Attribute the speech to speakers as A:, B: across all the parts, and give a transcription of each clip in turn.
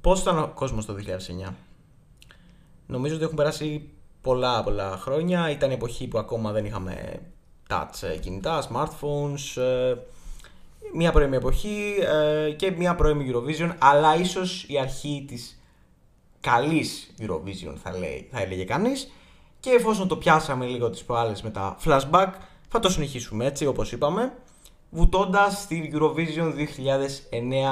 A: Πώς ήταν ο κόσμος το 2009. Νομίζω ότι έχουν περάσει πολλά πολλά χρόνια. Ήταν η εποχή που ακόμα δεν είχαμε touch ε, κινητά, smartphones. ε, Μια πρώιμη εποχή ε, και μια πρώιμη Eurovision, αλλά ίσως η αρχή της καλής Eurovision θα, λέει, θα έλεγε κανείς και εφόσον το πιάσαμε λίγο τις προάλλες με τα flashback θα το συνεχίσουμε έτσι όπως είπαμε βουτώντας τη Eurovision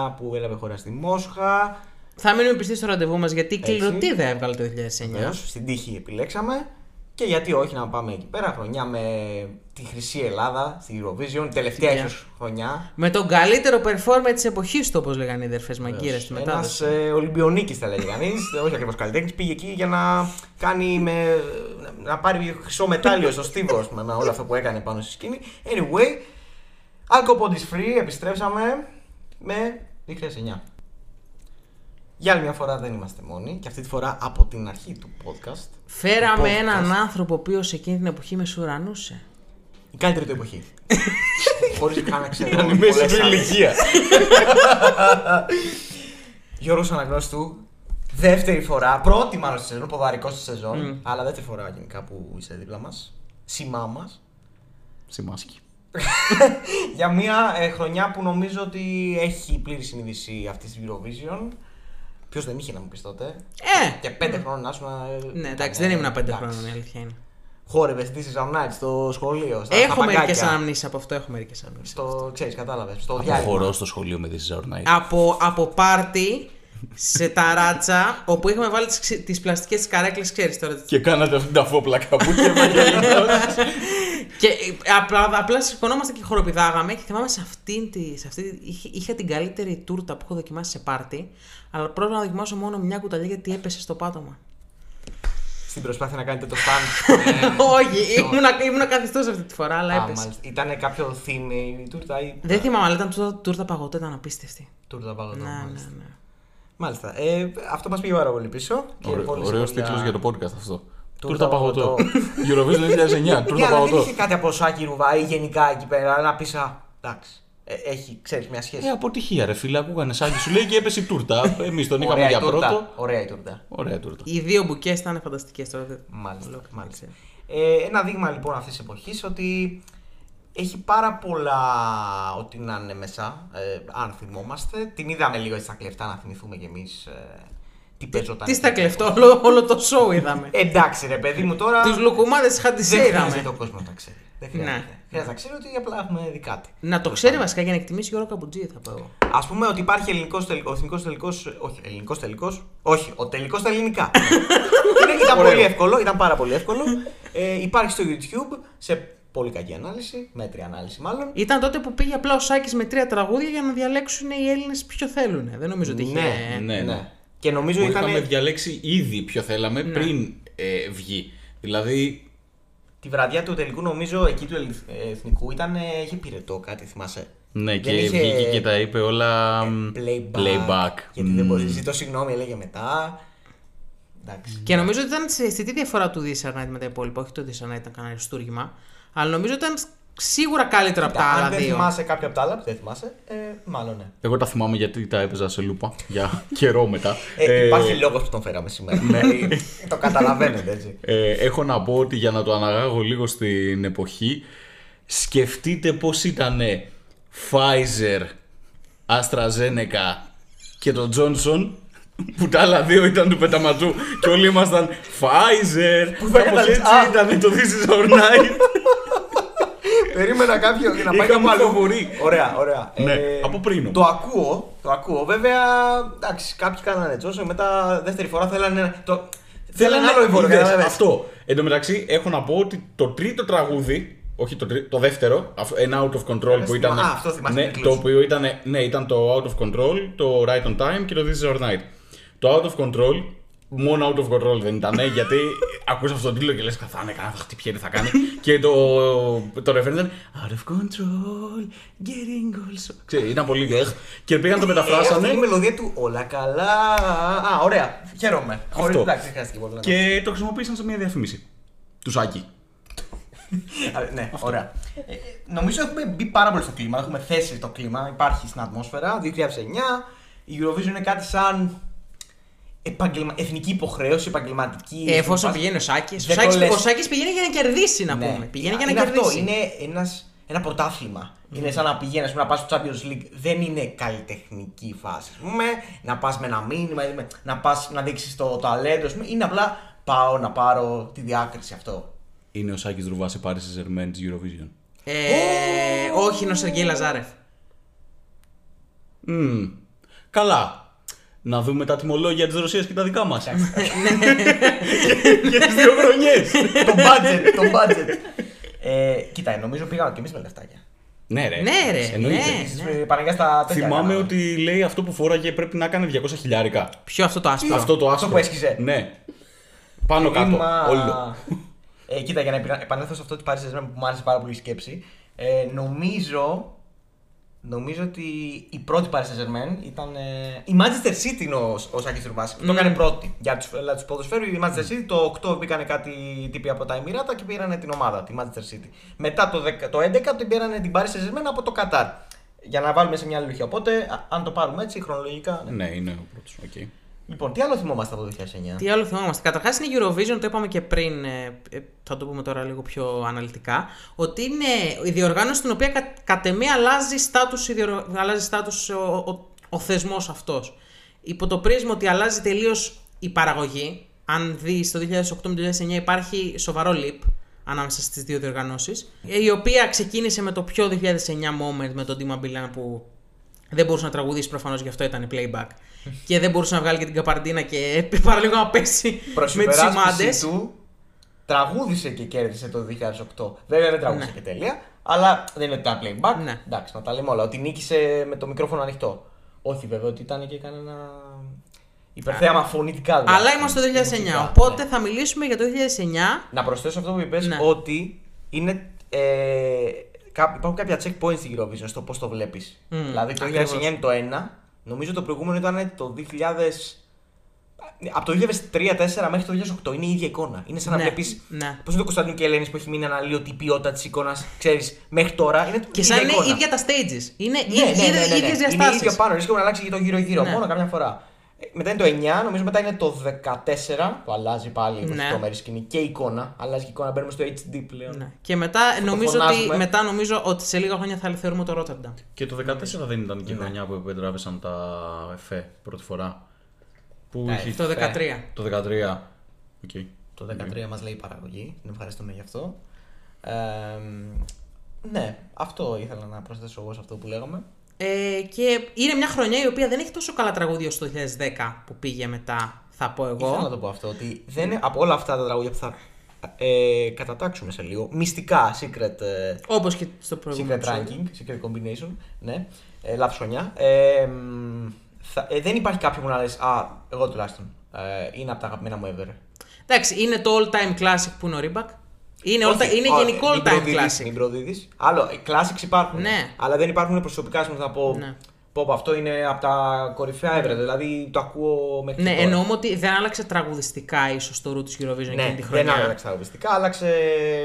A: 2009 που έλαβε χώρα στη Μόσχα
B: Θα μείνουμε πιστοί στο ραντεβού μας γιατί η
A: Έτσι.
B: κληροτίδα έβγαλε το 2009.
A: Βεβαίως, στην τύχη επιλέξαμε. Και γιατί όχι να πάμε εκεί πέρα, χρονιά με τη Χρυσή Ελλάδα, στη Eurovision, τελευταία
B: Φιλιά.
A: ίσως χρονιά.
B: Με τον καλύτερο performer της εποχής του, όπως λέγανε οι δερφέ μαγκύρες στη
A: Ένας
B: μετάδοση.
A: ε, Ολυμπιονίκης, θα λέγει κανεί, όχι ακριβώς καλλιτέχνης, πήγε εκεί για να κάνει με, να πάρει χρυσό μετάλλιο στο στίβο ας πούμε, με όλο αυτό που έκανε πάνω στη σκηνή. Anyway, Alcopondis Free, επιστρέψαμε με 2009. Για άλλη μια φορά δεν είμαστε μόνοι και αυτή τη φορά από την αρχή του podcast.
B: Φέραμε
A: podcast.
B: έναν άνθρωπο ο οποίος εκείνη την εποχή με σουρανούσε.
A: Η καλύτερη του εποχή. Χωρίς καν να ξέρω.
C: Ήταν η μέση
A: πολλές
C: του
A: άλλες.
C: ηλικία.
A: Γιώργος Αναγνώστου, δεύτερη φορά, πρώτη μάλλον στη σεζόν, ποδαρικό στη
B: Mm.
A: σεζόν, αλλά δεύτερη φορά γενικά που είσαι δίπλα μας, σημά μας,
C: Σημάσκι.
A: για μια ε, χρονιά που νομίζω ότι έχει πλήρη συνείδηση αυτής της Eurovision. Ποιος δεν είχε να μου πεις τότε.
B: Ε!
A: Και πέντε χρόνια να σου να. ε,
B: Ναι, εντάξει, δεν ήμουν πέντε ε. χρόνια, η αλήθεια είναι.
A: Χόρευε τι Some Night στο σχολείο. Στα,
B: Έχω μερικέ
A: μερικέ
B: αναμνήσεις από αυτό, έχω μερικές αναμνήσεις.
A: Στο ξέρεις, κατάλαβες. Στο
C: Από χορό
A: διάλειμμα.
C: στο σχολείο με This is Our Night.
B: από, από πάρτι σε ταράτσα όπου είχαμε βάλει τις, ξε- τις πλαστικές καρέκλες ξέρεις τώρα
C: Και κάνατε αυτή την ταφόπλακα που είχε Ευαγγελικός.
B: και ε, απλά, απλά σηκωνόμαστε και χοροπηδάγαμε και θυμάμαι σε αυτήν τη, σε αυτή, τη- είχε- είχα την καλύτερη τούρτα που έχω δοκιμάσει σε πάρτι αλλά πρόλαβα να δοκιμάσω μόνο μια κουταλιά γιατί έπεσε στο πάτωμα
A: Στην προσπάθεια να κάνετε το φαν. Ε.
B: όχι, ήμουνα, ήμουνα καθιστός αυτή τη φορά αλλά έπεσε
A: Ήταν κάποιο theme η τούρτα ή. Ε,
B: δεν θυμάμαι αλλά ήταν τούρτα, τούρτα παγωτό ήταν απίστευτη
A: Τούρτα παγωτό.
B: ναι, ναι,
A: μάλιστα.
B: ναι.
A: Μάλιστα. Ε, αυτό μας πήγε πάρα πολύ πίσω. και πολύ Ε,
C: Ωραίο
A: σίγουρα-
C: τίτλος για το podcast αυτό.
A: Τούρτα
C: Τούρτα
A: παγωτό.
C: παγωτό. Eurovision 2009. Τούρτα
A: Ναι, αλλά δεν
C: παγωτό.
A: είχε κάτι από σάκι ρουβά ή γενικά εκεί πέρα. Να πεις, α, εντάξει. ε, έχει, ξέρεις, μια σχέση.
C: Ε, αποτυχία ρε φίλε, ακούγανε σάκι σου λέει και έπεσε η τούρτα. Εμείς τον είχαμε
A: Ωραία η
C: για
A: τούρτα.
C: πρώτο.
A: Ωραία η τούρτα.
C: Ωραία τούρτα.
B: οι δύο μπουκές ήταν φανταστικές τώρα δεν-
A: Μάλιστα. μάλιστα.
B: ξέρω.
A: Ε, ένα δείγμα λοιπόν αυτής της εποχής ότι έχει πάρα πολλά ότι να είναι μέσα, ε, αν θυμόμαστε. Την είδαμε λίγο στα κλεφτά να θυμηθούμε κι εμείς ε, τι παίζονταν.
B: τι στα κλεφτό, όλο, όλο το σοου είδαμε
A: Εντάξει, ρε παιδί μου τώρα.
B: Τους λουκουμάδες είχαν τις
A: Ε. Δεν χρειάζεται ο
B: είδαμε.
A: κόσμος να ξέρει. Δεν
B: Ναι.
A: χρειάζεται. Χρειάζεται να ξέρει ότι απλά έχουμε δει κάτι.
B: Να το ξέρει βασικά για να εκτιμήσει Γιώργο Καμπουτζή, θα πω εγώ.
A: Ας πούμε ότι υπάρχει ελληνικός τελικός, ο εθνικός τελικός. Όχι, ελληνικός τελικός. Όχι, ο τελικός στα ελληνικά. Είναι- ήταν
C: Ωραίο.
A: πολύ εύκολο. Ήταν πάρα πολύ εύκολο. Ε, υπάρχει στο YouTube σε πολύ κακή ανάλυση, μέτρη ανάλυση μάλλον.
B: Ήταν τότε που πήγε απλά ο Σάκης με τρία τραγούδια για να διαλέξουν οι Έλληνες ποιο θέλουν. Ε, Δεν νομίζω ότι είχε.
A: Ναι,
C: Ναι, ναι.
A: Και νομίζω
C: Που
A: ήταν
C: είχαμε διαλέξει ήδη ποιο θέλαμε
A: Ναι.
C: πριν ε, βγει. Δηλαδή,
A: τη βραδιά του τελικού, νομίζω εκεί του ελ- ε, εθνικού ήταν. ε, Είχε πυρετό κάτι, θυμάσαι.
C: ναι,
A: Δεν
C: και
A: είχε- Ε,
C: βγήκε και τα είπε όλα. μ,
A: Playback. Γιατί
C: Μ,
A: δεν μπορείς. Ζητώ συγγνώμη, έλεγε μετά. Εντάξει.
B: Και νομίζω ότι ήταν σε αισθητή διαφορά του This Night με τα υπόλοιπα. Όχι το This Night ήταν κανένα αριστούργημα. Αλλά νομίζω ήταν σίγουρα καλύτερα από τα
A: Αν
B: άλλα
A: δεν
B: δύο.
A: θυμάσαι κάποια από τα άλλα, δεν θυμάσαι, ε, μάλλον ναι.
C: Εγώ τα θυμάμαι γιατί τα έπαιζα σε λούπα για καιρό μετά.
A: Ε,
C: Ε, ναι.
A: υπάρχει λόγος που τον φέραμε σήμερα. Δηλαδή, το καταλαβαίνετε έτσι.
C: Ε, έχω να πω ότι για να το αναγάγω λίγο στην εποχή, σκεφτείτε πώς ήταν Pfizer, AstraZeneca και το Johnson που τα άλλα δύο ήταν του πεταματού και όλοι ήμασταν Pfizer
A: θα
C: κάπως έτσι
A: καταλήξ-
C: ήταν το This is Our Night
A: Περίμενα κάποιον για να πάει
C: είχαμε
A: κάπου αλλού.
C: φοβορή
A: Ωραία, ωραία. Ε,
C: Ναι, από πριν
A: Το
C: όμως.
A: ακούω, το ακούω. Βέβαια, εντάξει, κάποιοι κάνανε Τζόσο, μετά δεύτερη φορά θέλανε. Το... Θέλανε άλλο υπόλοιπο.
C: είδες,
A: καταλαβαίνεις.
C: Αυτό. Εν τω μεταξύ, έχω να πω ότι το τρίτο τραγούδι, όχι το, τρί- το δεύτερο, αυτό- ένα out of control που ήταν.
A: Α, αυτό θυμάσαι,
C: ναι,
A: την
C: το
A: κλούζα.
C: οποίο ήταν, ναι, ήταν το out of control, το right on time και το this is our night. Το out of control, μόνο out of control δεν ήταν, γιατί ακούς αυτόν τον τίτλο και λες καθάνε, κανένα θα χτυπιέρι θα κάνει. και το, το ρεφέν ήταν out of control, getting also. Ξέρεις, ήταν πολύ γκέχ. Και πήγαν το
A: Ε, αυτή
C: μεταφράσανε.
A: είναι η μελωδία του όλα καλά. Α, ωραία. Χαίρομαι. Χωρίς εντάξει, δεν χρειάστηκε πολύ να το
C: Και το χρησιμοποίησαν σε μια διαφήμιση. Του Σάκη.
A: Α, ναι, ωραία. Ε, ε, νομίζω έχουμε μπει πάρα πολύ στο κλίμα. Έχουμε θέσει το κλίμα. Υπάρχει στην ατμόσφαιρα. 2009. Η Eurovision είναι κάτι σαν επαγγελμα... εθνική υποχρέωση, επαγγελματική.
B: Ε, εφόσον
A: συμβάση.
B: πηγαίνει ο Σάκης. Ο
A: Δεν το
B: Σάκης-
A: λες.
B: ο Σάκης πηγαίνει για να κερδίσει, να
A: Ναι.
B: πούμε. Πηγαίνει για να
A: είναι αυτό.
B: κερδίσει.
A: Είναι ένας, ένα πρωτάθλημα. Είναι σαν να πηγαίνεις να πας στο Champions League. Δεν είναι καλλιτεχνική φάση. ας πούμε, να πας με ένα μήνυμα, ή με- να πας να δείξεις το ταλέντο. ας πούμε. Είναι απλά πάω να πάρω τη διάκριση αυτό.
C: Είναι ο Σάκης Ρουβά σε Paris Saint-Germain της Eurovision.
B: Ε, όχι, είναι ο Σεργέη Λαζάρεφ.
C: Μμμ. Καλά. Να δούμε τα τιμολόγια της Ρωσίας και τα δικά μας. Για τις δύο χρονιές.
A: το budget, το budget. Ε, κοίτα, νομίζω πήγαμε και εμείς με λεφτάκια.
C: Ναι, ρε.
B: Ναι, ρε,
C: Εννοείται.
B: ναι.
A: Στις, ε, Παναγιά στα τέτοια.
C: Θυμάμαι
A: έκανα.
C: ότι λέει αυτό που φόραγε πρέπει να έκανε 200 χιλιάρικα.
B: Ποιο αυτό το άσπρο.
C: Αυτό το άσπρο.
A: που έσκυζε.
C: Ναι. Πάνω κάτω.
A: Μα-
C: Όλο.
A: Ε, κοίτα, για να επανα- επανέλθω σε αυτό τη Paris Saint-Germain που μου άρεσε πάρα πολύ η σκέψη. Ε, νομίζω, νομίζω ότι η πρώτη Paris Saint-Germain ήταν. ε, η Manchester City είναι ο, ο Σάκης Ρουβάς, που Το
B: Ναι.
A: έκανε πρώτη. Για τους τους ποδοσφαίρου, η Manchester City το 8 μπήκανε κάτι τύποι από τα Εμμυράτα και πήρανε την ομάδα, τη Manchester City. Μετά το, 10 το 11 την πήρανε την Paris Saint-Germain από το Κατάρ. Για να βάλουμε σε μια άλλη λουχιά. Οπότε, α- αν το πάρουμε έτσι, χρονολογικά. ναι.
C: Ναι, είναι ο πρώτος. Okay.
A: Λοιπόν, τι άλλο θυμόμαστε από το 2009.
B: Τι άλλο θυμόμαστε. Καταρχάς είναι η Eurovision, το είπαμε και πριν. ε, ε, Θα το πούμε τώρα λίγο πιο αναλυτικά. Ότι είναι η διοργάνωση στην οποία κα, κατ' εμέ αλλάζει στάτους, η διοργ- αλλάζει στάτους ο, ο, ο θεσμός αυτός. Υπό το πρίσμα ότι αλλάζει τελείως η παραγωγή. Αν δεις το 2008 με το 2009 υπάρχει σοβαρό leap ανάμεσα στις δύο διοργανώσεις. Η οποία ξεκίνησε με το πιο 2009 moment με τον Dima Bilan που δεν μπορούσε να τραγουδήσει προφανώς, γι' αυτό ήταν playback. και δεν μπορούσε να βγάλει και την καπαρντίνα και παραλίγο να πέσει με τις σημάντε.
A: υπεράσπιση του τραγούδισε και κέρδισε το 2008. Βέβαια δεν τραγούδισε
B: Ναι.
A: και τέλεια, αλλά δεν είναι ότι ήταν playback.
B: Ναι.
A: Εντάξει, να τα λέμε όλα. Ότι νίκησε με το μικρόφωνο ανοιχτό. Όχι βέβαια, ότι ήταν και κανένα υπερθέαμα φωνητικά. δηλαδή.
B: Αλλά είμαστε το 2009,
A: Μουσικά,
B: οπότε
A: ναι.
B: θα μιλήσουμε για το 2009.
A: Να προσθέσω αυτό που είπες
B: Ναι.
A: ότι είναι. Ε, κά- υπάρχουν κάποια checkpoints στην Eurovision στο πώς το βλέπεις.
B: Μμμ,
A: δηλαδή το 2009
B: ακριβώς.
A: είναι το ένα, νομίζω το προηγούμενο ήταν το 2000. Από το 2003-2004 μέχρι το 2008 είναι η ίδια εικόνα. Είναι σαν να
B: Ναι,
A: βλέπεις.
B: ναι.
A: Πώς είναι το Κωνσταντίνου και Ελένης που έχει μείνει αναλύωτη η ποιότητα της εικόνας, ξέρεις, μέχρι τώρα. Είναι
B: Και
A: η
B: σαν
A: ίδια
B: είναι
A: εικόνα.
B: ίδια τα stages. Είναι
A: Ναι, ναι, ναι, ναι, ναι.
B: ίδιε
A: Είναι η ίδια
B: διαστάσει.
A: πάνω, ρίσκουμε να αλλάξει και το γύρω-γύρω
B: Ναι.
A: μόνο καμιά φορά. Ε, Μετά είναι το 9, νομίζω μετά είναι το 14 που αλλάζει πάλι η
B: Ναι.
A: ναι. σκηνή και η εικόνα. Αλλάζει και η εικόνα, μπαίνουμε στο HD πλέον.
B: Ναι. Και μετά νομίζω, ότι,
A: φωνάζουμε.
B: μετά νομίζω ότι σε λίγα χρόνια θα θεωρούμε το Rotterdam.
C: Και το 14 δεν ήταν και
B: Ναι.
C: η χρονιά που επετράπεσαν τα ΕΦΕ πρώτη φορά. Που
A: Ναι,
C: είχε...
B: Το 13.
C: Το 13. Okay.
A: Το
B: Ναι.
A: 13 μας λέει η παραγωγή, την ευχαριστούμε γι' αυτό. Ε, ναι, αυτό ήθελα να προσθέσω εγώ σε αυτό που λέγαμε.
B: Ε, και είναι μια χρονιά η οποία δεν έχει τόσο καλά τραγούδια όσο το 2010 που πήγε μετά, θα πω εγώ.
A: Ήθελα να το πω αυτό, ότι δεν, από όλα αυτά τα τραγούδια που θα ε, κατατάξουμε σε λίγο, μυστικά, secret ε,
B: Όπως και στο προηγούμενο.
A: Secret
B: επεισόδιο.
A: ranking, secret combination, ναι. Ε, λάθος χρονιά. Ε, μ, θα- ε, δεν υπάρχει κάποιο που να λες, α, εγώ τουλάχιστον, ε, είναι από τα αγαπημένα μου ever.
B: Εντάξει, είναι το all time classic που είναι ο Reebok. Είναι,
A: Όχι,
B: all time, είναι
A: όχι,
B: γενικό
A: μην
B: all time
A: προδίδεις,
B: classic.
A: Μην προδίδεις. Άλλο, ε, classics υπάρχουν,
B: Ναι.
A: αλλά δεν υπάρχουν προσωπικά, ας πούμε, θα πω,
B: Ναι.
A: πω πω, αυτό είναι από τα κορυφαία ever, δηλαδή το ακούω μέχρι
B: Ναι,
A: τώρα.
B: εννοούμε ότι δεν άλλαξε τραγουδιστικά ίσως το root της Eurovision
A: Ναι,
B: εκείνη
A: δεν
B: τη χρονιά.
A: άλλαξε τραγουδιστικά, άλλαξε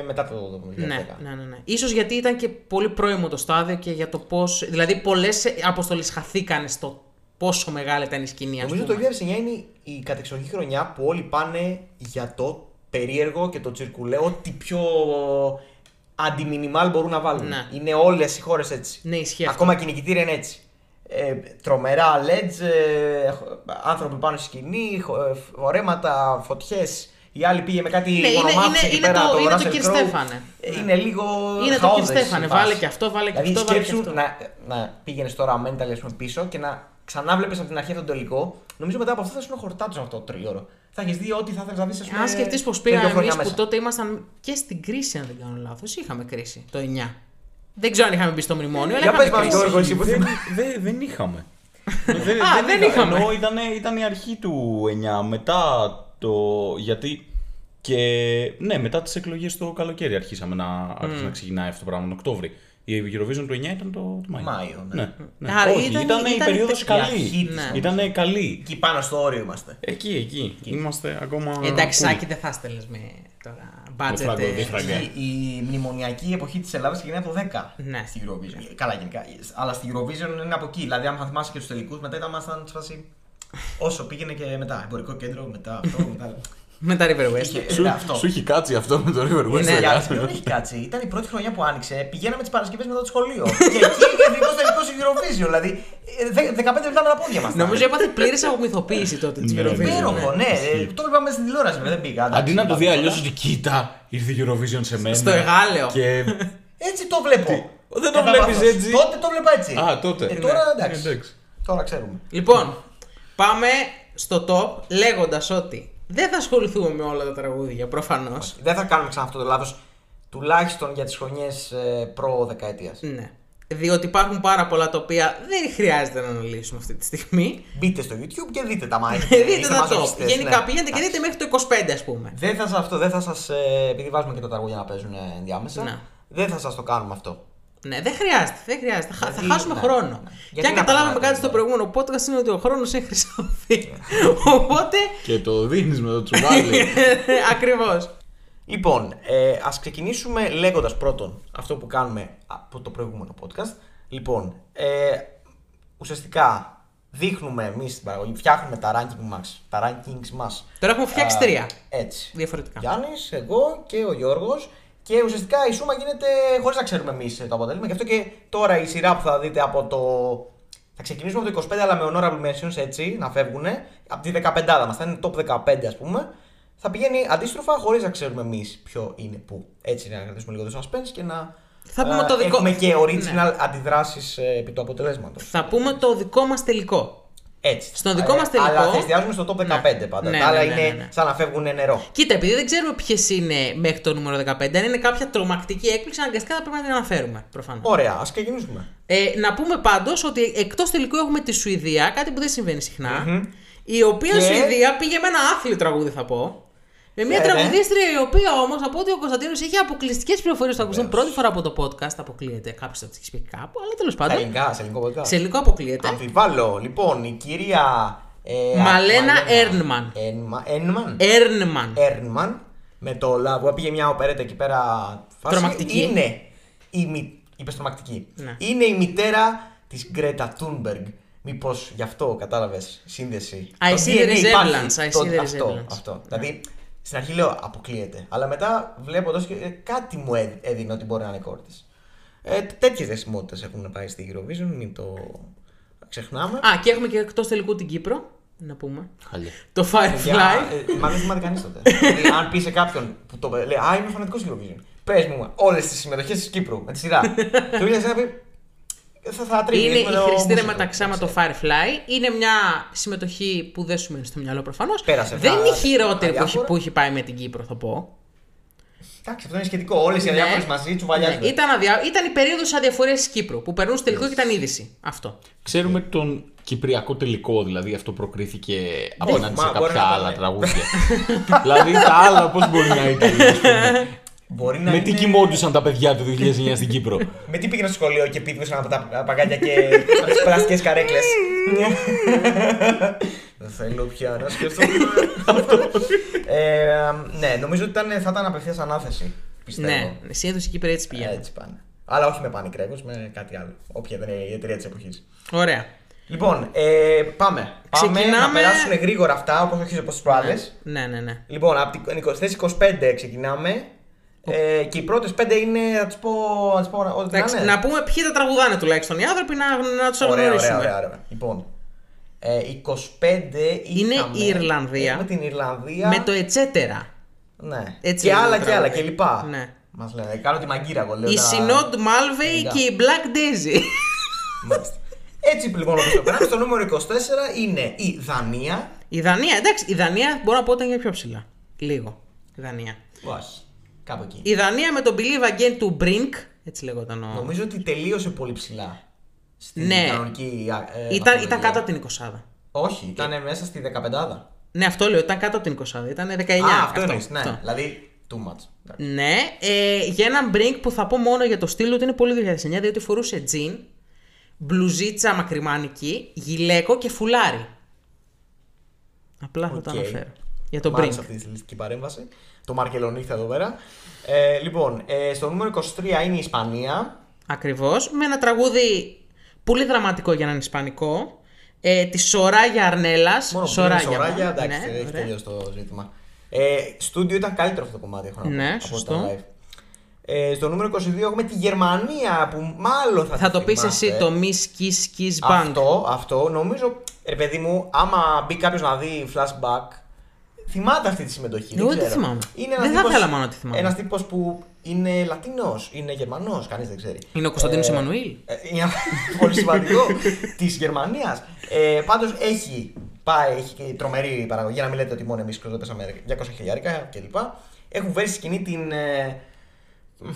A: μετά το 2010.
B: Ναι, ναι, ναι, ναι. Ίσως γιατί ήταν και πολύ πρώιμο το στάδιο και για το πώς. Δηλαδή, πολλές αποστολές χαθήκανε στο πόσο μεγάλη ήταν η σκηνή, ας
A: Νομίζω το
B: πούμε.
A: 2009 είναι η κατεξοχή χρονιά που όλοι πάνε για το περίεργο και το τσιρκουλέ, ό,τι πιο αντιμινιμάλ μπορούν να βάλουν.
B: Ναι.
A: Είναι όλες οι χώρες έτσι.
B: Ναι, ισχύει αυτό.
A: Ακόμα και η νικητήρια είναι έτσι. Ε, τρομερά LEDs, ε, χο- άνθρωποι πάνω στη σκηνή, χο- ε, χορέματα, φωτιές. Η άλλη πήγε με κάτι
B: Ναι, είναι-
A: μονομάτια
B: είναι-
A: εκεί
B: είναι
A: πέρα,
B: το- είναι το
A: Russell
B: Kir
A: Crowe.
B: Στέφανε.
A: Ε,
B: Ναι.
A: Είναι λίγο
B: Είναι το
A: χαόδες
B: Kir Στέφανε.
A: η
B: Βάλε
A: φάση.
B: και αυτό, βάλε και
A: δηλαδή,
B: αυτό, βάλε και
A: σκέψου
B: αυτό.
A: να, να πήγαινες τώρα mental ας πούμε, πίσω και να ξανά βλέπεις από την αρχή αυτόν τον τελικό. Νομίζω μετά από αυτό θα σου χορτάτσο αυτό το τρίωρο. Θα έχεις δει ό,τι θα ήθελε να δεις.
B: Αν σκεφτείς πως πήγαμε εμείς που τότε ήμασταν και στην κρίση, αν δεν κάνω λάθος. Είχαμε κρίση το 9. Δεν ξέρω αν είχαμε μπει στο μνημόνιο, αλλά
A: Για πες
B: είχαμε
A: μας,
B: κρίση.
A: Γιώργο, εσύ που
C: δεν,
A: θυμάσαι.
C: δεν- δεν είχαμε. δεν, δεν
B: δεν
C: είχα-
B: είχαμε.
C: Ενώ ήταν, ήταν η αρχή του 9. Μετά το. Γιατί. Και ναι, μετά τις εκλογές το καλοκαίρι αρχίσαμε να, άρχισε να ξεκινάει αυτό το πράγμα τον Οκτώβρη. Η Eurovision του 9 ήταν το, το Μάιο.
A: Μάιο, ναι.
C: ναι, ναι.
B: Άρα
C: Όχι,
B: ήταν-
C: ήταν, η
B: ήταν
C: περίοδος
B: η
A: αρχή
C: καλή.
A: της,
B: Ναι.
C: Ήταν καλή.
A: Εκεί πάνω στο όριο είμαστε.
C: Εκεί, εκεί. Είμαστε ακόμα.
B: Εντάξει,
C: cool.
B: Σάκη, δεν θα στέλνες με τώρα budget.
C: φράγκο,
B: ε,
C: δι φράγκο.
A: Η, η μνημονιακή εποχή της Ελλάδας ξεκινάει από το 10
B: Ναι.
A: στην Eurovision. Καλά, γενικά. Αλλά στην Eurovision είναι από εκεί. Δηλαδή, αν θα θυμάσαι και τους τελικούς, μετά ήταν ήμασταν σε φάση.
D: Όσο πήγαινε και μετά. Εμπορικό κέντρο, μετά αυτό, μετά.
B: Με τα River West.
A: Ε,
D: Είχε-
C: Σου,
D: ναι, αυτό.
C: σου έχει κάτσει αυτό με το River West.
B: Ναι,
C: ρε,
D: Η
C: γεια σου.
D: Άλυση δεν έχει κάτσει. Ήταν η πρώτη χρονιά που άνοιξε. Πηγαίναμε τις Παρασκευές μετά το σχολείο. και εκεί ακριβώ τελικό στο Eurovision. Δηλαδή ε, δε- 15 λεπτά με τα πόδια μας.
B: Νομίζω έπαθε πλήρης απομυθοποίηση τότε της
C: Ναι,
D: Υπέροχο,
B: Eurovision.
D: ναι. Ε, Το είπαμε στην τηλεόραση, βέβαια, δεν πήγα.
C: Αντί
D: εντάξει,
C: να το δει
D: πάμε
C: αλλιώ
D: τώρα.
C: ότι κοίτα, ήρθε η Eurovision σε μένα.
B: Στο Εγάλεο.
C: Και...
D: Έτσι το βλέπω.
C: Δεν το
D: Κατά
C: βλέπεις
D: βάθος.
C: έτσι.
D: Τότε το βλέπα έτσι.
C: Α, τότε.
D: Ε, τώρα
C: Ναι,
D: εντάξει. Τώρα ξέρουμε.
B: Λοιπόν, πάμε στο top λέγοντας ότι δεν θα ασχοληθούμε με όλα τα τραγούδια προφανώς.
D: Δεν θα κάνουμε ξανά αυτό το λάθος. Τουλάχιστον για ε, τις χρονιές προ-δεκαετία.
C: Mm.
B: Ναι. Διότι υπάρχουν πάρα πολλά τα οποία δεν χρειάζεται να αναλύσουμε αυτή τη στιγμή.
D: Μπείτε στο YouTube και δείτε τα μάτια.
B: δείτε τα top.
D: ναι.
B: Γενικά πηγαίνετε και δείτε μέχρι το 25, ας πούμε.
D: Δεν θα σας αυτό, δεν θα σας, ε, επειδή βάζουμε και τα τραγούδια να παίζουν ε, ενδιάμεσα,
B: Ναι.
D: δεν θα σας το κάνουμε αυτό.
B: Ναι, δεν χρειάζεται. Δεν χρειάζεται. Χα-
D: Γιατί-
B: θα χάσουμε
D: ναι,
B: χρόνο.
D: ναι.
B: Και
D: Γιατί
B: αν
D: να
B: καταλάβαμε
D: περνάτε,
B: κάτι στο
D: ναι.
B: προηγούμενο podcast είναι ότι ο χρόνος είναι χρυσόφι.
D: Ε.
B: Οπότε.
C: και το δίνεις με το τσουβάλι.
B: Ακριβώς.
A: Λοιπόν, ε, ας ξεκινήσουμε λέγοντας πρώτον αυτό που κάνουμε από το προηγούμενο podcast. Λοιπόν, ε, ουσιαστικά δείχνουμε εμείς την παραγωγή, φτιάχνουμε τα ranking μας, τα rankings μας.
B: Τώρα έχουμε φτιάξει
A: Α,
B: τρία.
A: Έτσι.
B: Διαφορετικά.
A: Γιάννης, εγώ και ο Γιώργος και ουσιαστικά η σούμα γίνεται χωρίς να ξέρουμε εμείς το αποτέλεσμα γι' αυτό και τώρα η σειρά που θα δείτε από το... Θα ξεκινήσουμε από το 25 αλλά με honorable mentions έτσι να φεύγουν από τη 15 μας, θα είναι top 15 ας πούμε θα πηγαίνει αντίστροφα χωρίς να ξέρουμε εμείς ποιο είναι που έτσι να κρατήσουμε λίγο το suspense και να
B: Θα πούμε
A: α,
B: το δικό-
A: έχουμε και
B: Ναι.
A: original αντιδράσεις ε, επί του αποτελέσματος
B: Θα πούμε το δικό μας τελικό.
A: έτσι. Ε,
B: Στον δικό μας τελικό-
A: Αλλά θα εστιάζουμε στο top 15
B: Ναι.
A: πάντα.
B: Ναι,
A: τα άλλα
B: ναι, ναι,
A: είναι
B: ναι, ναι.
A: σαν να φεύγουν νερό.
B: Κοίτα, επειδή δεν ξέρουμε ποιες είναι μέχρι το νούμερο 15, αν είναι κάποια τρομακτική έκπληξη, αναγκαστικά θα πρέπει να την αναφέρουμε προφανώς.
A: Ωραία, ας ξεκινήσουμε.
B: Ε, να πούμε πάντως ότι εκτός τελικού έχουμε τη Σουηδία, κάτι που δεν συμβαίνει συχνά, Η οποία
A: Και-
B: Σουηδία πήγε με ένα άθλιο τραγούδι, θα πω. Με μια
A: Ε, ναι.
B: τραγουδίστρια η οποία όμως, από ό,τι ο Κωνσταντίνος είχε αποκλειστικές πληροφορίες που ακούσαν πρώτη φορά από το podcast, αποκλείεται. Κάποιος θα τις έχει πει κάπου, αλλά τέλος
A: Τα
B: πάντων.
A: ελληνικά, σε ελληνικό podcast.
B: Σε λίγο αποκλείεται.
A: Αμφιβάλλω. Λοιπόν, η κυρία. Ε,
B: Μαλένα Έρνμαν. Ε,
A: Ένμα- Ένμαν.
B: Έρνμαν.
A: Έρνμαν. Με το λαγό. Πήγε μια οπερέτα εκεί πέρα. φάση.
B: Τρομακτική.
A: Είναι η μη... Είπες τρομακτική.
B: Ναι.
A: Είναι η μητέρα της Γκρέτα Τούνμπεργκ. Μήπως γι' αυτό κατάλαβες σύνδεση.
B: I
A: Το DNA
B: see the
A: υπάρχει.
B: resemblance, I
A: Το-
B: see the
A: Αυτό.
B: resemblance.
A: αυτό. Δηλαδή, στην αρχή λέω αποκλείεται. Αλλά μετά βλέποντα και ε, κάτι μου έδι- έδινε ότι μπορεί να είναι κόρη της. Ε, Τέτοιες δεσιμότητες έχουν πάει στη Eurovision, μην το ξεχνάμε.
B: Α, και έχουμε και εκτός τελικού την Κύπρο. Να πούμε.
C: Χαλιά.
B: Το
A: Για,
B: Firefly.
A: ε, μα δεν θυμάται κανείς τότε. Δηλαδή, αν πει σε κάποιον που το λέει Α, είμαι φανατικός Eurovision. Πες μου όλες τις συμμετοχές της Κύπρου με τη σειρά. το 2001 πει. Θα, θα τρίβει.
B: Είναι η
A: με το
B: χρηστήρα
A: μουσικό.
B: μεταξά με το Firefly. Είναι μια συμμετοχή που δεν σου μένει στο μυαλό προφανώς.
A: Πέρασε
B: Δεν
A: τα-
B: είναι η χειρότερη
A: τα
B: που έχει,
A: διάφορα.
B: που έχει πάει με την Κύπρο, θα πω.
A: Εντάξει, αυτό είναι σχετικό. Όλες οι
B: Ναι.
A: αδιάφορε μαζί τσουβαλιάζουν.
B: Ναι, ήταν, αδιά... ήταν η περίοδος αδιαφορίας της Κύπρου που περνούσε τελικό και ήταν είδηση. Αυτό.
C: Ξέρουμε τον Κυπριακό τελικό, δηλαδή αυτό προκρίθηκε απέναντι σε
A: μα, μπορεί
C: κάποια
A: να
C: άλλα
A: ήταν, ναι.
C: τραγούδια. δηλαδή τα άλλα πώς μπορεί να ήταν. ας πούμε.
A: Μπορεί να
C: με τι
A: είναι-
C: κοιμόντουσαν τα παιδιά του 2009 στην Κύπρο.
A: Με τι πήγαινε στο σχολείο και πήδηξαν από τα παγκάκια και τις πλαστικές καρέκλες. Δεν θέλω πια να σκεφτώ. Ε, Ναι, νομίζω ότι ήταν- θα ήταν απευθείας ανάθεση. Πιστεύω. Ε.
B: Ναι, συνήθω η Κύπρη έτσι πηγαίνει.
A: Έτσι πάνε. Αλλά όχι με πανικρέκο, με κάτι άλλο. Όποια δεν είναι η εταιρεία τη
B: Ε,
A: εποχής.
B: Ωραία.
A: Λοιπόν, ε, πάμε. Πάμε να
B: Ξεκινάμε-
A: περάσουν γρήγορα αυτά, όπως όχι όπω τις προάλλες.
B: Ναι, ναι, ναι.
A: Λοιπόν, από την θέση 25 ξεκινάμε. Ε, και οι πρώτες 5 είναι, θα τους πω, να τις πω ό,τι
B: Εντάξει,
A: να είναι.
B: να πούμε ποιοι τα τραγουδάνε τουλάχιστον οι άνθρωποι να, να τους
A: ναι. Ωραία,
B: αναγνωρίσουμε.
A: ωραία, ωραία, ωραία. Λοιπόν, ε, 25
B: Είναι
A: είχαμε-
B: η Ιρλανδία.
A: Έχουμε την Ιρλανδία.
B: Με το ετσέτερα.
A: Ναι.
B: Έτσι
A: και
B: λέγεται
A: άλλα
B: το
A: και άλλα
B: τραγούδι.
A: και λοιπά.
B: Ναι.
A: Μας λένε. Κάνω τη μαγκύρα εγώ. Λέω,
B: Η
A: τα-
B: Συνόντ Μάλβεϊ
A: Ελληνικά.
B: και η Black Daisy.
A: Μάλιστα. Έτσι λοιπόν όπως το περάμε, στο νούμερο 24 είναι η Δανία.
B: η Δανία, εντάξει, η Δανία μπορώ να πω ότι ήταν και πιο ψηλά. Λίγο. Η Δανία.
A: Όχι, κάπου εκεί.
B: Η Δανία με τον Believe Again του Brink. Έτσι λέγονταν ο.
A: Νομίζω ότι τελείωσε πολύ ψηλά. Στην
B: Ναι.
A: κανονική. ε,
B: Ήταν,
A: βαθμολογία.
B: ήταν κάτω από την 20.
A: Όχι, ήταν μέσα στη 15η.
B: Ναι, αυτό λέω, ήταν κάτω από την 20. Ήταν 19.
A: Α, αυτό εννοείς. Ναι,
B: αυτό.
A: δηλαδή too much.
B: Ναι, ε, για έναν Brink που θα πω μόνο για το στυλ ότι είναι πολύ 2009, διότι φορούσε τζιν, μπλουζίτσα μακριμάνικη, γυλαίκο και φουλάρι. Απλά θα το
A: Οκ.
B: αναφέρω. Για τον
A: Μ' άρεσε
B: Brink.
A: αυτή η στιλιστική παρέμβαση. Το Μαρκελονίθα εδώ πέρα. Ε, λοιπόν, ε, στο νούμερο 23 είναι η Ισπανία.
B: Ακριβώς, με ένα τραγούδι πολύ δραματικό για έναν Ισπανικό, ε, της Σοράγια Αρνέλας.
A: Μόνο που είναι σωράγια,
B: Ναι,
A: εντάξει, έχει τελειώσει το ζήτημα. Ε, στούντιο ήταν καλύτερο αυτό το κομμάτι, έχω να πω.
B: Ναι,
A: από
B: σωστό.
A: τα live. Ε, στο νούμερο 22 έχουμε τη Γερμανία που μάλλον θα,
B: Θα
A: τη
B: το πεις εσύ
A: θυμάστε.
B: το Miss Kiss Kiss Bank.
A: Αυτό, αυτό νομίζω. Ρε παιδί μου, άμα μπει κάποιος να δει flashback, θυμάται αυτή τη συμμετοχή.
B: Εγώ
A: δεν
B: τη
A: ξέρω.
B: θυμάμαι.
A: Είναι ένας
B: Δεν θα
A: τύπος-
B: ήθελα μόνο να τη θυμάμαι.
A: Ένας τύπος που είναι Λατινός, είναι Γερμανός, κανείς δεν ξέρει.
B: Είναι ο Κωνσταντίνος
A: Ε,
B: Εμμανουήλ.
A: ε, Είναι πολύ σημαντικό της Γερμανίας. Ε, Πάντως έχει πάει, έχει και τρομερή παραγωγή. Για να μην λέτε ότι μόνο εμείς πέσαμε 200 χιλιάρικα κλπ. Έχουν βάλει στη σκηνή την. ε, μ,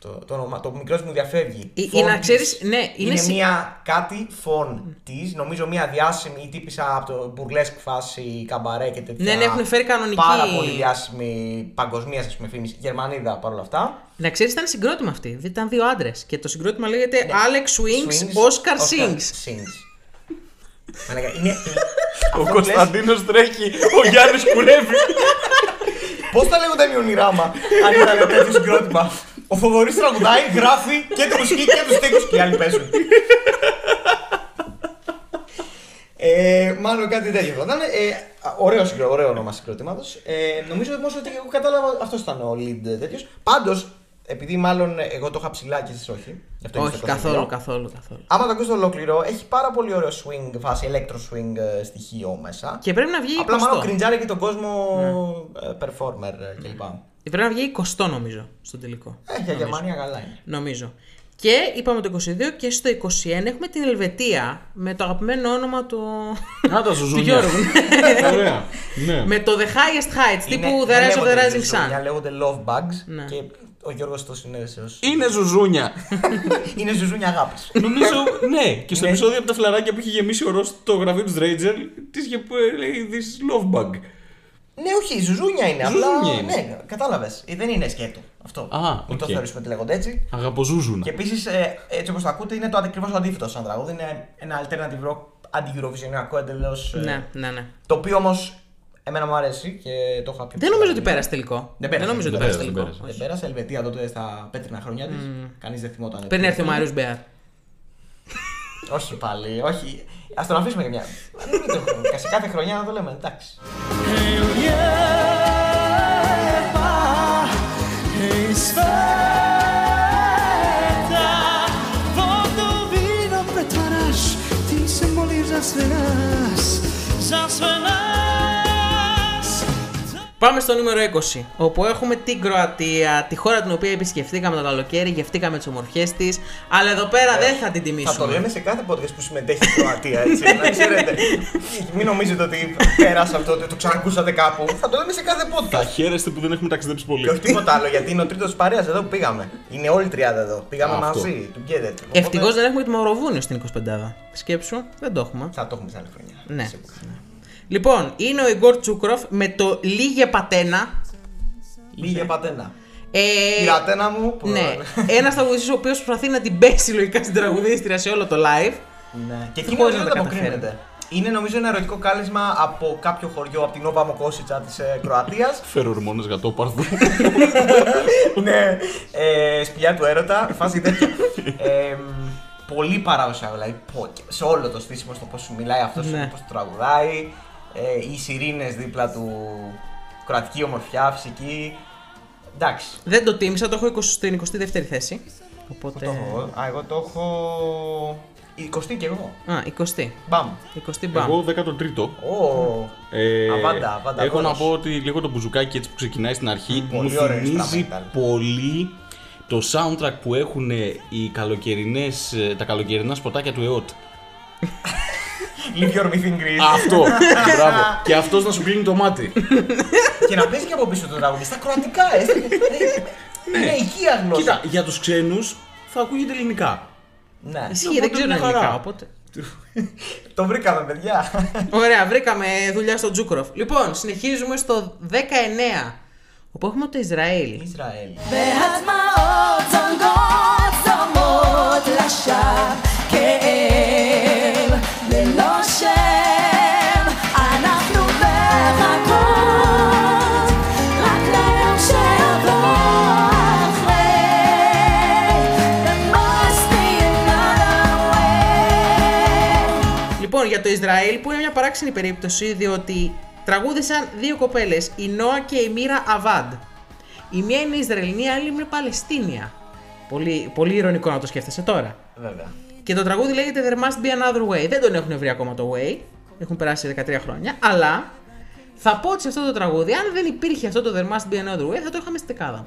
A: το, το, όνομα, το μικρός μου διαφεύγει.
B: Ε,
A: Φων
B: ε, να
A: της.
B: ξέρεις, ναι, είναι
A: είναι,
B: συ-
A: μία κάτι φων της, νομίζω μία διάσημη τύπησα από το μπουρλέσκ φάση καμπαρέ και τέτοια.
B: Ναι, ναι, έχουν φέρει κανονική-
A: Πάρα πολύ διάσημη παγκοσμίας, ας πούμε, φήμη. Γερμανίδα παρόλα αυτά.
B: Να ξέρεις, ήταν συγκρότημα αυτή. Δεν Ήταν δύο άντρες. Και το συγκρότημα λέγεται Alex Wings,
A: Ναι. Swings,
B: Oscar Sings.
A: Μαλάκα, είναι.
C: Ο Κωνσταντίνος τρέχει, ο Γιάννης κουρεύει.
A: Πώς τα λέγονταν η ονειράμα, αν ήταν ένα τέτοιο συγκρότημα. Ο Φοβορής τραγουδάει, γράφει και τη μουσική και του τείχου και οι άλλοι παίζουν. Ε, μάλλον κάτι τέτοιο θα ήταν. Ε, α, ωραίο, συγκρο, ωραίο όνομα συγκροτήματος. Ε, νομίζω όμω ότι εγώ κατάλαβα αυτός ήταν ο lead τέτοιος. Πάντως, επειδή μάλλον εγώ το είχα ψηλά και εσείς όχι. γι' αυτό είναι
B: Όχι,
A: στο 22.
B: καθόλου, καθόλου, καθόλου.
A: Άμα το ακούσει ολόκληρο, έχει πάρα πολύ ωραίο swing, φάση electro swing ε, στοιχείο μέσα.
B: Και πρέπει να βγει
A: Απλά μάλλον
B: 20.
A: κριντζάρει και τον κόσμο
B: Ναι.
A: ε, performer ε, κλπ.
B: Πρέπει να βγει 20 Ναι. νομίζω στον τελικό.
A: Ε, για Γερμανία καλά είναι.
B: Νομίζω. Και είπαμε το 22 και στο 21 έχουμε την Ελβετία με το αγαπημένο όνομα του,
C: Να τα
B: του Γιώργου.
C: Ωραία. Ε, Ναι.
B: με το The Highest Heights, τύπου The
A: δεν
B: Rise of the
A: λέγονται
B: Rising
A: ζουζούνια,
B: Sun.
A: Λέγονται love bugs
B: Ναι.
A: και ο Γιώργος το συνέδεσες ως...
C: Είναι ζουζούνια.
A: είναι ζουζούνια αγάπης.
C: Νομίζω, ναι, και στο επεισόδιο από τα φλαράκια που είχε γεμίσει ο Ρος το γραφείο της Ρέιτζελ, της είχε πει, λέει, this love bug.
A: ναι, όχι, ζουζούνια είναι. απλά,
C: Ζουζούνια είναι.
A: ναι, κατάλαβες. Ε, Δεν είναι σκέτο αυτό.
C: Α,
A: Μην το
C: οκ.
A: θεωρήσουμε ότι λέγονται έτσι.
C: Αγαποζούζουνα.
A: Και επίσης, έτσι όπως το ακούτε, είναι το ακριβώς αντίθετο σαν τραγούδι. Είναι ένα alternative rock αντι-Eurovisionιακό εντελώ.
B: Ναι, ναι, ναι.
A: Το οποίο όμως εμένα μου αρέσει και το είχα πει.
B: Δεν νομίζω ότι πέρασε τελικό.
A: Δεν πέρασε,
B: νομίζω ότι
A: δεν
B: πέρασε
C: πέρασε,
B: τελικό.
C: δεν
A: Δεν
B: Όχι.
A: πέρασε η Ελβετία τότε στα πέτρινα χρόνια της. Κανείς δεν θυμόταν.
B: Πριν έρθει ο Μάριο Μπέαρ.
A: Όχι πάλι, όχι. Ας τον αφήσουμε για μια. Δεν είναι το- Σε κάθε χρονιά να το λέμε, εντάξει.
B: Πάμε στο νούμερο 20, όπου έχουμε την Κροατία, τη χώρα την οποία επισκεφθήκαμε το καλοκαίρι, γευτήκαμε τις ομορφιές της, αλλά εδώ πέρα δεν θα την
A: Ναι. Θα το
B: τιμήσουμε.
A: λέμε σε κάθε podcast που συμμετέχει η Κροατία, έτσι. να ξέρετε. Μην νομίζετε ότι πέρασε αυτό, ότι το ξανακούσατε κάπου. Θα το λέμε σε κάθε podcast.
C: χαίρεστε που δεν έχουμε ταξιδέψει
A: Και όχι
C: πολύ.
A: τίποτα άλλο, γιατί είναι ο τρίτος της παρέας εδώ που πήγαμε. Είναι όλοι 30 εδώ. Πήγαμε
C: Α, αυτό.
A: μαζί. Του γκέτε.
B: Ευτυχώς δεν έχουμε τη Μαυροβούνιο στην 25. Σκέψου, δεν το έχουμε.
A: Θα το έχουμε σε άλλη χρονιά.
B: Ναι.
A: Σίγουρα.
B: Λοιπόν, είναι ο Ιγκόρ Τσούκροφ με το Λίγε Πατένα.
A: Λίγε πατένα.
B: Ναι. Ε,
A: Η ρατένα μου που.
B: ναι, ένας τραγουδιστής ο οποίος προσπαθεί να την πέσει λογικά στην τραγουδίστρια σε όλο το live.
A: Ναι. Και
B: Δεν
A: εκείνη
B: μπορεί
A: νομίζω δεν το
B: να τα καταφέρεις.
A: αποκρίνεται. Είναι νομίζω ένα ερωτικό κάλεσμα από κάποιο χωριό από την Όβα Μοκόσιτσα ε, τη Κροατία.
C: Φερορμόνες γατόπαρδου.
A: ναι. Ε, σπηλιά του έρωτα, φάση τέτοια. ε, μ, πολύ παράδοση, δηλαδή πο- σε όλο το στήσιμο, στο πώς σου μιλάει αυτός,
B: Ναι.
A: πώς το τραγουδάει. Ε, οι σιρήνες δίπλα του, κροατική ομορφιά, φυσική. Εντάξει.
B: Δεν το τίμησα, το έχω 20 στην 22η θέση. Οπότε.
A: Το έχω. Α, εγώ το έχω. 20 και εγώ.
B: Α, 20.
A: Μπαμ.
B: 20 μπαμ.
C: Εγώ 13ο.
A: Ω.
C: Ε,
A: Αβάντα, αβάντα,
C: έχω να
A: αγώνας.
C: πω ότι λίγο το μπουζουκάκι έτσι που ξεκινάει στην αρχή μου
A: πολύ ωραίο
C: θυμίζει
A: instrumental.
C: πολύ το soundtrack που έχουν οι καλοκαιρινές, ε, τα καλοκαιρινά σποτάκια του ΕΟΤ.
A: Leave your myth in Greece.
C: Αυτό! Μπράβο. Και αυτός να σου κλείνει το μάτι.
A: και να παίζει και από πίσω το τραγούδι. Στα κροατικά, ε. Είναι οικία γλώσσα.
C: Κοίτα, για τους ξένους θα ακούγεται ελληνικά.
A: Ναι.
B: Ισχύει, δεν
C: Οπότε
B: ξέρω
C: μια χαρά.
B: ελληνικά, οπότε.
A: Το βρήκαμε, παιδιά.
B: Ωραία, βρήκαμε δουλειά στο Τζούκροφ. Λοιπόν, συνεχίζουμε στο 19, όπου έχουμε το Ισραήλ.
A: Ισραήλ.
E: בהדמעות זונגות זורמות לשווא כאב ללא שם אנחנו מחכות רק ליום שיבוא אחרי The most be another way
B: Λοιπόν, για το Ισραήλ που είναι μια παράξενη περίπτωση διότι τραγούδησαν δύο κοπέλες, η Νόα και η Μοίρα Αβάντ. Η μία είναι Ισραηλινή, η άλλη είναι Παλαιστίνια. Πολύ, πολύ ηρωνικό να το σκέφτεσαι τώρα.
A: Βέβαια.
B: Και το τραγούδι λέγεται There must be another way. Δεν τον έχουν βρει ακόμα το way. Έχουν περάσει 13 χρόνια. Αλλά θα πω ότι σε αυτό το τραγούδι, αν δεν υπήρχε αυτό το There must be another way, θα το είχαμε στην δεκάδα μου.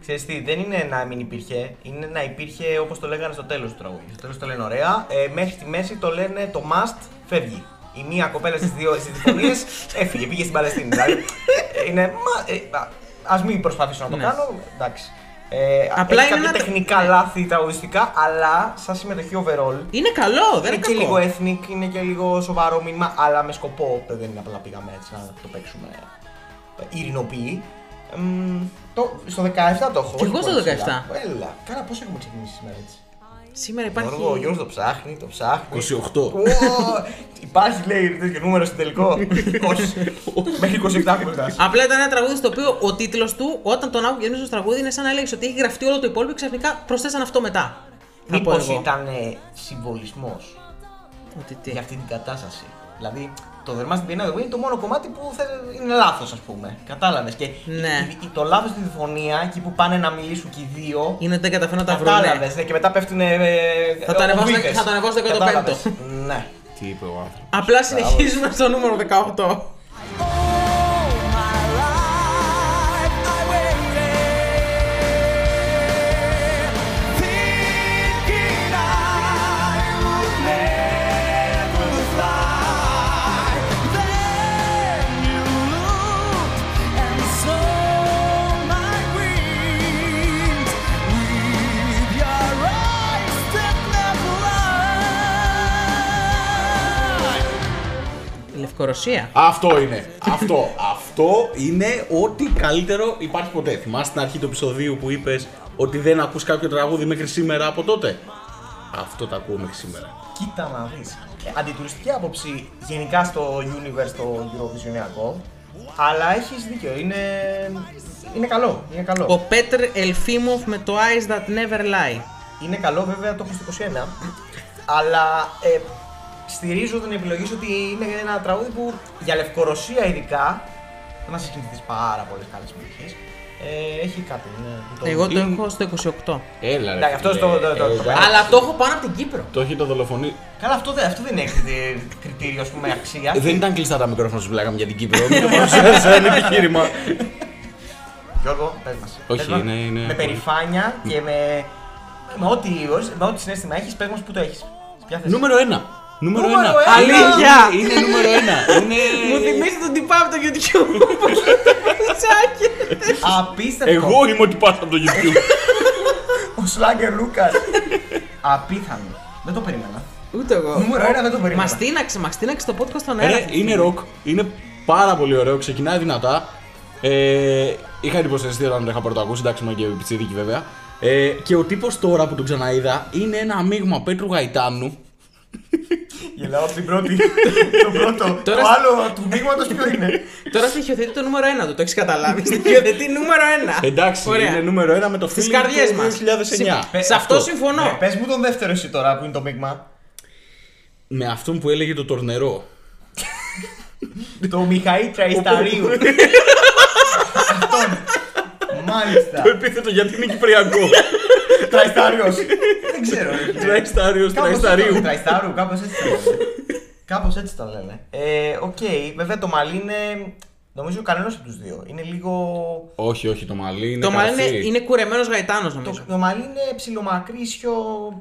A: Ξέρεις τι, δεν είναι να μην υπήρχε, είναι να υπήρχε όπως το λέγανε στο τέλος του τραγούδιου. Στο τέλος το λένε ωραία, ε, μέχρι τη μέση το λένε το must φεύγει. Η μία κοπέλα στις δύο στις συμφωνίες έφυγε, πήγε στην Παλαιστίνη. Δηλαδή, είναι, μα, ε, α, ας μην προσπαθήσω να το
B: Ναι.
A: κάνω, εντάξει. Ε,
B: Απλά
A: έχει
B: είναι
A: κάποια
B: ένα-
A: τεχνικά
B: ναι.
A: λάθη τραγουδιστικά, αλλά σαν συμμετοχή overall
B: Είναι καλό, δεν
A: είναι
B: είναι
A: και
B: κακό.
A: λίγο ethnic, είναι και λίγο σοβαρό μήνυμα, αλλά με σκοπό. ε, Δεν είναι απλά πήγαμε έτσι να το παίξουμε ε, ειρηνοποιή. Εμ, το, στο 17 το έχω.
B: Κι
A: όχι
B: εγώ στο
A: πολύ
B: 17.
A: ψηλά. Έλα, κάνα πόσο έχουμε ξεκινήσει σήμερα έτσι.
B: Σήμερα υπάρχει.
A: Υπάρχει... Ο Γιώργος το ψάχνει, το ψάχνει.
C: 28.
A: Ω, Υπάρχει λέει τέτοιο νούμερο στο τελικό. Όχι. Μέχρι 27 έχουμε φτάσει.
B: Απλά ήταν ένα τραγούδι στο οποίο ο τίτλος του, όταν τον άκουγε στο τραγούδι, είναι σαν να έλεγε ότι έχει γραφτεί όλο το υπόλοιπο και ξαφνικά προσθέσαν αυτό μετά. Θα πω
A: Μήπως
B: εγώ.
A: ήταν συμβολισμός.
B: Ότι τι.
A: για αυτή την κατάσταση. Δηλαδή, το The Masked Singer είναι το μόνο κομμάτι που θε- είναι λάθος, ας πούμε. Κατάλαβες. Και
B: Ναι.
A: η- η- το λάθος στη διφωνία, εκεί που πάνε να μιλήσουν και οι δύο.
B: Είναι ότι δεν καταφέρω να τα βρω. ναι.
A: Κατάλαβε. Και μετά πέφτουν. Ε,
B: Θα το ανεβάσω-
A: ομβίκες.
B: θα το ανεβάσω 15ο.
A: Κατάλαβες. Ναι.
C: Τι είπε ο άνθρωπος.
B: Απλά συνεχίζουμε στο νούμερο 18.
E: All my life I waited, thinking I would never fly. Then you looked and saw my wings with your eyes that never lie.
B: Η Λευκορωσία.
C: Αυτό είναι. Αυτό. Αυτό είναι ό,τι καλύτερο υπάρχει ποτέ. Θυμάσαι στην αρχή του επεισοδίου που είπες ότι δεν ακούς κάποιο τραγούδι μέχρι σήμερα από τότε. Αυτό τα ακούω μέχρι σήμερα.
A: Κοίτα να δεις. Αντιτουριστική άποψη γενικά στο universe το Eurovisionιακό. Αλλά έχεις δίκιο. Είναι, είναι καλό. Είναι καλό.
B: Ο Πέτρ Ελφίμοφ με το Eyes That Never Lie.
A: Είναι καλό βέβαια το έχω στο 21. αλλά ε, στηρίζω την επιλογή σου ότι είναι ένα τραγούδι που για Λευκορωσία ειδικά. Δεν μα έχει κινηθεί πάρα πολλέ καλέ συμμετοχέ. Ε, έχει κάτι. Είναι, το-
B: Εγώ το
C: είναι-
B: έχω στο 28.
C: Έλα, ρε.
A: Εντάξει, αυτό
C: φίλε.
A: το- το- το- το-
C: Έλα.
B: Αλλά το έχω πάνω από την Κύπρο.
C: Το έχει το δολοφονεί.
A: Καλά, αυτό, δεν- αυτό δεν έχει κρι- κριτήριο ας πούμε, αξία.
C: Ε, Δεν ήταν κλειστά τα μικρόφωνα που λέγαμε για την Κύπρο. Μην το παρουσιάζεις σαν επιχείρημα.
A: Γιώργο, πες μας.
C: Όχι, είναι- είναι-
A: Με περηφάνεια και με, με, ό,τι, με ό,τι συνέστημα έχεις, πες μας που το έχεις.
C: Νούμερο 1. Νούμερο 1.
A: Νούμερο ένα.
B: Αλήθεια.
C: Είναι νούμερο 1. Είναι...
B: Μου θυμίζει τον τυπά από το YouTube που είχε πιτσάκι.
A: Απίστευτο.
C: Εγώ είμαι ότι πάσα από το YouTube.
A: Ο Σλάγκερ Λούκας. Απίθανο. Δεν το περίμενα.
B: Ούτε
C: Ε,
B: εγώ.
A: Νούμερο ένα δεν το περίμενα.
B: Μας τίναξε, μας τίναξε το podcast
A: Ναι.
B: στον αέρα.
C: Ρε, Ε, είναι ροκ. Είναι πάρα πολύ ωραίο. Ξεκινάει δυνατά. Ε, είχα εντυπωσιαστεί όταν το είχα πρώτο ακούσει. Εντάξει, είμαι και πιτσίδικη βέβαια. Ε, και ο τύπος τώρα που τον ξαναείδα είναι ένα μείγμα Πέτρου Γαϊτάνου.
A: Γελάω από την πρώτη. το πρώτο.
B: Τώρα-
A: Το άλλο του μείγματο ποιο είναι.
B: Τώρα στοιχειοθετεί το νούμερο 1 του, το έχεις καταλάβει. Στοιχειοθετεί νούμερο 1.
C: Εντάξει, είναι νούμερο 1 με το
B: Στις
C: φίλο
B: καρδιές
C: του
B: μας.
C: 2009.
B: Σε αυτό συμφωνώ.
A: Πε Ναι, μου τον δεύτερο εσύ τώρα που είναι το μείγμα.
C: Με αυτόν που έλεγε το τορνερό.
A: το Μιχαήλ Τραϊσταρίου. Αυτόν. Μάλιστα.
C: Το επίθετο γιατί είναι Κυπριακό.
A: Τραϊστάριος. Δεν ξέρω. ρε φίλε.
C: Τραϊστάριος,
A: Κάπως έτσι το-
C: τραϊσταρίου.
A: Τραϊστάρου, κάπως έτσι το λένε. Κάπως έτσι το λένε. Ε, Οκ, βέβαια το μαλλί είναι. Νομίζω κανένας από τους δύο. Είναι λίγο.
C: Όχι, όχι, το μαλλί είναι.
B: Το μάλλον είναι,
C: καρφί.
B: είναι κουρεμένος γαϊτάνος
A: Το,
B: νομίζω.
A: το μαλλί είναι ψιλομακρίσιο.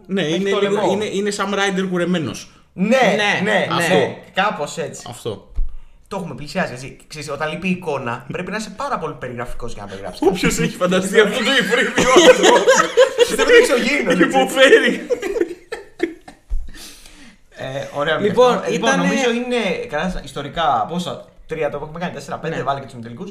C: Ναι,
A: έχει
C: είναι,
A: το
C: λίγο-
A: λαιμό.
C: είναι, είναι σαν ράιντερ κουρεμένος.
A: Ναι,
B: Ναι,
A: ναι, ναι.
C: αυτό.
A: Κάπως έτσι.
C: Αυτό.
A: Το έχουμε πλησιάσει. Εσύ. Ξέρεις, όταν λείπει η εικόνα, πρέπει να είσαι πάρα πολύ περιγραφικός για να περιγράψει.
C: Όποιος έχει φανταστεί αυτό το υφρύβιο άνθρωπο.
A: Πιστεύω ότι εξωγήινο.
C: που υποφέρει.
A: Ωραία,
B: Λοιπόν,
A: λοιπόν,
B: ήτανε-
A: λοιπόν νομίζω είναι κανένα ιστορικά. Πόσα, τρία το έχουμε κάνει, τέσσερα, πέντε,
B: Ναι.
A: βάλει και τους τελικού.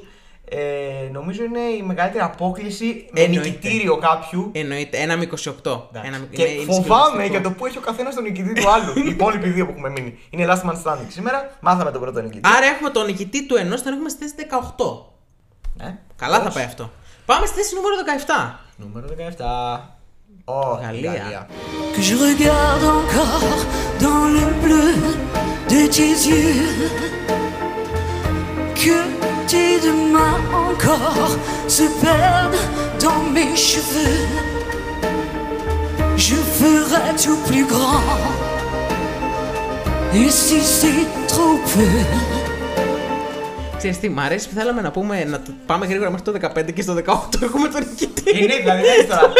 A: Ε, νομίζω είναι η μεγαλύτερη απόκληση με
B: Εννοείται.
A: νικητήριο κάποιου.
B: Εννοείται, ένα με 28. Ένα με-
A: και
B: είναι- είναι
A: φοβάμαι
B: συγκλονιστικό.
A: για το που έχει ο καθένας τον νικητή του άλλου. Οι υπόλοιποι δύο που έχουμε μείνει. Είναι last man standing σήμερα. Μάθαμε τον πρώτο νικητή.
B: Άρα έχουμε τον νικητή του ενός, τον έχουμε στη θέση 18.
A: Ναι.
B: Καλά θα
A: Πώς?
B: πάει αυτό. Πάμε στη θέση νούμερο 17.
A: Νούμερο 17. Ω,
B: Γαλλία.
A: Γαλλία.
E: que je regarde encore dans le bleu
F: tes yeux que tes deux mains encore se perdent dans mes cheveux. Je ferai tout plus grand. Et si c'est trop peu,
B: Ξέρεις τι, μ' αρέσει που θέλαμε να πούμε να το πάμε γρήγορα μέχρι το 15 και στο 18 έχουμε τον νικητή.
A: Είναι δηλαδή, δεν τώρα.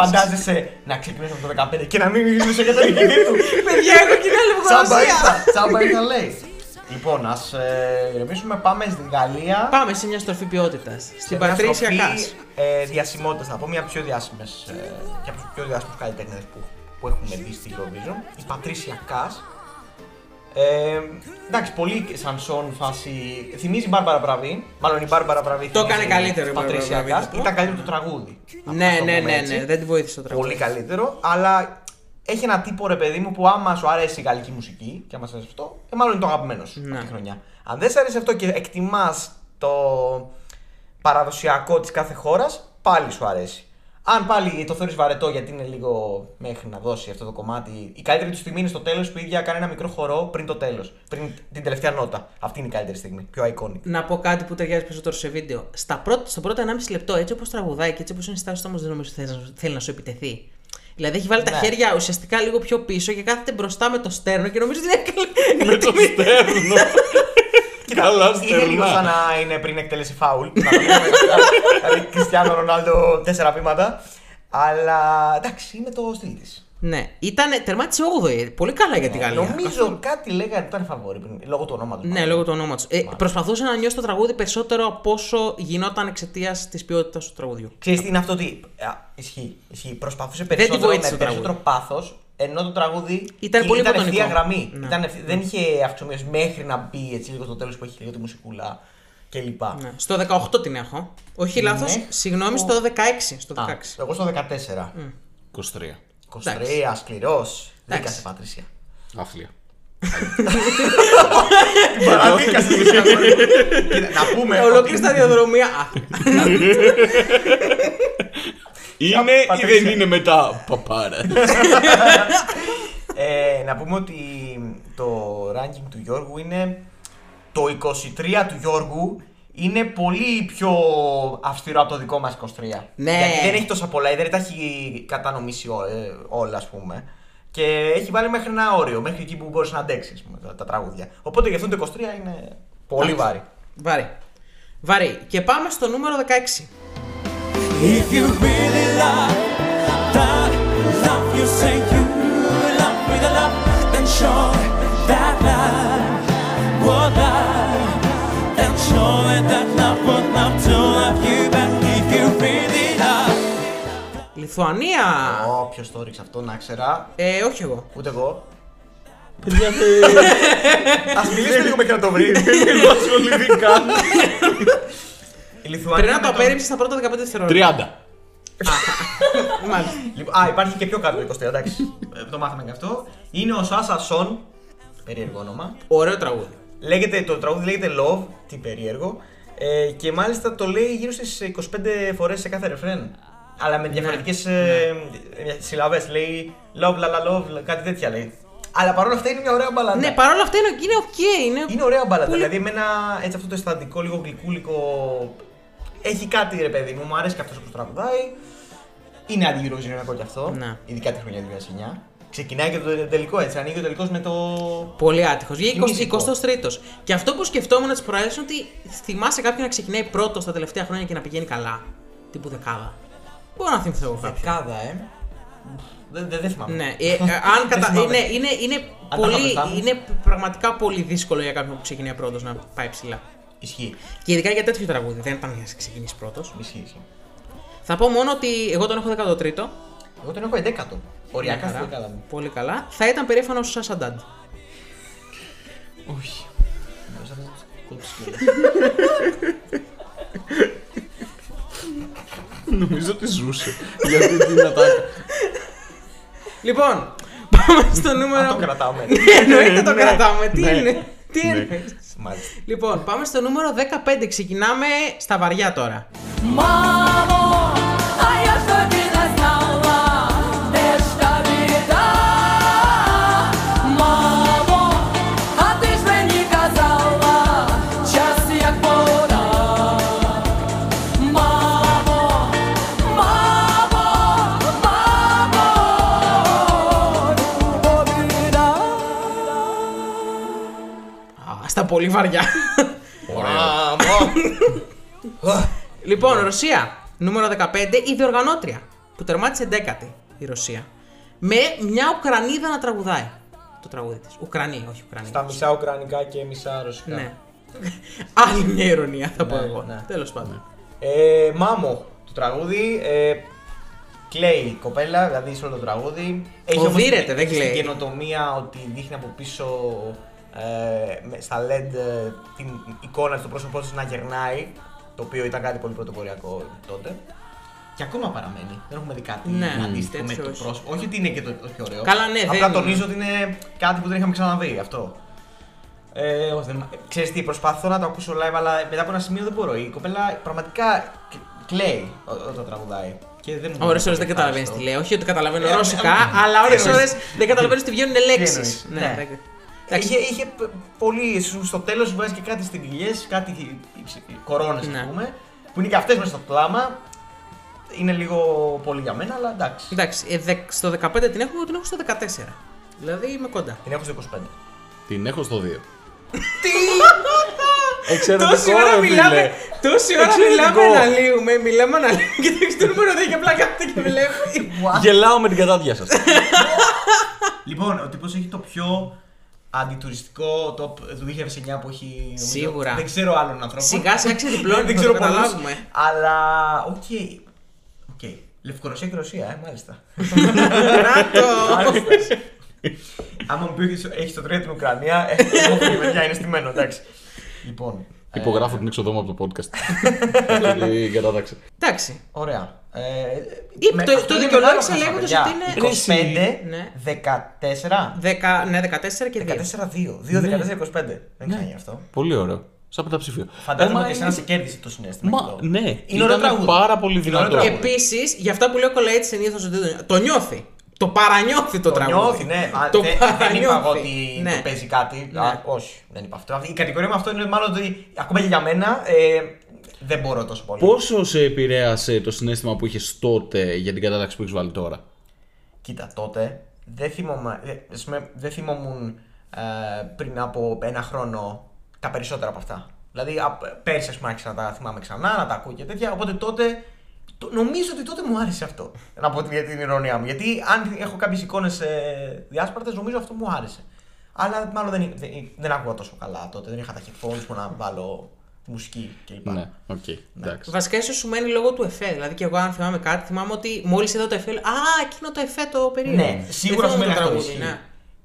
A: Φαντάζεσαι να ξεκινήσουμε από το 15 και να μην μιλήσουμε για τον νικητή του.
B: Παιδιά, έχω κοινά
A: Τσάμπα
B: λευγορασία.
A: ήρθα, τσάμπα ήρθα λέει. Λοιπόν, ας ε, ηρεμήσουμε, πάμε στην Γαλλία.
B: Πάμε σε μια στροφή ποιότητας. Στην
A: Μια
B: Πατρίσια
A: στροφή,
B: Κάς.
A: Ε, διασημότητας, να πω μια από τις πιο διάσημες, ε, και από τους πιο διάσημους καλλιτέχνες που, που έχουμε δει στη Eurovision, η Πατρίσια Κάς. Ε, εντάξει, πολύ σανσόν φάση. Θυμίζει Μπάρμπαρα Πραβή. Μάλλον η Μπάρμπαρα Πραβή.
B: Το
A: θυμίζει
B: έκανε καλύτερο η Barbara
A: Πατρίσια
B: Bravi,
A: Κάς.
B: θα πω.
A: Ήταν καλύτερο το τραγούδι. να
B: Ναι,
A: το
B: ναι,
A: πούμε
B: ναι,
A: έτσι.
B: ναι, δεν τη βοήθησε το τραγούδι.
A: Πολύ καλύτερο, αλλά έχει ένα τύπο ρε παιδί μου που άμα σου αρέσει η γαλλική μουσική και άμα σου αρέσει αυτό, ε, μάλλον είναι το αγαπημένο σου
B: Ναι.
A: αυτή τη χρονιά. Αν δεν σου αρέσει αυτό και εκτιμάς το παραδοσιακό της κάθε χώρας, πάλι σου αρέσει. Αν πάλι το θεωρείς βαρετό γιατί είναι λίγο μέχρι να δώσει αυτό το κομμάτι, η καλύτερη του στιγμή είναι στο τέλος που η ίδια κάνει ένα μικρό χορό πριν το τέλος. Πριν την τελευταία νότα. Αυτή είναι η καλύτερη στιγμή. Πιο iconic.
B: Να πω κάτι που ταιριάζει περισσότερο σε βίντεο. Στα πρώτα, στο πρώτο 1,5 λεπτό, έτσι όπως τραγουδάει και έτσι όπως είναι η στάση του, όμως δεν νομίζω ότι θέλει να- θέλει να σου επιτεθεί. Δηλαδή έχει βάλει τα
A: Ναι.
B: χέρια ουσιαστικά λίγο πιο πίσω και κάθεται μπροστά με το στέρνο και νομίζω ότι είναι καλή.
C: Με το στέρνο. Καλά
A: Είναι λίγο σαν
C: στερνά.
A: να είναι πριν εκτέλεση φάουλ. Να το πούμε μετά. Δηλαδή Κριστιανό Ρονάλντο τέσσερα βήματα. Αλλά εντάξει, είναι το στυλ της.
B: Ναι, ήταν τερμάτισε 8η. Πολύ καλά για τη Γαλλία.
A: Νομίζω κάτι λέγανε ήταν φαβόρη πριν, λόγω του ονόματος.
B: Ναι, λόγω του ονόματος. Ε, προσπαθούσε να νιώσει το τραγούδι περισσότερο από όσο γινόταν εξαιτίας της ποιότητας του τραγουδιού.
A: Ξέρεις τι είναι αυτό ότι. α, ισχύει, ισχύει. Προσπαθούσε
B: τη
A: περισσότερο
B: βοήθησε
A: με
B: το τραγούδι.
A: περισσότερο πάθος, ενώ το τραγούδι
B: Ήταν πολύ
A: ήταν
B: υποτονικό.
A: ευθεία γραμμή.
B: Ναι.
A: Ήταν ευθύ- Δεν είχε αυξομοίωση μέχρι να μπει έτσι λίγο στο τέλος που έχει λίγο τη μουσικούλα κλπ.
B: Ναι. Στο 18 την έχω. Όχι ναι. λάθο. Συγγνώμη, στο 16. Στο 16.
A: Α, Εγώ στο 14.
C: 23.
A: 23, σκληρό.
B: Εντάξει.
A: Δίκασε Πατρίσια.
C: Άθλια.
A: Παραδίκασε Πατρίσια. Κοίτα, Να πούμε.
B: Ολόκληρη σταδιοδρομία. Α,
C: Είναι ή
A: Πατρίσια.
C: δεν είναι μετά παπάρα.
A: Ε, να πούμε ότι το ranking του Γιώργου είναι το 23 του Γιώργου είναι πολύ πιο αυστηρό από το δικό μας 23.
B: Ναι.
A: Γιατί δεν έχει τόσα πολλά, δεν τα έχει κατανομήσει ό- ε, όλα, ας πούμε. Και έχει βάλει μέχρι ένα όριο, μέχρι εκεί που μπορείς να αντέξεις ας πούμε, τα, τα τραγούδια. Οπότε γι' αυτό το 23 είναι πολύ βάρη.
B: Βαρύ. Βαρύ. Και πάμε στο νούμερο 16.
E: If you really love that love you say you love with a love, then show that love, what love, then show it that love, what love to love you back. If you really love.
B: Λιθουανία.
A: Όποιος το ρίξει αυτό να ξέρα,
B: Ε, όχι εγώ.
A: ούτε εγώ. Ας μιλήσουμε λίγο μέχρι να το βρεις.
C: Δεν ασχοληθεί καν.
A: Η Λιθουανία
B: Πριν να
A: με
B: το
A: τον-
B: απέρριψε στα πρώτα 15 δευτερόλεπτα.
C: 30.
B: Μάλιστα.
A: Λοιπόν, α, υπάρχει και πιο κάτω το 23, εντάξει. Ε, το μάθαμε και αυτό. Είναι ο Σάσα Σον. Περίεργο όνομα.
B: Ωραίο τραγούδι.
A: Λέγεται, το τραγούδι λέγεται Love. Τι περίεργο. Ε, και μάλιστα το λέει γύρω στις 25 φορές σε κάθε ρεφρέν. Αλλά με διαφορετικέ συλλαβές. Λέει Love, la la love, κάτι τέτοια λέει. Αλλά παρόλα αυτά είναι μια ωραία μπαλάντα.
B: Ναι, παρόλα αυτά είναι, είναι ok. Είναι...
A: Είναι ωραία μπαλάντα.
B: Πολύ-
A: Δηλαδή με ένα έτσι αυτό το αισθαντικό, λίγο γλυκούλικο. Έχει κάτι ρε παιδί μου, μου αρέσει και αυτός που τραγουδάει. Είναι αντιγυροζηνιακό κι αυτό.
B: Ναι.
A: Ειδικά τη χρονιά 2009. Ξεκινάει και το τελικό έτσι. Ανοίγει ο τελικός με το.
B: Πολύ άτυχος. Βγήκε
A: Μυστικό.
B: 23ο. Και αυτό που σκεφτόμουν τις προάλλες είναι ότι θυμάσαι κάποιον να ξεκινάει πρώτος τα τελευταία χρόνια και να πηγαίνει καλά. Τύπου δεκάδα. Μπορώ να θυμηθώ εγώ κάποιον.
A: Δεκάδα, ε. Δεν δεν- δεν θυμάμαι.
B: Ναι, ε, ε, αν
A: Δεν
B: κατά.
A: θυμάμαι.
B: είναι, είναι, είναι,
A: τα
B: πολύ,
A: είχα μπροστά μου.
B: είναι πραγματικά πολύ δύσκολο για κάποιον που ξεκινάει πρώτος να πάει ψηλά.
A: Ισχύει.
B: Και ειδικά για τέτοιο τραγούδι. Δεν ήταν για να ξεκινήσεις πρώτος.
A: Ισχύει. ισχύει.
B: Θα πω μόνο ότι εγώ τον έχω 13ο.
A: Εγώ τον έχω 11ο. Οριακά στην δεκάδα μου.
B: Πολύ καλά. Θα ήταν περήφανο ο Σάσα Ντάντ.
A: Μπορείς να τους κόψεις κιόλας.
C: Νομίζω ότι ζούσε. Γιατί την ατάκα.
B: Λοιπόν, πάμε στο
A: Αν το
B: νούμερο.
A: κρατάμε.
B: Εννοείται το κρατάμε. Τι
C: Ναι.
B: είναι. Τι
C: Ναι.
B: είναι.
A: Μάλιστα.
B: Λοιπόν, πάμε στο νούμερο 15. Ξεκινάμε στα βαριά τώρα.
G: Мамо, а я что ты знала, беда беда. Мамо, а ты ж
B: στα πολύ βαριά. λοιπόν, Ρωσία, νούμερο 15, η διοργανώτρια που τερμάτισε 10η η Ρωσία. Με μια Ουκρανίδα να τραγουδάει το τραγούδι της. Ουκρανή, όχι Ουκρανή.
A: Στα μισά ουκρανικά και μισά ρωσικά.
B: Ναι. Άλλη μια ηρωνία θα πω
A: Ναι,
B: εγώ.
A: ναι.
B: Τέλος πάντων.
A: Ε, μάμο το τραγούδι. Ε, κλαίει η κοπέλα, δηλαδή σε όλο το τραγούδι.
B: Οδύρεται, δεν
A: έχει
B: κλαίει.
A: Την καινοτομία ότι δείχνει από πίσω ε, με- στα LED ε, την εικόνα στο πρόσωπό της να γερνάει. Το οποίο ήταν κάτι πολύ πρωτοποριακό τότε. Και ακόμα παραμένει. Δεν έχουμε δει κάτι
B: Ναι,
A: αντίστοιχο με
B: τέτοιο
A: το
B: όχι.
A: πρόσωπο. Όχι ότι είναι και το, το πιο ωραίο.
B: Καλά, ναι,
A: Απλά
B: δεν
A: τονίζω
B: είναι.
A: ότι είναι κάτι που δεν είχαμε ξαναδεί αυτό. Ε, όχι, δεν... Ξέρεις τι, προσπαθώ να το ακούσω live, αλλά μετά από ένα σημείο δεν μπορώ. Η κοπέλα πραγματικά κ- κλαίει ό- όταν τραγουδάει. Και δεν μου
B: Ώρες ώρες δεν
A: ευχάριστο.
B: καταλαβαίνεις τι λέει. Όχι ότι καταλαβαίνω
A: Ε,
B: ρώσικα,
A: ε,
B: αλλά
A: τι
B: ώρε
A: εννοείς.
B: ώρες δεν καταλαβαίνω τι βγαίνουν λέξει.
A: εννοείς,
B: Ναι,
A: ναι.
B: δεν- εντάξει.
A: Είχε, είχε π- πολύ, σου- στο τέλος βγάζει και κάτι στυλιές, κάτι κορώνες
B: Ναι.
A: ας πούμε, που είναι και αυτές μέσα στο κλάμα. Είναι λίγο πολύ για μένα, αλλά εντάξει.
B: Εντάξει, ε, δε- στο 15 την έχουμε, εγώ την έχω στο 14. Δηλαδή είμαι κοντά.
A: Την έχω στο 25.
C: Την έχω στο 2.
B: Τι!
C: Εξαιρετικό,
B: τόση ώρα
C: ρε
B: μιλάμε,
C: φίλε.
B: τόση ώρα
C: Εξαιρετικό.
B: μιλάμε αναλύουμε, μιλάμε αναλύουμε και το έχεις το νούμερο 10 και απλά κάθεται και βλέπει.
H: Γελάω με την κατάδια σας.
A: Λοιπόν, ο τύπος έχει το πιο αντιτουριστικό top του 2009 που έχει. νομίζω.
B: Σίγουρα.
A: Δεν ξέρω άλλον άνθρωπο.
B: Σιγά σιγά ξεδιπλώνει,
A: δεν
B: θα
A: ξέρω
B: το
A: πολλούς,
B: καταλάβουμε.
A: Αλλά. Οκ. Οκ. Λευκορωσία και Ρωσία, ε, μάλιστα.
B: Κράτο!
A: Μάλιστα. Άμα μου πεις έχεις το τρίτο την Ουκρανία, ε, εγώ φύγει, παιδιά, είναι στημένο, εντάξει. Λοιπόν. ε,
C: Υπογράφω την εξοδό μου από το podcast. Η κατάταξη.
B: Εντάξει.
A: Ωραία. Ε,
B: Ή
A: με-
B: το-
A: αυτό
B: το
A: είναι
B: δικαιολόγησε
A: μεγάλο χάσμα,
B: λέγοντας
A: παιδιά.
B: ότι είναι-
A: 25,
B: Ναι.
A: 14.
B: Δεκα- ναι, 14 και 2.
A: 14-2. 2-14-25. Δεν
B: Ναι.
A: ξαναγεί αυτό.
C: Πολύ ωραίο. Σαν πενταψήφιο.
A: Φαντάζομαι
C: Ε, μα
A: ότι εσένα
C: είναι-
A: σε κέρδισε το συνέστημα.
C: Μα,
A: αυτό.
C: ναι,
A: Είναι ωραίο
C: ήταν
A: τραγούδι.
C: πάρα πολύ
A: Είναι ωραίο
C: δυνατό. Ε,
A: τραγούδι.
B: Επίσης, για αυτά που λέει ο Κολαέτη συνήθως ότι το, το νιώθει. Το παρανιώθει το,
A: Το
B: τραγούδι.
A: νιώθει, ναι. Α,
B: Το
A: δεν- δεν είπα εγώ ότι
B: παρανιώθει, ναι.
A: το παίζει κάτι.
B: Ναι.
A: Α, όχι, δεν είπα αυτό. Αυτή- Η κατηγορία με αυτό είναι μάλλον ότι ακόμα και για μένα ε, δεν μπορώ τόσο πολύ.
C: Πόσο σε επηρέασε το συνέστημα που είχες τότε για την κατάταξη που έχεις βάλει τώρα.
A: Κοίτα, τότε δεν, θυμωμα, δε- ας πούμε, δεν θυμόμουν ε, πριν από ένα χρόνο τα περισσότερα από αυτά. Δηλαδή, απ- πέρσι, ας πούμε, άρχισα να τα θυμάμαι ξανά, να τα ακούω και τέτοια. Οπότε τότε. το- νομίζω ότι τότε μου άρεσε αυτό. Να πω την, την ηρωνία μου. Γιατί αν έχω κάποιες εικόνες ε, διάσπαρτες, νομίζω αυτό μου άρεσε. Αλλά μάλλον δεν, δεν, δεν άκουγα τόσο καλά τότε. Δεν είχα τα headphones που να βάλω μουσική κλπ.
C: Ναι, οκ, εντάξει.
B: Βασικά, ίσως σου μένει λόγω του εφέ. Δηλαδή, και εγώ, αν θυμάμαι κάτι, θυμάμαι ότι μόλις είδα το εφέ, λέω, Α, εκείνο το εφέ το περίεργο.
A: Ναι, σίγουρα
B: Δεν
A: σου
B: θυμάμαι
A: μένει
B: το
A: αυτό
B: τραγούδι,
A: ισχύει.
B: ναι.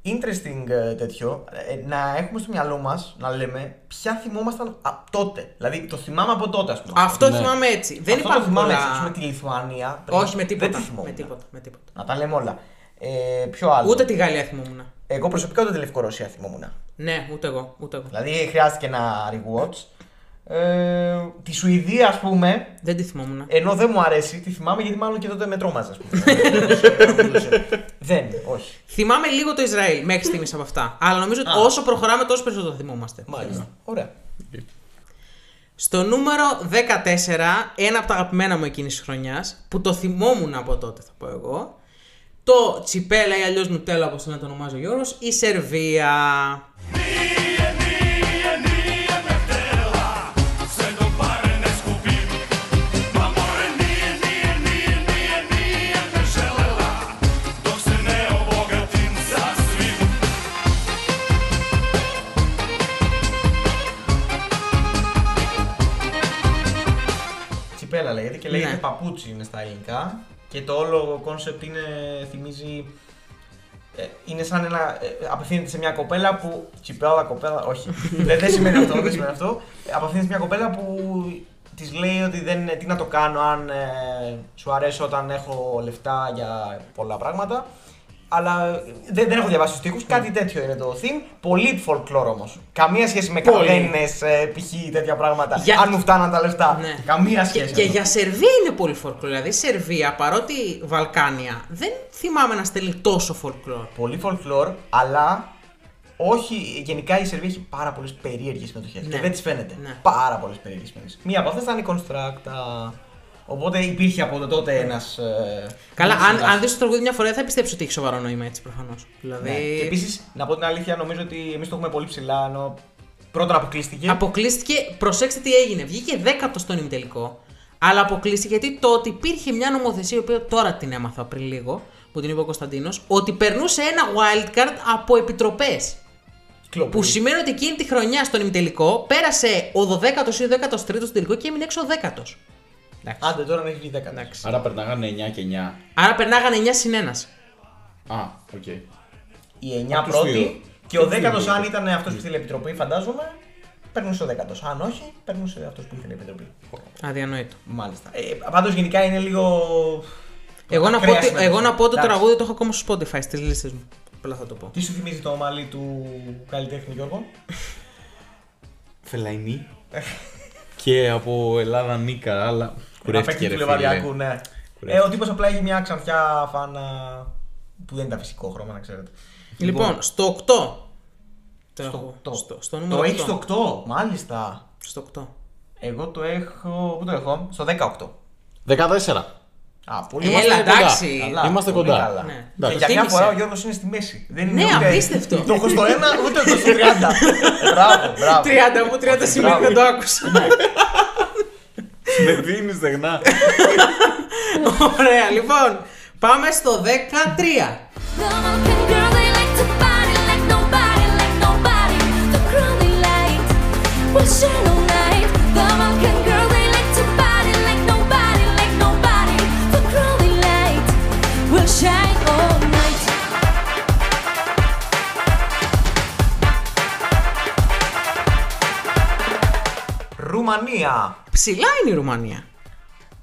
A: Interesting ε, τέτοιο, ε, να έχουμε στο μυαλό μας να λέμε ποια θυμόμασταν από τότε. Δηλαδή το θυμάμαι από τότε, ας πούμε.
B: Αυτό
C: Ναι.
B: θυμάμαι έτσι. Δεν
A: Αυτό
B: υπάρχουν
A: το θυμάμαι
B: πολλά-
A: έτσι, ας πούμε, τη Λιθουανία. πριν.
B: Όχι, με τίποτα.
A: Δεν τη θυμόμουν.
B: με τίποτα, με τίποτα.
A: Να τα λέμε όλα. Ε, ποιο άλλο.
B: Ούτε τη Γαλλία θυμόμουν.
A: Εγώ προσωπικά ούτε τη Λευκορωσία θυμόμουν.
B: Ναι, ούτε εγώ. Ούτε εγώ.
A: Δηλαδή χρειάστηκε ένα rewatch. Ε, τη Σουηδία, ας πούμε,
B: Δεν τη θυμόμουν.
A: ενώ δεν μου αρέσει, τη θυμάμαι γιατί μάλλον και τότε με τρόμαζε, ας πούμε. δεν, όχι.
B: Θυμάμαι λίγο το Ισραήλ μέχρι στιγμής από αυτά. Αλλά νομίζω ότι όσο προχωράμε, τόσο περισσότερο θυμόμαστε.
A: Μάλιστα. Ωραία.
B: Στο νούμερο 14, ένα από τα αγαπημένα μου εκείνης της χρονιάς, που το θυμόμουν από τότε, θα πω εγώ. Το τσιπέλα ή αλλιώς νουτέλα, όπως θέλει να το ονομάζει ο Γιώργος, η Σερβία.
A: Τσιπέλα λέγεται και λέγεται
B: Ναι.
A: παπούτσι είναι στα ελληνικά και το όλο κόνσεπτ είναι, θυμίζει, ε, είναι σαν ένα, ε, απευθύνεται σε μια κοπέλα που, τσιπέλα κοπέλα, όχι, δεν, δεν σημαίνει αυτό, δεν σημαίνει αυτό, Ε, απευθύνεται σε μια κοπέλα που της λέει ότι δεν, τι να το κάνω αν ε, σου αρέσει όταν έχω λεφτά για πολλά πράγματα. Αλλά ε, δεν, δεν έχω διαβάσει τους
B: Ναι.
A: τοίχου. Κάτι τέτοιο είναι το theme. Πολύ folklore όμως. Καμία σχέση με
B: Πολύ.
A: καδένε, π.χ. τέτοια πράγματα.
B: Για-
A: Αν μου φτάναν τα λεφτά.
B: Ναι.
A: Καμία
B: Και,
A: σχέση.
B: και
A: αυτό.
B: για Σερβία είναι πολύ folklore. Δηλαδή, η Σερβία, παρότι Βαλκάνια, δεν θυμάμαι να στέλνει τόσο folklore.
A: Πολύ folklore, αλλά όχι. Γενικά η Σερβία έχει πάρα πολλές περίεργες συμμετοχές.
B: Ναι.
A: Και δεν τι φαίνεται.
B: Ναι.
A: Πάρα πολλές περίεργες συμμετοχές. Μία από αυτές ήταν η Constructa. Οπότε υπήρχε από το τότε ε, ένα.
B: Ναι. Καλά, αν, αν δεις το τραγούδι μια φορά, δεν θα πιστέψεις ότι έχει σοβαρό νόημα έτσι προφανώς. Δηλαδή.
A: Ναι. Και επίσης, να πω την αλήθεια, νομίζω ότι εμείς το έχουμε πολύ ψηλά. Ενώ Πρώτον αποκλείστηκε.
B: Αποκλείστηκε, προσέξτε τι έγινε. Βγήκε δέκατο στον ημιτελικό. Αλλά αποκλείστηκε γιατί το ότι υπήρχε μια νομοθεσία, η οποία τώρα την έμαθα πριν λίγο, που την είπε ο Κωνσταντίνος, ότι περνούσε ένα wildcard από επιτροπές.
A: Κλοπ.
B: Που σημαίνει ότι εκείνη τη χρονιά στον ημιτελικό πέρασε ο 12ο ή ο 13ο του τελικό και έμεινε έξω ο 10ο.
A: Άντε τώρα να έχει βγει δέκα.
B: Εντάξει.
C: Άρα περνάγανε 9 και 9.
B: Άρα περνάγανε 9 συν 1.
C: Α, οκ.
A: Η
C: Απ'
A: 9
C: τους δύο.
A: πρώτη. Και ο
C: Τους
A: δέκατος
C: δύο.
A: αν ήταν αυτός που ήθελε επιτροπή, φαντάζομαι, περνούσε ο δέκατος. Αν όχι, περνούσε αυτός που ήθελε επιτροπή.
B: Αδιανόητο.
A: Μάλιστα. Ε, Πάντως γενικά είναι λίγο. ε,
B: Εγώ να, πω,
A: ακραία
B: ότι-
A: σήμερα.
B: εγώ να πω ότι το
A: Εντάξει.
B: τραγούδι το έχω ακόμα στο Spotify στις λίστες μου. Απλά θα το πω.
A: Τι σου θυμίζει το ομαλί του καλλιτέχνη Γιώργο.
C: Φελαϊνή. και από Ελλάδα Νίκα, αλλά κουρεύτηκε
A: παίκτη
C: ρε
A: του
C: φίλε.
A: Λεβαδιακού, ναι. Ε,
C: Κουρεύτηκε.
A: ο τύπος απλά έχει μια ξανθιά φάνα που δεν ήταν φυσικό χρώμα, να ξέρετε.
B: Λοιπόν, στο 8. Το έχω.
A: Στο 8.
B: Στο, στο νούμερο
A: Το έχει
B: 8.
A: στο 8, μάλιστα.
B: Στο 8.
A: Εγώ το έχω. Πού το έχω, στο 18.
C: 14.
A: Α, πολύ
B: Έλα,
A: είμαστε
C: κοντά.
B: εντάξει.
A: καλά,
C: είμαστε
A: πολύ
C: κοντά.
A: καλά.
B: Ε, Ναι.
A: Και
C: Εντάξει.
A: για μια
B: Θύμισε.
A: φορά ο Γιώργος είναι στη μέση. Δεν είναι
B: Ναι,
A: ούτε-
B: απίστευτο.
A: Το έχω στο 1, ούτε το στο 30. Μπράβο, μπράβο.
B: 30 μου, 30 σημαίνει
A: Μπράβο.
B: δεν το άκουσα.
C: Με δίνεις στεγνά.
B: Ωραία, λοιπόν. Πάμε στο 13.
G: Shine all night.
A: Ρουμανία.
B: Ψηλά είναι η Ρουμανία.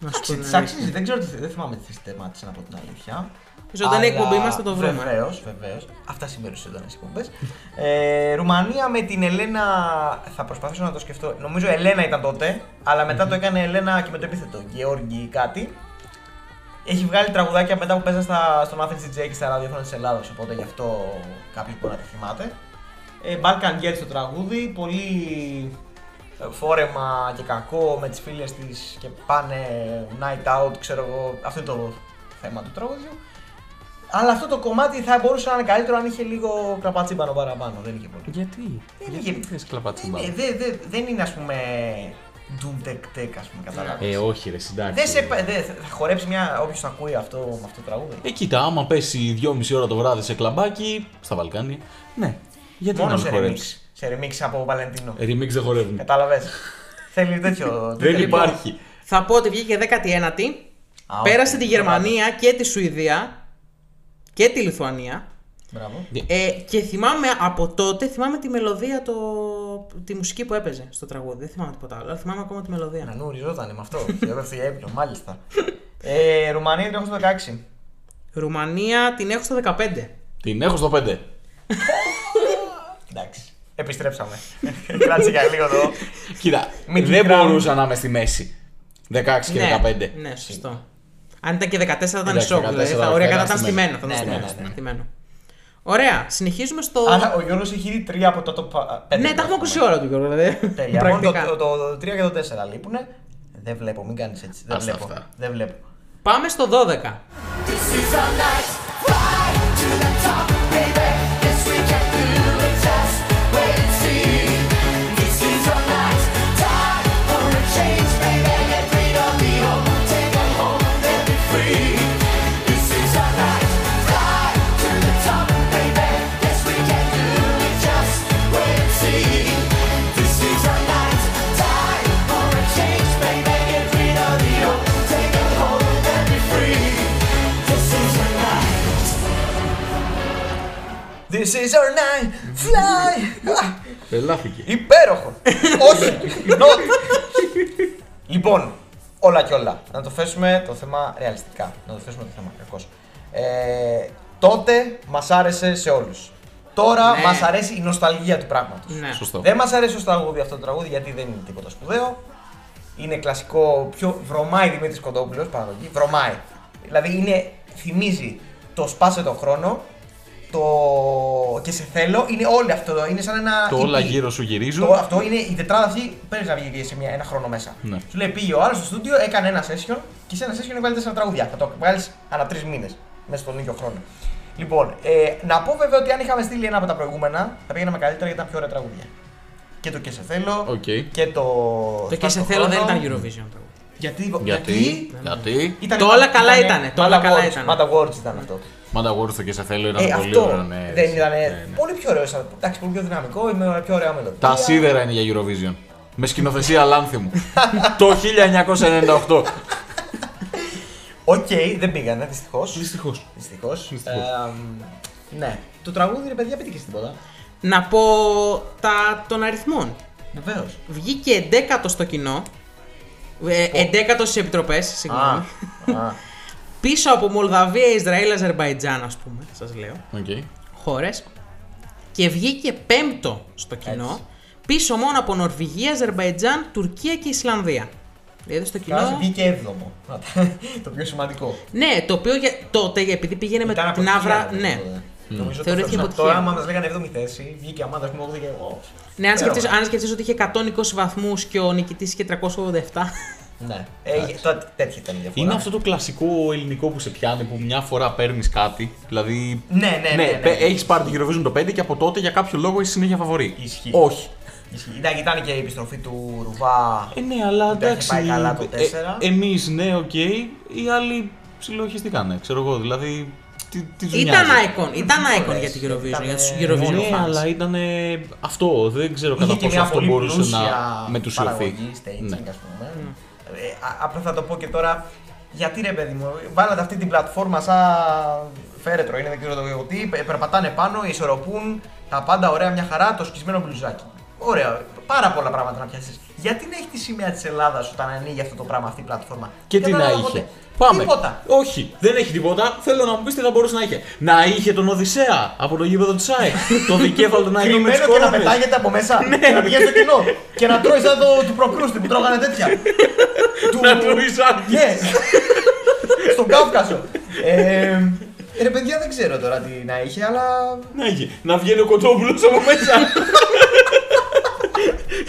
B: Να σου πω την
A: Της
B: αλήθεια.
A: αξίζει, δεν ξέρω τι. Δεν θυμάμαι τι θερμάτισε να πω την αλήθεια.
B: Ζωντανή εκπομπή μας θα το βρούμε.
A: Βεβαίως, βεβαίως. Αυτά συμβαίνουν στι ζωντανέ εκπομπές. Ε, Ρουμανία με την Ελένα. Θα προσπαθήσω να το σκεφτώ. Νομίζω Ελένα ήταν τότε, αλλά μετά το έκανε Ελένα και με το επίθετο. Γεώργη κάτι. Έχει βγάλει τραγουδάκια μετά που παίζα στα, στον Athens DJ και στα ραδιόφωνα της Ελλάδας. Οπότε γι' αυτό κάποιοι μπορεί να τη θυμάται. Ε, Balkan Girls το τραγούδι. Πολύ ε, φόρεμα και κακό με τις φίλες της και πάνε night out, ξέρω εγώ, αυτό είναι το θέμα του τραγούδιου. Αλλά αυτό το κομμάτι θα μπορούσε να είναι καλύτερο αν είχε λίγο κλαπατσίμπανο παραπάνω. Δεν είχε πολύ.
C: Γιατί,
A: Δεν
C: γιατί
A: είχε-
C: θες κλαπατσίμπα.
A: Ναι, δε- δε- δεν είναι ας πούμε doom tech tech ας πούμε καταλάβεις.
C: Ε, όχι ρε, συντάξει.
A: δεν σε, πα- δε, θα χορέψει μια, όποιος το ακούει αυτό, με αυτό το τραγούδι.
C: Ε, κοίτα, άμα πέσει 2,5 ώρα το βράδυ σε κλαμπάκι, στα Βαλκάνια, ναι. Γιατί
A: Μόνος
C: να μην
A: σε remix.
C: χορέψεις.
A: Σε remix Ε, από Βαλεντίνο.
C: Remix δεν χορεύουν.
A: Κατάλαβες. Θέλει τέτοιο.
C: Δεν
A: τέτοιο-
C: υπάρχει.
B: Θα πω ότι βγήκε 19η.
A: Α,
B: πέρασε
A: οκ.
B: τη Γερμανία και τη Σουηδία και τη Λιθουανία.
A: Μπράβο.
B: Ε, και θυμάμαι από τότε, θυμάμαι τη μελωδία, το... τη μουσική που έπαιζε στο τραγούδι. Δεν θυμάμαι τίποτα άλλο, αλλά θυμάμαι ακόμα τη μελωδία.
A: Να νουριζόταν με αυτό. Και έπεφτε η έπνο, μάλιστα. Ε, Ρουμανία την έχω στο 16.
B: Ρουμανία την έχω στο 15.
C: Την έχω στο 5.
A: Εντάξει. Επιστρέψαμε. Κράτησε για λίγο εδώ.
C: Κοίτα,
A: Μην
C: δεν
A: κοιτάμε.
C: μπορούσα να είμαι στη μέση. 16 και 15.
B: Ναι, σωστό. Αν ήταν και 14 θα ήταν
C: Εντάξει,
B: ισόκουλο. Δηλαδή,
C: 14
B: θα, ωραία,
C: θα ήταν
B: κατά ήταν
C: στημένο.
B: στημένο. Θα ήταν
A: Ναι, ναι,
B: στημένο,
A: ναι,
B: στημένο, στημένο. Ωραία, συνεχίζουμε στο.
A: Άρα ο Γιώργος έχει ήδη τρία από το top 5.
B: Ναι, τα έχουμε ακούσει ώρα του Γιώργο. Δηλαδή.
A: Τέλεια. Μόνο το,
B: Πρακτικά.
A: το, το 3 και το 4 λείπουνε. Δεν βλέπω, μην κάνεις έτσι. Δεν
C: Άστα
A: βλέπω.
C: αυτά.
A: Δεν βλέπω.
B: Πάμε στο 12.
A: This is our night, fly! Α,
C: Πελάθηκε.
A: Υπέροχο! Όχι! Not. λοιπόν, όλα και όλα. Να το θέσουμε το θέμα ρεαλιστικά. Να το θέσουμε το θέμα κακώς. Ε, τότε μας άρεσε σε όλους. Τώρα
B: Ναι.
A: μας αρέσει η νοσταλγία του πράγματος.
B: Ναι.
C: Σωστό.
A: Δεν μας αρέσει ως τραγούδι αυτό το τραγούδι γιατί δεν είναι τίποτα σπουδαίο. Είναι κλασικό, πιο βρωμάει Δημήτρης Κοντόπουλος παραγωγή, βρωμάει. Δηλαδή είναι, θυμίζει το σπάσε το χρόνο, το και σε θέλω, είναι όλο αυτό, εδώ. είναι σαν ένα
C: Το όλα
A: EP.
C: γύρω σου
A: Το,
C: γυρίζουν.
A: αυτό είναι η τετράδα αυτή. Παίρνει να βγει σε μια, ένα χρόνο μέσα.
C: Ναι.
A: Σου λέει πήγε ο άλλος στο στούντιο, έκανε ένα session και σε ένα session έβγαλε τέσσερα τραγούδια. Θα το βγάλεις ανά τρεις μήνες μέσα στον ίδιο χρόνο. Λοιπόν, ε, να πω βέβαια ότι αν είχαμε στείλει ένα από τα προηγούμενα θα πήγαμε καλύτερα γιατί ήταν πιο ωραία τραγούδια. και το Και σε θέλω.
C: Οκ.
A: Και το.
B: Το και σε
A: Σπάς
B: θέλω δεν
A: χρόνο.
B: ήταν Eurovision τραγούδι.
A: Γιατί.
C: Γιατί. Γιατί.
A: Ήταν,
B: Το όλα καλά ήτανε, το όλα
A: Mad
B: καλά
A: Awards,
B: ήτανε.
A: Mad Awards ήταν αυτό.
C: Μάντα Γουόρθ το και σε θέλω
A: Ε,
C: ήταν πολύ
A: αυτό
C: ωραίο. ναι,
A: δεν
C: έτσι.
A: ήταν.
C: Ναι, ναι.
A: Πολύ πιο ωραίο. σαν- Εντάξει, πολύ πιο δυναμικό, με μια πιο ωραία μελωδία.
C: Τα σίδερα είναι για Eurovision. Με σκηνοθεσία λάνθη μου. το 1998.
A: Οκ, δεν πήγανε δυστυχώς.
C: Δυστυχώς.
A: Δυστυχώς. Ναι. Το τραγούδι ρε παιδιά πετύχει τίποτα.
B: Να πω τα, των αριθμών.
A: Βεβαίως.
B: Βγήκε 11ο στο κοινό. Ε, 11ο στις επιτροπές, συγγνώμη. Πίσω από Μολδαβία, Ισραήλ, Αζερβαϊτζάν, ας πούμε, σας λέω. Χώρες. Και βγήκε 5ο στο κοινό.
A: Έτσι.
B: Πίσω μόνο από Νορβηγία, Αζερβαϊτζάν, Τουρκία και Ισλανδία. Δηλαδή στο
A: Καλά,
B: κοινό.
A: βγήκε έβδομο. Να τα- Το πιο σημαντικό.
B: Ναι, το οποίο για... τότε επειδή πήγαινε με
A: Ήταν
B: την
A: αποτυχία,
B: άβρα.
A: δεν
B: Ναι.
A: είναι τίποτα. Νομίζω ότι
B: Θεωρήθηκε
A: θα-
B: αποτυχία.
A: Τώρα, άμα μας λέγανε 7η θέση, βγήκε η Αμάντα, ας πούμε, 80 και εγώ.
B: Ναι, αν
A: Ξέρω.
B: σκεφτείς, αν σκεφτείς ότι είχε 120 βαθμούς και ο νικητής είχε 387.
A: Ναι. Ε, τότε τέτοια ήταν η διαφορά.
C: Είναι αυτό το κλασικό ελληνικό που σε πιάνει που μια φορά παίρνεις κάτι. Δηλαδή.
A: Ναι, ναι, ναι, ναι.
C: Έχεις πάρει την Eurovision το 5 και από τότε για κάποιο λόγο είσαι συνέχεια φαβορή.
A: Ισχύει.
C: Όχι.
A: Ισχύει. Ήταν, ήταν και η επιστροφή του Ρουβά.
C: Ε, ναι, αλλά
A: Δεν τα
C: εντάξει.
A: είχε πάει καλά το τέσσερα.
C: ε, Εμείς, ναι, οκ. Οι άλλοι ψιλοχιστήκανε. Ξέρω εγώ. Δηλαδή. Τι, τι τους
B: ήταν
C: νοιάζει.
B: icon, ήταν icon
A: λες,
B: για την
A: γιατί
B: Eurovision,
A: ήταν,
B: για τους
A: ε,
B: Eurovision
C: Ναι,
B: fans.
C: αλλά ήταν ε, αυτό. Δεν ξέρω
A: Είχε
C: κατά
A: και
C: πόσο
A: μια
C: αυτό
A: πολύ
C: μπορούσε
A: πλούσια
C: να μετουσιωθεί.
A: παραγωγή, staging,
C: Ναι.
A: ας πούμε. Ε, α- απλά θα το πω και τώρα. Γιατί ρε παιδί μου, βάλατε αυτή την πλατφόρμα σαν φέρετρο, είναι δεν ξέρω το τι, πε- περπατάνε πάνω, ισορροπούν τα πάντα ωραία μια χαρά, το σκισμένο μπλουζάκι. Ωραία, πάρα πολλά πράγματα να πιάσεις. Γιατί να έχει τη σημαία της Ελλάδας όταν ανοίγει αυτό το πράγμα αυτή η πλατφόρμα.
C: Και
A: Δεν
C: τι να
A: καταλαβαίνω
C: είχε.
A: ποτέ.
C: Πάμε.
A: Τίποτα.
C: Όχι, δεν έχει τίποτα. Θέλω να μου πει τι θα μπορούσε να είχε. Να είχε τον Οδυσσέα από το γήπεδο της ΑΕΚ. το δικέφαλο να είναι με τις
A: Κρυμμένο και να
C: κόραυνες.
A: πετάγεται από μέσα.
C: Ναι,
A: Να πηγαίνει στο κοινό. Και να τρώει σαν το, του προκρούστη που τρώγανε τέτοια. του...
C: Να τρώει σάρκες.
A: Ναι. Στον Κάφκασο. ε, ρε παιδιά δεν ξέρω τώρα τι να είχε, αλλά.
C: Να είχε. Να βγαίνει ο κοτόπουλος από μέσα.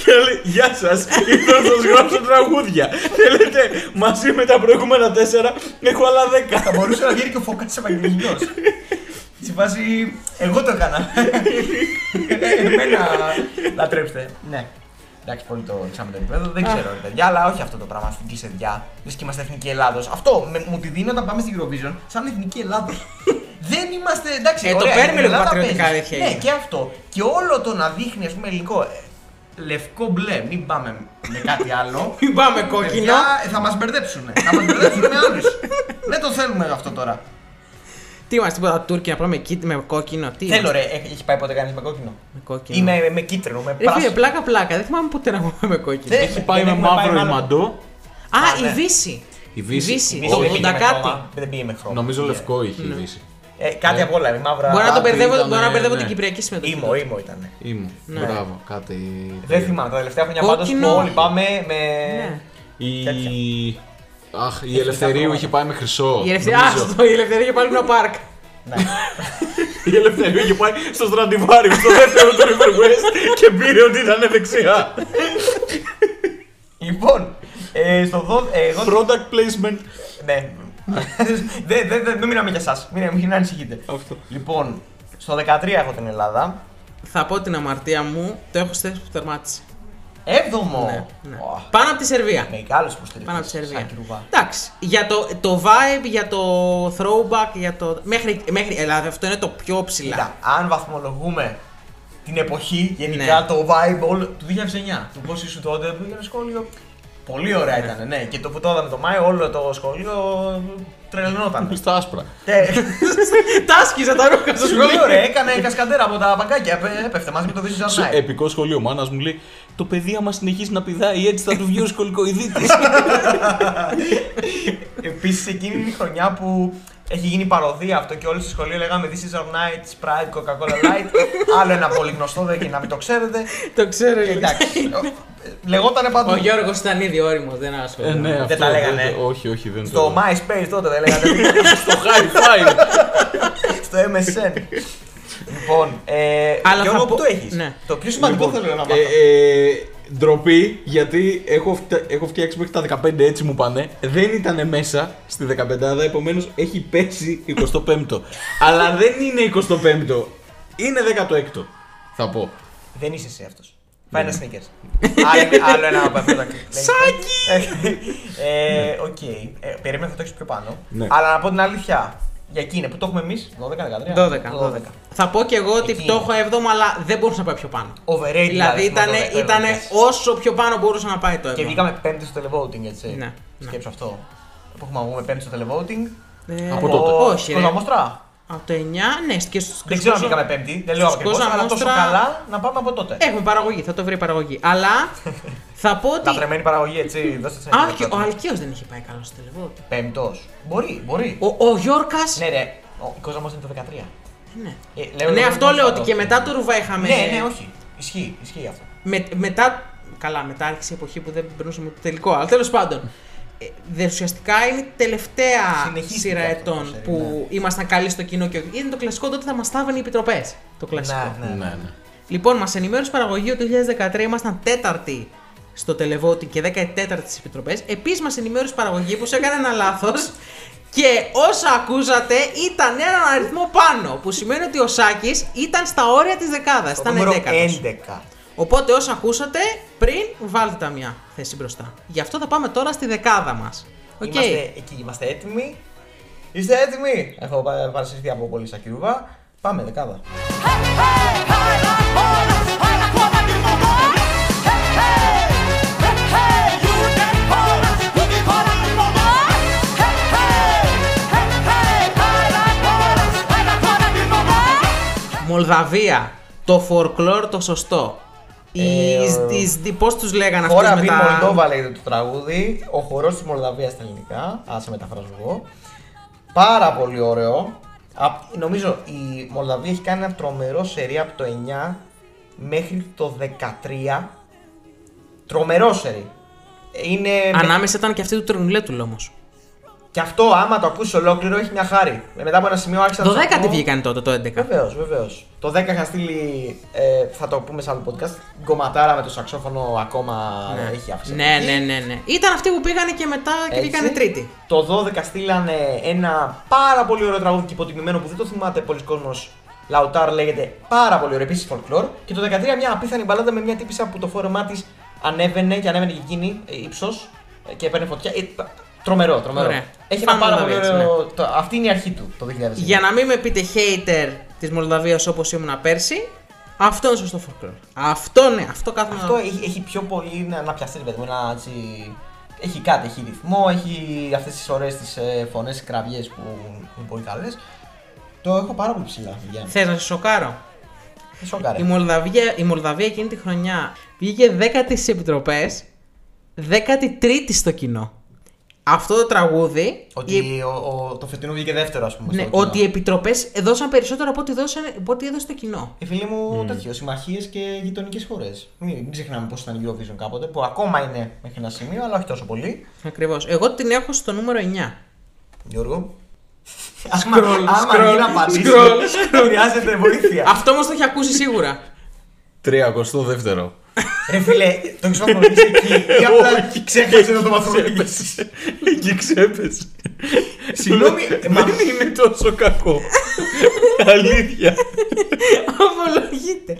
C: και να λέει Γεια σας, ήρθα να σας γράψω τραγούδια. Θέλετε μαζί με τα προηγούμενα τέσσερα έχω άλλα δέκα.
A: θα μπορούσε να βγαίνει και ο Φωκάτης Ευαγγελινός. Στη φάση, εγώ το έκανα. Εμένα λατρέψτε. Ναι. Εντάξει, πολύ το ρίξαμε το επίπεδο. Δεν ξέρω, ρε παιδιά, αλλά όχι αυτό το πράγμα στην κλεισεδιά. Λες και είμαστε εθνική Ελλάδος. Αυτό με, μου τη δίνει όταν πάμε στην Eurovision σαν εθνική Ελλάδος. Δεν είμαστε. Εντάξει,
B: Ε, το
A: ωραία,
B: παίρνουμε
A: η
B: λίγο
A: Ελλάδα
B: πατριωτικά,
A: παίζει.
B: αλήθεια
A: Ναι,
B: είναι.
A: και αυτό. Και όλο το να δείχνει, ας πούμε, ελληνικό. ε, Λευκό μπλε, μην πάμε με κάτι άλλο.
B: Μην πάμε κόκκινο.
A: Παιδιά, ε, θα μας μπερδέψουν. θα μας μπερδέψουν με άλλους. Δεν το θέλουμε αυτό τώρα.
B: Τι είμαστε τίποτα Τούρκοι να πάμε κίτ με κόκκινο. Τι
A: Θέλω
B: είμαστε,
A: ρε, έχ- έχει πάει ποτέ κανείς με κόκκινο.
B: με κόκκινο.
A: Ή με, με κίτρινο, με
B: Ρε φίλε,
A: πράσινο.
B: πλάκα πλάκα, δεν θυμάμαι ποτέ να πάμε κόκκινο.
A: Δεν-
C: Έχει πάει με
A: έχουμε πάει
C: μαύρο
A: μάλλον.
C: ημαντό.
B: Α,
A: Α,
B: η
A: Ε, ναι.
B: Δύση.
C: Η Δύση.
B: Δύση,
A: Νομίζω
B: το
A: δεν πήγε με
B: 80 κάτι.
A: χρώμα. Δεν πήγε με χρώμα.
C: Νομίζω λευκό είχε η Δύση.
A: Ε, κάτι από όλα, η μαύρα.
B: Μπορεί να τον
C: Κάτι
B: μπερδεύω,
C: ήταν,
B: μπορώ να
C: ε,
B: μπερδεύω
C: ναι.
B: την Κυπριακή συμμετοχή.
A: Ήμο, ήμο ήταν.
C: Ήμου.
B: Ναι.
C: Μπράβο, κάτι.
A: Δεν θυμάμαι, τα τελευταία χρόνια πάντως που
B: Κόκκινο.
A: όλοι πάμε με.
B: Ναι.
C: Η...
A: Τέτοια.
C: Αχ, η
A: Έχει
C: Ελευθερίου
A: μετά
C: είχε πάει με χρυσό.
B: Η ελευθερία,
C: νομίζω.
B: άστο, η ελευθερία είχε πάλι ένα πάρκ.
C: Η Ελευθερίου είχε πάει στο Στραντιβάριο, στο δεύτερο του River West και πήρε ότι ήταν δεξιά.
A: Λοιπόν, ε, στο δο... ε, εγώ...
C: Product placement.
A: Ναι. Δεν δε, δε, μην μιλάμε για εσά. Μην, μην ανησυχείτε.
C: Αυτό.
A: Λοιπόν, στο 13 έχω την Ελλάδα.
B: Θα πω την αμαρτία μου, το έχω στη θέση που τερμάτισε.
A: Έβδομο.
B: Ναι, ναι.
A: Ωχ,
B: Πάνω από τη Σερβία.
A: Μεγάλος που στείλει.
B: Πάνω από τη Σερβία.
A: Ναι. Σαν κρουβά.
B: Εντάξει. Για το, το vibe, για το throwback, για το. Μέχρι, μέχρι Ελλάδα αυτό είναι το πιο ψηλά.
A: Κοίτα, αν βαθμολογούμε την εποχή, γενικά
B: Ναι.
A: το vibe όλο, του 2009, του πώς ήσουν τότε, που ήταν σχόλιο. Πολύ ωραία ήταν, ναι. Και το που το είδαμε το Μάιο, όλο το σχολείο τρελνόταν.
C: Στα άσπρα.
B: Τάσκιζα τα ρούχα στο
A: Πολύ
B: σχολείο.
A: Ε, ωραία, έκανε κασκαντέρα από τα παγκάκια. Έπε- Έπεφτε μαζί με το This
C: Στο
A: Is Our Night.
C: επικό σχολείο, ο μάνας μου λέει: Το παιδί άμα συνεχίσει να πηδάει έτσι θα του βγει ο σκολικοειδίτη.
A: Επίσης, εκείνη είναι η χρονιά που έχει γίνει παροδία αυτό και όλοι στο σχολείο λέγαμε This is our night, Sprite, Coca-Cola Light. Άλλο ένα πολύ γνωστό, δεν και να μην το ξέρετε.
B: Το ξέρω.
A: Και Εντάξει. ο- Λεγότανε
B: Ο
A: παντού.
B: Γιώργος ήταν ήδη όριμος, δεν ασχολούμαι.
C: Ναι, αυτό.
A: τα λέγανε.
C: δεν το- Όχι, όχι, δεν
A: Στο
C: το.
A: MySpace τότε δεν λέγανε.
C: Στο high five.
A: στο MSN. λοιπόν, ε,
B: Αλλά
A: Γιώργο,
B: θα
A: που
B: πω-
A: το έχεις.
B: ναι.
A: Το πιο
C: Λοιπόν,
A: σημαντικό θέλω να μάθω.
C: Ε, ε, ντροπή, γιατί έχω, φτα- έχω φτιάξει μέχρι τα 15 έτσι μου πάνε. Δεν ήταν μέσα στη 15, επομένως έχει πέσει 25ο. Αλλά δεν είναι 25ο, είναι 16ο. Θα πω.
A: Δεν είσαι εσύ αυτός. Φάει ένα sneakers. Άλλο- Άλλο ένα παππούδακι. Σάκι! Οκ. Ε, Περίμενα θα το έχεις πιο πάνω.
I: Ναι.
A: Αλλά να πω την αλήθεια. Για εκείνη που το έχουμε εμείς. 12-13.
B: 12, 12. Θα πω και εγώ ότι
A: Εκεί.
B: το έχω 7ο, αλλά δεν μπορούσα να πάει πιο πάνω.
A: Overrated.
B: Δηλαδή
A: αριθμό
B: ήταν,
A: 12,
B: ήταν
A: εντάξει.
B: όσο πιο πάνω μπορούσε να πάει το 7ο.
A: Και βγήκαμε πέμπτη στο televoting, έτσι.
B: Ναι, ναι.
A: Σκέψου αυτό. Που έχουμε βγούμε πέμπτη στο televoting.
B: Ε,
C: Από τότε.
B: Όχι. ρε.
A: Σκόζα Μόστρα.
B: Από το 9, ναι, και στους
A: Δεν ξέρω αν
B: Κοζα-
A: βγήκαμε πέμπτη. Δεν λέω
B: στους
A: ακριβώς.
B: Κοζα
A: Αλλά τόσο
B: Μόστρα-
A: καλά να πάμε από τότε.
B: Έχουμε παραγωγή, θα το βρει η παραγωγή. Αλλά θα πω ότι.
A: Λατρεμένη παραγωγή, έτσι. Δώστε σε
B: Α, και ο Αλκαίος δεν είχε πάει καλό στο τελεβό.
A: Πέμπτος. Μπορεί, μπορεί.
B: Ο, ο Γιώργας.
A: Ναι, ρε. Ο Κόζα Μόστρα είναι το 13.
B: Ναι.
A: Ε, λέω
B: ναι,
A: εγώ
B: αυτό
A: ότι
B: λέω
A: θα
B: ότι
A: το-
B: και μετά το Ρουβά είχαμε.
A: Ναι, ναι, όχι. Ισχύει, ισχύει αυτό.
B: Με, μετά. Καλά, μετά άρχισε η εποχή που δεν περνούσαμε το τελικό. Αλλά τέλος πάντων. ε, Δε ουσιαστικά είναι η τελευταία
A: Συνεχίστηκε
B: σειρά
A: αυτό το ναι.
B: ετών
A: σερί,
B: που ήμασταν καλοί στο κοινό και είναι το κλασικό. Τότε θα μας τάβανε οι επιτροπές. Το κλασικό.
A: Ναι, ναι.
C: Ναι, ναι.
B: Λοιπόν, μας ενημέρωσε η παραγωγή ότι το 2013 ήμασταν τέταρτη στο Televoting και 14η στις επιτροπές. Επίσης, μας ενημέρωσε η παραγωγή πω έκανε ένα λάθος και όσα ακούσατε ήταν έναν αριθμό πάνω. Που σημαίνει ότι ο Σάκης ήταν στα όρια της δεκάδας.
A: Το
B: Ήταν
A: νούμερο
B: 11.
A: 11.
B: Οπότε, όσα ακούσατε πριν, βάλτε τα μια θέση μπροστά. Γι' αυτό θα πάμε τώρα στη δεκάδα μας. Οκ.
A: Είμαστε εκεί, είμαστε έτοιμοι. Είστε έτοιμοι! Έχω πα- παρασυρθεί από πολύ σαν κυρούβα. Πάμε, δεκάδα.
B: Μολδαβία. Το folklore το σωστό.
A: Ε, ο-
B: Πώς τους λέγανε αυτούς
A: Χώρα
B: με
A: Βι
B: τα-
A: Μολδόβα λέγεται το τραγούδι. Ο χορός της Μολδαβίας στα ελληνικά. Α σε μεταφράσω εγώ. Πάρα πολύ ωραίο. Απ- νομίζω η Μολδαβία έχει κάνει ένα τρομερό σερί από το 9 μέχρι το 13. Τρομερό σερί. Είναι.
B: Ανάμεσα ήταν και αυτή του Τρονουλέτουλ όμως.
A: Και αυτό, άμα το ακούσει ολόκληρο, έχει μια χάρη. Ε, Μετά από ένα σημείο άρχισα να.
B: Το
A: τους
B: 10
A: ακούω.
B: τι βγήκαν τότε, το 11.
A: Βεβαίως, βεβαίως. Το 10 είχα στείλει. Ε, θα το πούμε σε άλλο podcast. Γκοματάρα με το σαξόφωνο ακόμα έχει αφήσει.
B: Ναι, ναι, ναι, ναι. Ήταν αυτοί που πήγανε και μετά και
A: Έτσι.
B: βγήκανε τρίτη.
A: Το 12 στείλανε ένα πάρα πολύ ωραίο τραγούδι και υποτιμημένο που δεν το θυμάται πολλοί κόσμος. Λαουτάρ λέγεται πάρα πολύ ωραίο, επίσης folklore. Και το 13 μια απίθανη μπαλάντα με μια τύπησα που το φόρεμά της ανέβαινε και ανέβαινε και εκείνη ύψο και έπαιρνε φωτιά. Ε, πα- τρομερό, τρομερό.
B: Ωραία.
A: Έχει ένα
B: Fan
A: πάρα πολύ
B: Μολδαβίας,
A: ωραίο. το- αυτή είναι η αρχή του το 2020.
B: ναι. Για να μην με πείτε hater της Μολδαβίας όπως ήμουνα πέρσι, αυτό είναι σωστό folklore. Αυτό ναι, αυτό κάθομαι
A: Αυτό
B: να
A: έχει, έχει πιο πολύ να, να πιαστεί, ρε παιδί μου, να έτσι... Έχει κάτι, έχει ρυθμό, έχει αυτές τις ωραίες τις ε, φωνές, κραυγές που είναι πολύ καλές. Το έχω πάρα πολύ ψηλά, παιδιά.
B: Θες να σε σοκάρω.
A: Δεν σοκάρε.
B: Η Μολδαβία, η Μολδαβία εκείνη τη χρονιά βγήκε 10η στι επιτροπέ, 13η στο κοινό. Αυτό το τραγούδι.
A: Ότι
B: η-
A: ο, ο- το φετινό βγήκε δεύτερο, ας πούμε.
B: ναι,
A: στο κοινό.
B: ότι οι επιτροπέ δώσαν περισσότερο από ό,τι, δώσανε- από ό,τι έδωσε το κοινό.
A: Ε, φίλοι μου, τέτοιο, συμμαχίες και γειτονικές χώρες. Μην, μην ξεχνάμε πώς ήταν η Eurovision κάποτε, που ακόμα είναι μέχρι ένα σημείο, αλλά όχι τόσο πολύ.
B: Ακριβώς. Εγώ την έχω στο νούμερο 9.
A: Γιώργο. Άμα, άμα αργεί να απαντήσει, χρειάζεται βοήθεια.
B: Αυτό όμως το έχει ακούσει σίγουρα.
C: 32ο.
A: Ρε φίλε, το έχεις βαθμολογήσει εκεί ή απλά ξέχασε να το βαθμολογήσεις.
C: Εκεί ξέπεσε.
A: Συγγνώμη, μα-
C: δεν είναι τόσο κακό. Αλήθεια.
B: Απολογείται.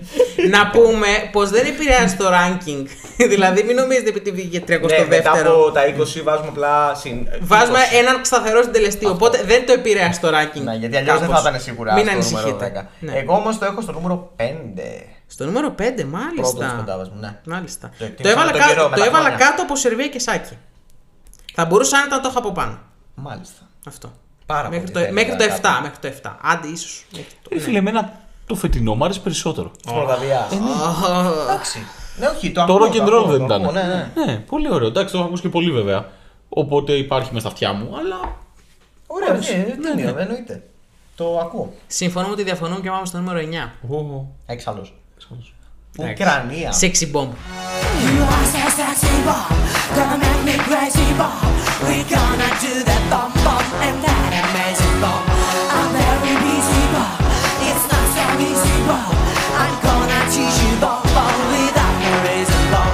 B: Να πούμε πως δεν επηρεάζει το ranking. δηλαδή, μην νομίζετε επειδή βγήκε 32ο.
A: Ναι, μετά από τα 20 βάζουμε απλά συν.
B: Βάζουμε
A: 20.
B: έναν σταθερό συντελεστή. Οπότε δεν το επηρεάζει το ranking.
A: Ναι, γιατί αλλιώς δεν θα
B: Κάπως.
A: ήταν σίγουρα
B: Μην
A: στο
B: ανησυχείτε.
A: νούμερο 10.
B: Ναι.
A: Εγώ όμως το έχω στο νούμερο 5.
B: Στο νούμερο 5,
A: Πρώτο τη
B: μάλιστα.
A: κοντάβα μου, ναι.
B: Μάλιστα.
A: Το εκτίμησα
B: Το έβαλα,
A: με τον καιρό,
B: κάτω,
A: με
B: το
A: τα
B: έβαλα
A: χρόνια.
B: κάτω από Σερβία και Σάκη. Θα μπορούσα άνετα να το έχω από πάνω.
A: Μάλιστα.
B: Αυτό.
A: Πάρα
B: μέχρι,
A: πολύ
B: το, μέχρι το 7.
A: τέλεια, κάπου.
B: Μέχρι το 7. Άντε, ίσως.
C: Ε,
I: Ρε φίλε, εμένα το φετινό μου άρεσε περισσότερο.
A: Της Μολδαβίας. Εντάξει. Ναι, όχι, το
C: Το
A: ακούω,
C: rock and roll
A: ακούω,
C: δεν
A: το
C: ήταν.
A: ακούω, Ναι, ναι.
I: Ναι,
C: Πολύ ωραίο. Εντάξει, το έχω ακούσει και πολύ βέβαια. Οπότε υπάρχει με στα αυτιά μου, αλλά.
A: Ωραία, ναι, τίμιο, εννοείται. Το ακούω.
B: Συμφωνούμε ότι διαφωνούμε και πάμε στο νούμερο 9.
A: Έχεις άλλος. Ουκρανία.
B: Sexy Bomb.
F: You are so sexy, Bob. Gonna make me crazy, Bob. We gonna do that bum bum and that amazing bum. I'm very busy, Bob. It's not so easy, Bob. I'm gonna teach you bum bum without no reason, Bob.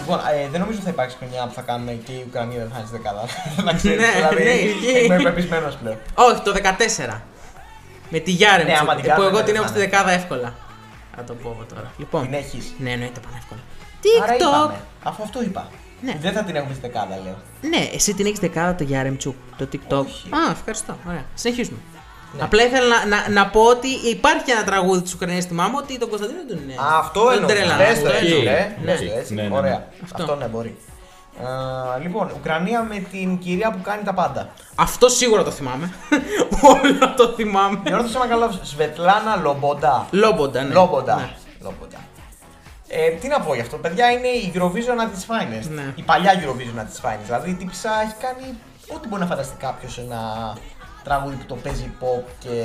A: Λοιπόν, ε, δεν νομίζω ότι θα υπάρξει χρονιά που θα κάνουμε και η Ουκρανία δεν θα είναι στη δεκάδα. Να ξέρεις,
B: Ναι, ναι, εκεί.
A: δηλαδή, είμαι πεπισμένος πλέον.
B: Όχι, το 14. Με τη Γιάρεμ
A: Ναι, άμα την
B: ε, που
A: κάνουμε,
B: εγώ
A: ναι,
B: την
A: ναι,
B: έχω
A: ναι.
B: στη δεκάδα εύκολα. Θα το πω εγώ τώρα. Λοιπόν.
A: Την έχεις.
B: Ναι, ναι, το πανεύκολα.
A: Άρα
B: TikTok.
A: είπαμε. Αφού αυτό είπα.
B: Ναι.
A: Δεν θα την έχουμε στη δεκάδα, λέω.
B: Ναι, εσύ την έχεις δεκάδα το Γιάρεμτσουκ, το TikTok. Α, ευχαριστώ. Ωραία. Συνεχίζουμε.
A: Ναι.
B: Απλά ήθελα να, να, να πω ότι υπάρχει ένα τραγούδι της Ουκρανίας, θυμάμαι ότι τον Κωνσταντίνο τον είναι.
A: Α, αυτό
B: τον
A: εννοώ.
B: τρέλανα.
A: Πες το έτσι,
C: Οκ.
A: ρε.
C: Ναι.
A: Πες το έτσι.
C: Ναι, ναι, ναι.
A: Ωραία.
B: Αυτό.
A: Αυτό ναι, μπορεί. Ε, λοιπόν, Ουκρανία με την κυρία που κάνει τα πάντα.
B: Αυτό σίγουρα το θυμάμαι. Όλο το θυμάμαι.
A: Διόρθωσα με καλά, Σβετλάνα Λομποντά.
B: Λόμποντα, ναι.
A: Λόμποντα.
B: Ναι.
A: Λόμποντα. Ε, τι να πω γι' αυτό, παιδιά, είναι η Eurovision at its finest.
B: Ναι.
A: Η παλιά Eurovision at its finest. Δηλαδή, η τύψα έχει κάνει ό,τι μπορεί να φανταστεί κάποιος ένα τραγούδι που το παίζει pop και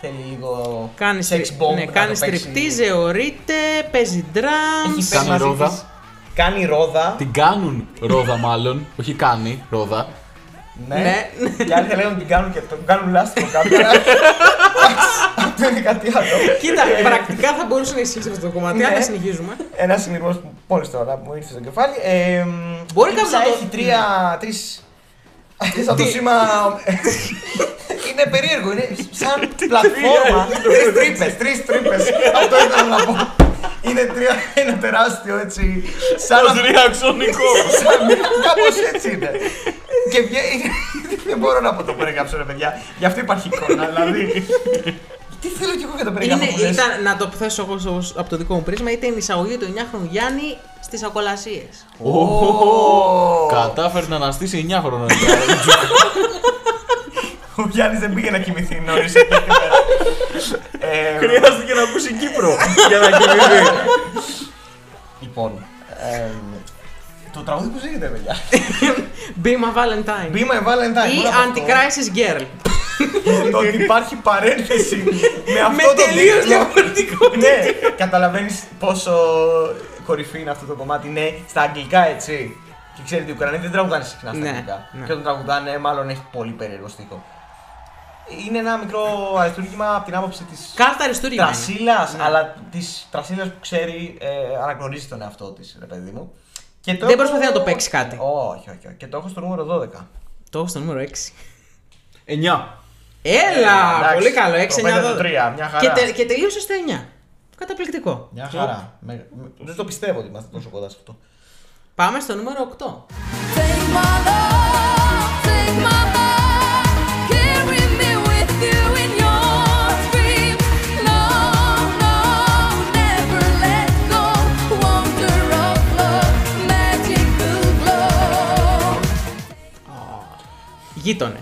A: θέλει λίγο
B: Κάνει
A: sex bomb
B: ναι,
A: να
B: κάνει
A: το παίξει.
B: στριπτίζ, εωρείται, παίζει
A: Έχει
B: drums.
A: παίξει
I: Κάνει
A: μαζί
I: ρόδα.
A: της- Κάνει ρόδα.
I: Την κάνουν ρόδα μάλλον, όχι κάνει ρόδα.
A: Ναι.
B: Ναι.
A: Οι άλλοι θα λέγανε ότι την κάνουν και τον κάνουν λάστιχο κάμερα. Αυτό είναι κάτι άλλο.
B: Κοίτα, πρακτικά θα μπορούσε να ισχύσει αυτό το κομμάτι, αλλά
A: Ναι.
B: συνεχίζουμε.
A: Ένας συνειδημό που μόλις τώρα μου ήρθε στο κεφάλι. Ε, μ,
B: Μπορεί
A: η
B: κάποιος
A: Λίψα
B: να το-
A: Έχει τρία. Τρεις... Σαν το σήμα. είναι περίεργο, είναι σαν πλατφόρμα. Τρεις τρύπες, τρεις τρύπες. Αυτό ήθελα να πω. Είναι τρία, είναι τεράστιο έτσι. Σαν να
I: Ριαξονικό!
A: Κάπως έτσι είναι. Και βγαίνει. Δεν μπορώ να πω το περιγράψω, ρε παιδιά. Γι' αυτό υπάρχει εικόνα, δηλαδή. Τι θέλω κι εγώ για το περιγράψω.
B: Είναι,
A: που λες.
B: ήταν, να το θέσω εγώ στο- από το δικό μου πρίσμα, ήταν η εισαγωγή του 9χρονου Γιάννη στις ακολασίες.
I: Κατάφερε να αναστήσει 9 χρόνια.
A: Ο Γιάννης δεν πήγε να κοιμηθεί νωρίς εκείνη τη μέρα. Ε,
C: Χρειάστηκε να ακούσει Κύπρο για να κοιμηθεί.
A: Λοιπόν. ε, Το τραγούδι που ζήγεται, παιδιά.
B: Ε, Be my Valentine.
A: Be my Valentine.
B: Ή
A: μόνο από αυτό.
B: Anti-Crisis Girl.
A: Το ότι υπάρχει παρένθεση με
B: Με
A: αυτό το
B: τελείως
A: τίτλο.
B: διαφορετικό.
A: Ναι, καταλαβαίνεις πόσο κορυφή είναι αυτό το κομμάτι. Ναι, στα αγγλικά έτσι. Και ξέρετε, οι Ουκρανοί δεν τραγουδάνε συχνά στα
B: Ναι,
A: αγγλικά.
B: ναι.
A: Και όταν τραγουδάνε, μάλλον έχει πολύ περίεργο στίχο. Είναι ένα μικρό αριστούργημα από την άποψη της
B: Κάρτα αριστούργημα. είναι. Ναι.
A: τρασίλα, αλλά της τρασίλας που ξέρει, ε, αναγνωρίζει τον εαυτό της, ρε παιδί μου. Και το
B: Δεν προσπαθεί να το παίξει κάτι.
A: Όχι, όχι, όχι. Και το έχω στο νούμερο 12.
B: Το έχω στο νούμερο 6.
C: 9.
B: Έλα!
A: Ε, εντάξει,
B: πολύ καλό. 6, 9, 12.
A: το πέντε του τρία, μια χαρά.
B: Και, τε, και τελείωσε στο 9. Καταπληκτικό.
A: Μια χαρά. Με- με- Δεν το πιστεύω ότι είμαστε τόσο κοντά σε αυτό.
B: Πάμε στο νούμερο 8.
G: Take my love, take my love, carry me with you in your dream. No, no, never let go. Wonder of love, magical glow.
B: Γείτονε.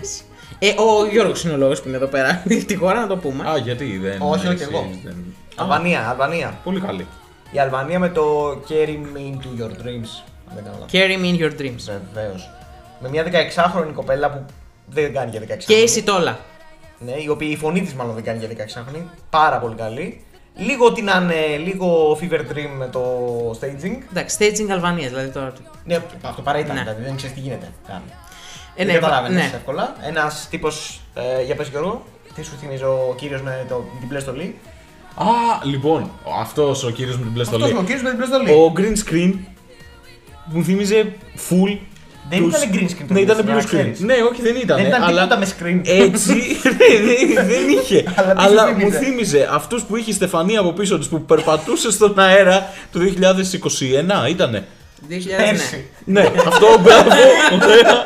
B: Ε, ο Γιώργος είναι ο λόγος που είναι εδώ πέρα. Τη χώρα να το πούμε.
C: Α, γιατί δεν.
A: Όχι, όχι,
C: εσύ,
A: εγώ.
C: δεν-
A: Αλβανία, Αλβανία.
C: Πολύ καλή.
A: Η Αλβανία με το Carry Me into your dreams. Αν δεν κάνω λάθος.
B: Carry me in your dreams.
A: Βεβαίως. Με μια 16χρονη κοπέλα που δεν κάνει για 16
B: Και η Σιτόλα.
A: Ναι, η οποία η φωνή της μάλλον δεν κάνει για 16χρονη. Πάρα πολύ καλή. Λίγο ότι να είναι λίγο fever dream με το staging.
B: Εντάξει, staging Αλβανίας δηλαδή τώρα.
A: Ναι, αυτό παρά ήταν,
B: Ναι.
A: δηλαδή δεν ξέρεις τι γίνεται. Καν.
B: Ε,
A: δεν καταλάβαινε
B: ναι.
A: εύκολα. Ένας τύπος, ε, για πες Γιώργο, τι σου θυμίζει ο κύριος με το, την μπλε στολή.
C: Α, λοιπόν, αυτός ο κύριος με την μπλε
A: Αυτό
C: στολή.
A: είναι ο κύριος με την μπλε στολή.
C: Ο green screen μου θύμιζε full.
A: Δεν ήταν green screen το
C: Ναι, ήταν
A: green screen,
C: blue
A: να
C: screen.
A: ξέρεις.
C: Ναι, όχι, δεν ήταν.
A: Δεν ήταν
C: αλλά... Ε,
A: τίποτα με screen.
C: Έτσι, ναι, δεν, δεν είχε.
A: Αλλά τι σου
C: αλλά μου
A: θύμιζε?
C: θύμιζε αυτούς που είχε η Στεφανία από πίσω τη που περπατούσε στον αέρα το 2021, ήτανε.
B: 2000, ναι.
A: Πέρσι.
C: Ναι, αυτό μπράβο, ωραία.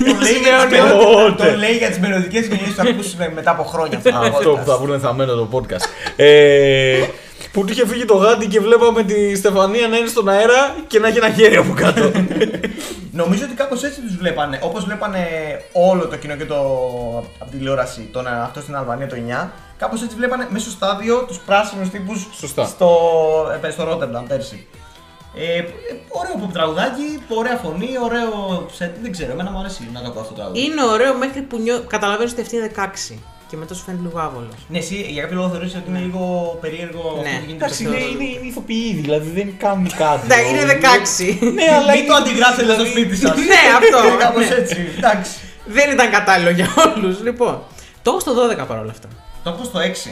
A: Το λέει
C: Ναι,
A: για τις
C: Τότε.
A: μελλοντικές- Το λέει για τις μελλοντικές γενιές που θα ακούσουν μετά από χρόνια αυτό. το
C: Αυτό που θα
A: podcast.
C: βγουν θα μένω το podcast. ε, που του είχε φύγει το γάντι και βλέπαμε τη Στεφανία να είναι στον αέρα και να έχει ένα χέρι από κάτω.
A: Νομίζω ότι κάπως έτσι τους βλέπανε. Όπως βλέπανε όλο το κοινό και το. από τη τηλεόραση, τον, αυτό στην Αλβανία το 9. Κάπως έτσι βλέπανε μέσα στο στάδιο τους πράσινους τύπους
C: Σωστά.
A: στο, ε, στο Ρότερνταμ πέρσι. Ε, ε, ωραίο που τραγουδάκι, ωραία φωνή, ωραίο. set. δεν ξέρω, εμένα μου αρέσει να το ακούω αυτό το τραγούδι.
B: Είναι ωραίο μέχρι που νιώ... καταλαβαίνεις ότι αυτή είναι 16. Και μετά σου φαίνεται λίγο άβολος.
A: Ναι, εσύ για κάποιο λόγο θεωρείς ότι είναι λίγο περίεργο αυτό
B: Ναι.
A: που γίνεται
C: Εντάξει,
A: στο
C: είναι,
A: Rotterdam.
C: είναι, είναι ηθοποιοί, δηλαδή δεν κάνουν κάτι.
B: Ναι, είναι 16.
C: Ναι, αλλά
A: Μην το
C: είναι-
A: αντιγράψετε στο σπίτι σας.
B: Ναι, αυτό,
A: Κάπω
B: ναι.
A: έτσι. Εντάξει.
B: Δεν ήταν κατάλληλο για όλους. Λοιπόν, το έχω στο 12 παρόλα αυτά.
A: Το έχω στο 6.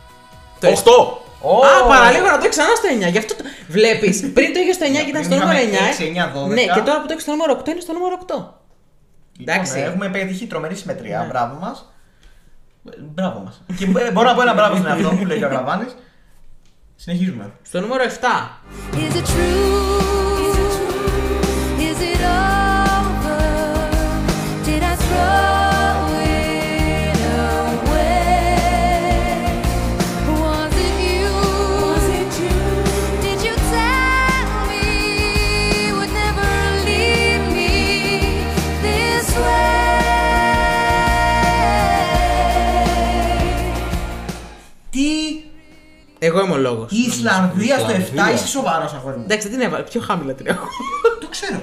C: Οχτώ!
B: Α, παραλίγο να το έχεις ξανά στο 9. Γι' αυτό το... Βλέπεις, πριν το είχες στο 9 και ήταν
A: Πριν
B: στο νούμερο 9.
A: είχαμε
B: ε.
A: 6, 9, 12.
B: Ναι, και τώρα που το έχεις στο νούμερο 8 είναι στο νούμερο 8. Εντάξει.
A: Λοιπόν, έχουμε πετύχει τρομερή συμμετρία. Μπράβο ε, μας. Μπράβο μας. και μπο- μπορώ να πω ένα μπράβο στον εαυτό μου, λέει και ο Αγραβάνη. Συνεχίζουμε.
B: Στο νούμερο 7.
E: Is it true? Is it over? Did I throw it away? Was it you? Did you tell me you would never leave me this way?
A: Τι
B: Εγώ είμαι ο λόγος.
A: η Ισλανδία στο 7
C: Ισλανδία.
A: είσαι σοβαρός αγόρι μου.
B: Εντάξει, την έβαλα. Πιο χαμηλά την έχω.
A: Το ξέρω.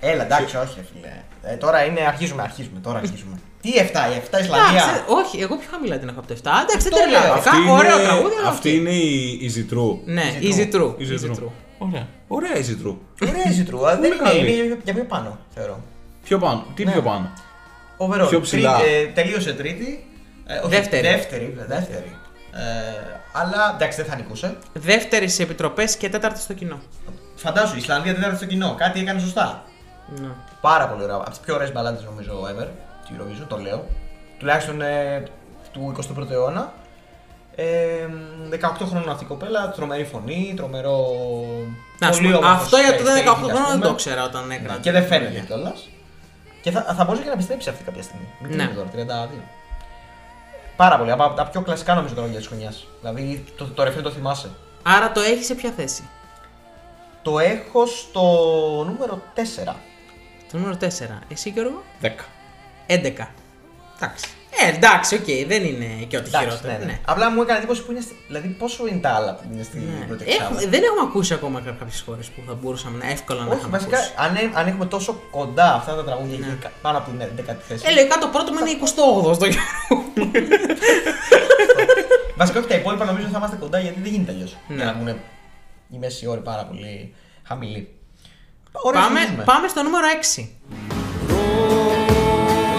A: Έλα, εντάξει, όχι, ρε φίλε. Ε, τώρα είναι, αρχίζουμε, αρχίζουμε, τώρα αρχίζουμε. Τι 7, η 7
B: Εντάξει,
A: Ισλανδία.
B: όχι, εγώ πιο χαμηλά την έχω από το 7. Εντάξει,
A: Αυτό
B: δεν τρελάθηκα.
J: Αυτή είναι-
B: Ωραίο τραγούδι, αλλά
J: Αυτή είναι η Easy True.
B: Ναι, easy true.
J: Easy
B: Easy
J: True.
B: true.
C: Ωραία. Ωραία Easy True.
A: Είναι easy true, αλλά δεν είναι,
J: καλή.
A: είναι για πιο πάνω, θεωρώ.
C: Πιο πάνω. Τι
A: Ναι.
C: πιο πάνω.
A: Overall,
C: Πιο ψηλά.
A: τρι- ε, τελείωσε τρίτη. Ε, όχι,
B: Δεύτερη.
A: Δεύτερη, βέβαια, δεύτερη. Ε, αλλά εντάξει, δεν θα νικούσε.
B: Δεύτερη σε επιτροπές και τέταρτη στο κοινό.
A: Φαντάσου, η Ισλανδία δεν έρθει στο κοινό. Κάτι έκανε σωστά.
B: Ναι.
A: Πάρα πολύ ωραία. Από τις πιο ωραίες μπαλάντε νομίζω ever. Τι νομίζω, το λέω. Τουλάχιστον ε, του 21ου αιώνα. Ε, 18 χρόνων αυτή η κοπέλα, τρομερή φωνή, τρομερό.
B: Να, σου
A: πολύ
B: πω,
A: όμορφος
B: αυτό για το
A: stage,
B: 18
A: ας
B: χρόνο δεν
A: πούμε.
B: το ξέρα όταν
A: Ναι,
B: έκανα.
A: Και δεν φαίνεται κιόλας. Και θα, θα μπορούσε και να επιστρέψει αυτή κάποια στιγμή. Μην
B: Ναι.
A: ναι. τώρα, 32. Πάρα πολύ. Από τα πιο κλασικά νομίζω τραγούδια της χρονιάς. Δηλαδή το, το ρεφρέν το θυμάσαι.
B: Άρα το έχεις σε ποια θέση.
A: Το έχω στο νούμερο 4.
B: Το νούμερο 4. Εσύ Γιώργο.
J: 10.
B: 11. Εντάξει. Ε, εντάξει, οκ, δεν είναι και ό,τι
A: Εντάξει, ναι,
B: χειρότερο.
A: ναι.
B: ναι.
A: Απλά μου έκανε εντύπωση που είναι. στη- Δηλαδή, πόσο είναι τα άλλα που είναι στην
B: Ναι.
A: πρώτη εξάδα.
B: Έχουμε- δεν έχουμε ακούσει ακόμα κάποιες χώρες που θα μπορούσαμε να εύκολα να
A: Όχι,
B: είχαμε
A: βασικά,
B: ακούσει.
A: αν, ε- αν έχουμε τόσο κοντά αυτά τα τραγούδια και κα- πάνω από την 11η θέση.
B: Ναι. Ε, λογικά το πρώτο μου είναι 28 στο Γιώργο.
A: Βασικά, όχι τα υπόλοιπα νομίζω θα είμαστε κοντά γιατί δεν γίνεται αλλιώς.
B: Ναι.
A: Για να βγουν οι μέση όροι πάρα πολύ χαμηλοί. Ωραία,
B: πάμε,
A: συνεχίζουμε.
B: πάμε στο νούμερο 6.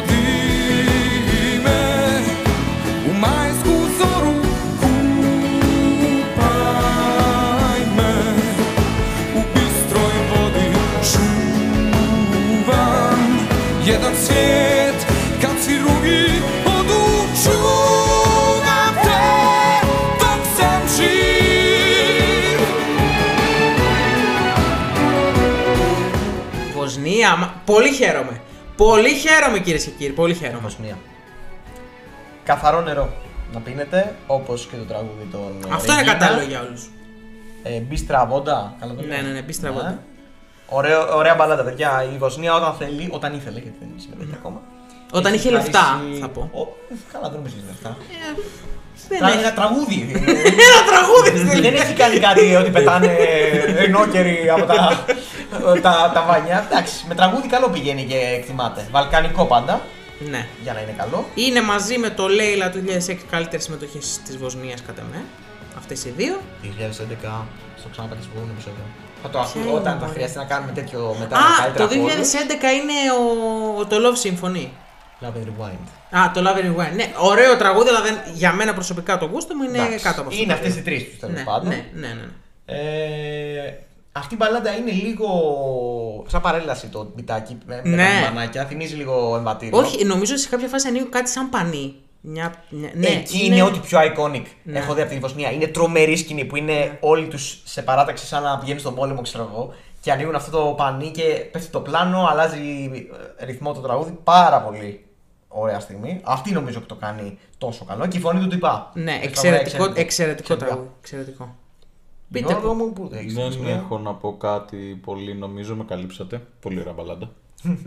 K: Dime, uma escusoru kupajme U bistroj vodi čuvam Jedan svijet kad si drugi Odučuvam te dok sam živ
B: Βοσνία. μα- Πολύ χαίρομαι. Πολύ χαίρομαι κυρίες και κύριοι. Πολύ χαίρομαι.
A: Βοσνία. Καθαρό νερό να πίνετε, όπως και το τραγούδι των. ε,
B: Αυτό είναι
A: Regina.
B: κατάλληλο για όλους.
A: Ε, Μπίστρα βόντα, καλά το
B: Ναι,
A: λέω.
B: ναι, ναι, μπίστρα βόντα.
A: Ωραίο, ωραία μπαλάντα, παιδιά. Η Βοσνία όταν θέλει, όταν ήθελε, γιατί δεν συμμετέχει ακόμα.
B: Ναι. Όταν
A: έχει
B: είχε λεφτά,
A: χαρίσει-
B: θα πω. Ε,
A: Ο, καλά, δεν νομίζω ότι έχει λεφτά.
B: Δεν
A: Τρα-
B: έχει.
A: Ένα τραγούδι.
B: Ένα τραγούδι στη
A: δεν έχει κάνει κάτι ότι πετάνε ενόκεροι από τα, τα, τα βάνια. Εντάξει, με τραγούδι καλό πηγαίνει και εκτιμάται. Βαλκανικό πάντα,
B: Ναι.
A: για να είναι καλό.
B: Είναι μαζί με το Λέιλα του 2006 καλύτερε συμμετοχέ της Βοσνίας κατά με. Αυτές οι δύο.
A: 2011, στο ξαναπάτε στο επόμενο επεισόδιο. Θα το
B: Ποια
A: αφού,
B: είναι
A: όταν
B: η
A: θα χρειαστεί να κάνουμε τέτοιο μετά.
B: Α, το 2011
A: 2000.
B: είναι ο... το Love Symphony.
A: Love and Rewind.
B: Α, το Love and Rewind. Ναι, ωραίο τραγούδι, αλλά δεν... για μένα προσωπικά το γούστο μου είναι
A: Εντάξει,
B: κάτω από αυτό.
A: Είναι αυτέ οι τρεις τους τέλος
B: ναι,
A: πάντων.
B: ναι, ναι, ναι.
A: Ε, αυτή η μπαλάντα είναι λίγο. σαν παρέλαση το μπιτάκι με, με
B: Ναι.
A: τα μπανάκια. Θυμίζει λίγο εμβατήριο.
B: Όχι, νομίζω σε κάποια φάση ανοίγω κάτι σαν πανί. Μια... μια- Ναι,
A: Εκεί είναι, ό,τι πιο iconic έχω δει από τη Βοσνία. Είναι τρομερή σκηνή που είναι
B: Ναι.
A: όλοι τους σε παράταξη σαν να πηγαίνουν στον πόλεμο, ξέρω εγώ. Και ανοίγουν αυτό το πανί και πέφτει το πλάνο, αλλάζει ε, ρυθμό το τραγούδι. Πάρα πολύ ωραία στιγμή. Αυτή νομίζω που το κάνει τόσο καλό. Και η φωνή του τυπά.
B: Ναι,
A: Ε,
B: εξαιρετικό,
A: εξαιρετικά.
B: εξαιρετικό
A: Εξαιρετικά.
B: τραγούδι. Εξαιρετικό. Πείτε
A: Γιώργο
B: μου.
A: μου, πού έχεις τη
C: Δεν
A: Βοσνία?
C: έχω να πω κάτι πολύ, νομίζω με καλύψατε. Πολύ ωραία μπαλάντα.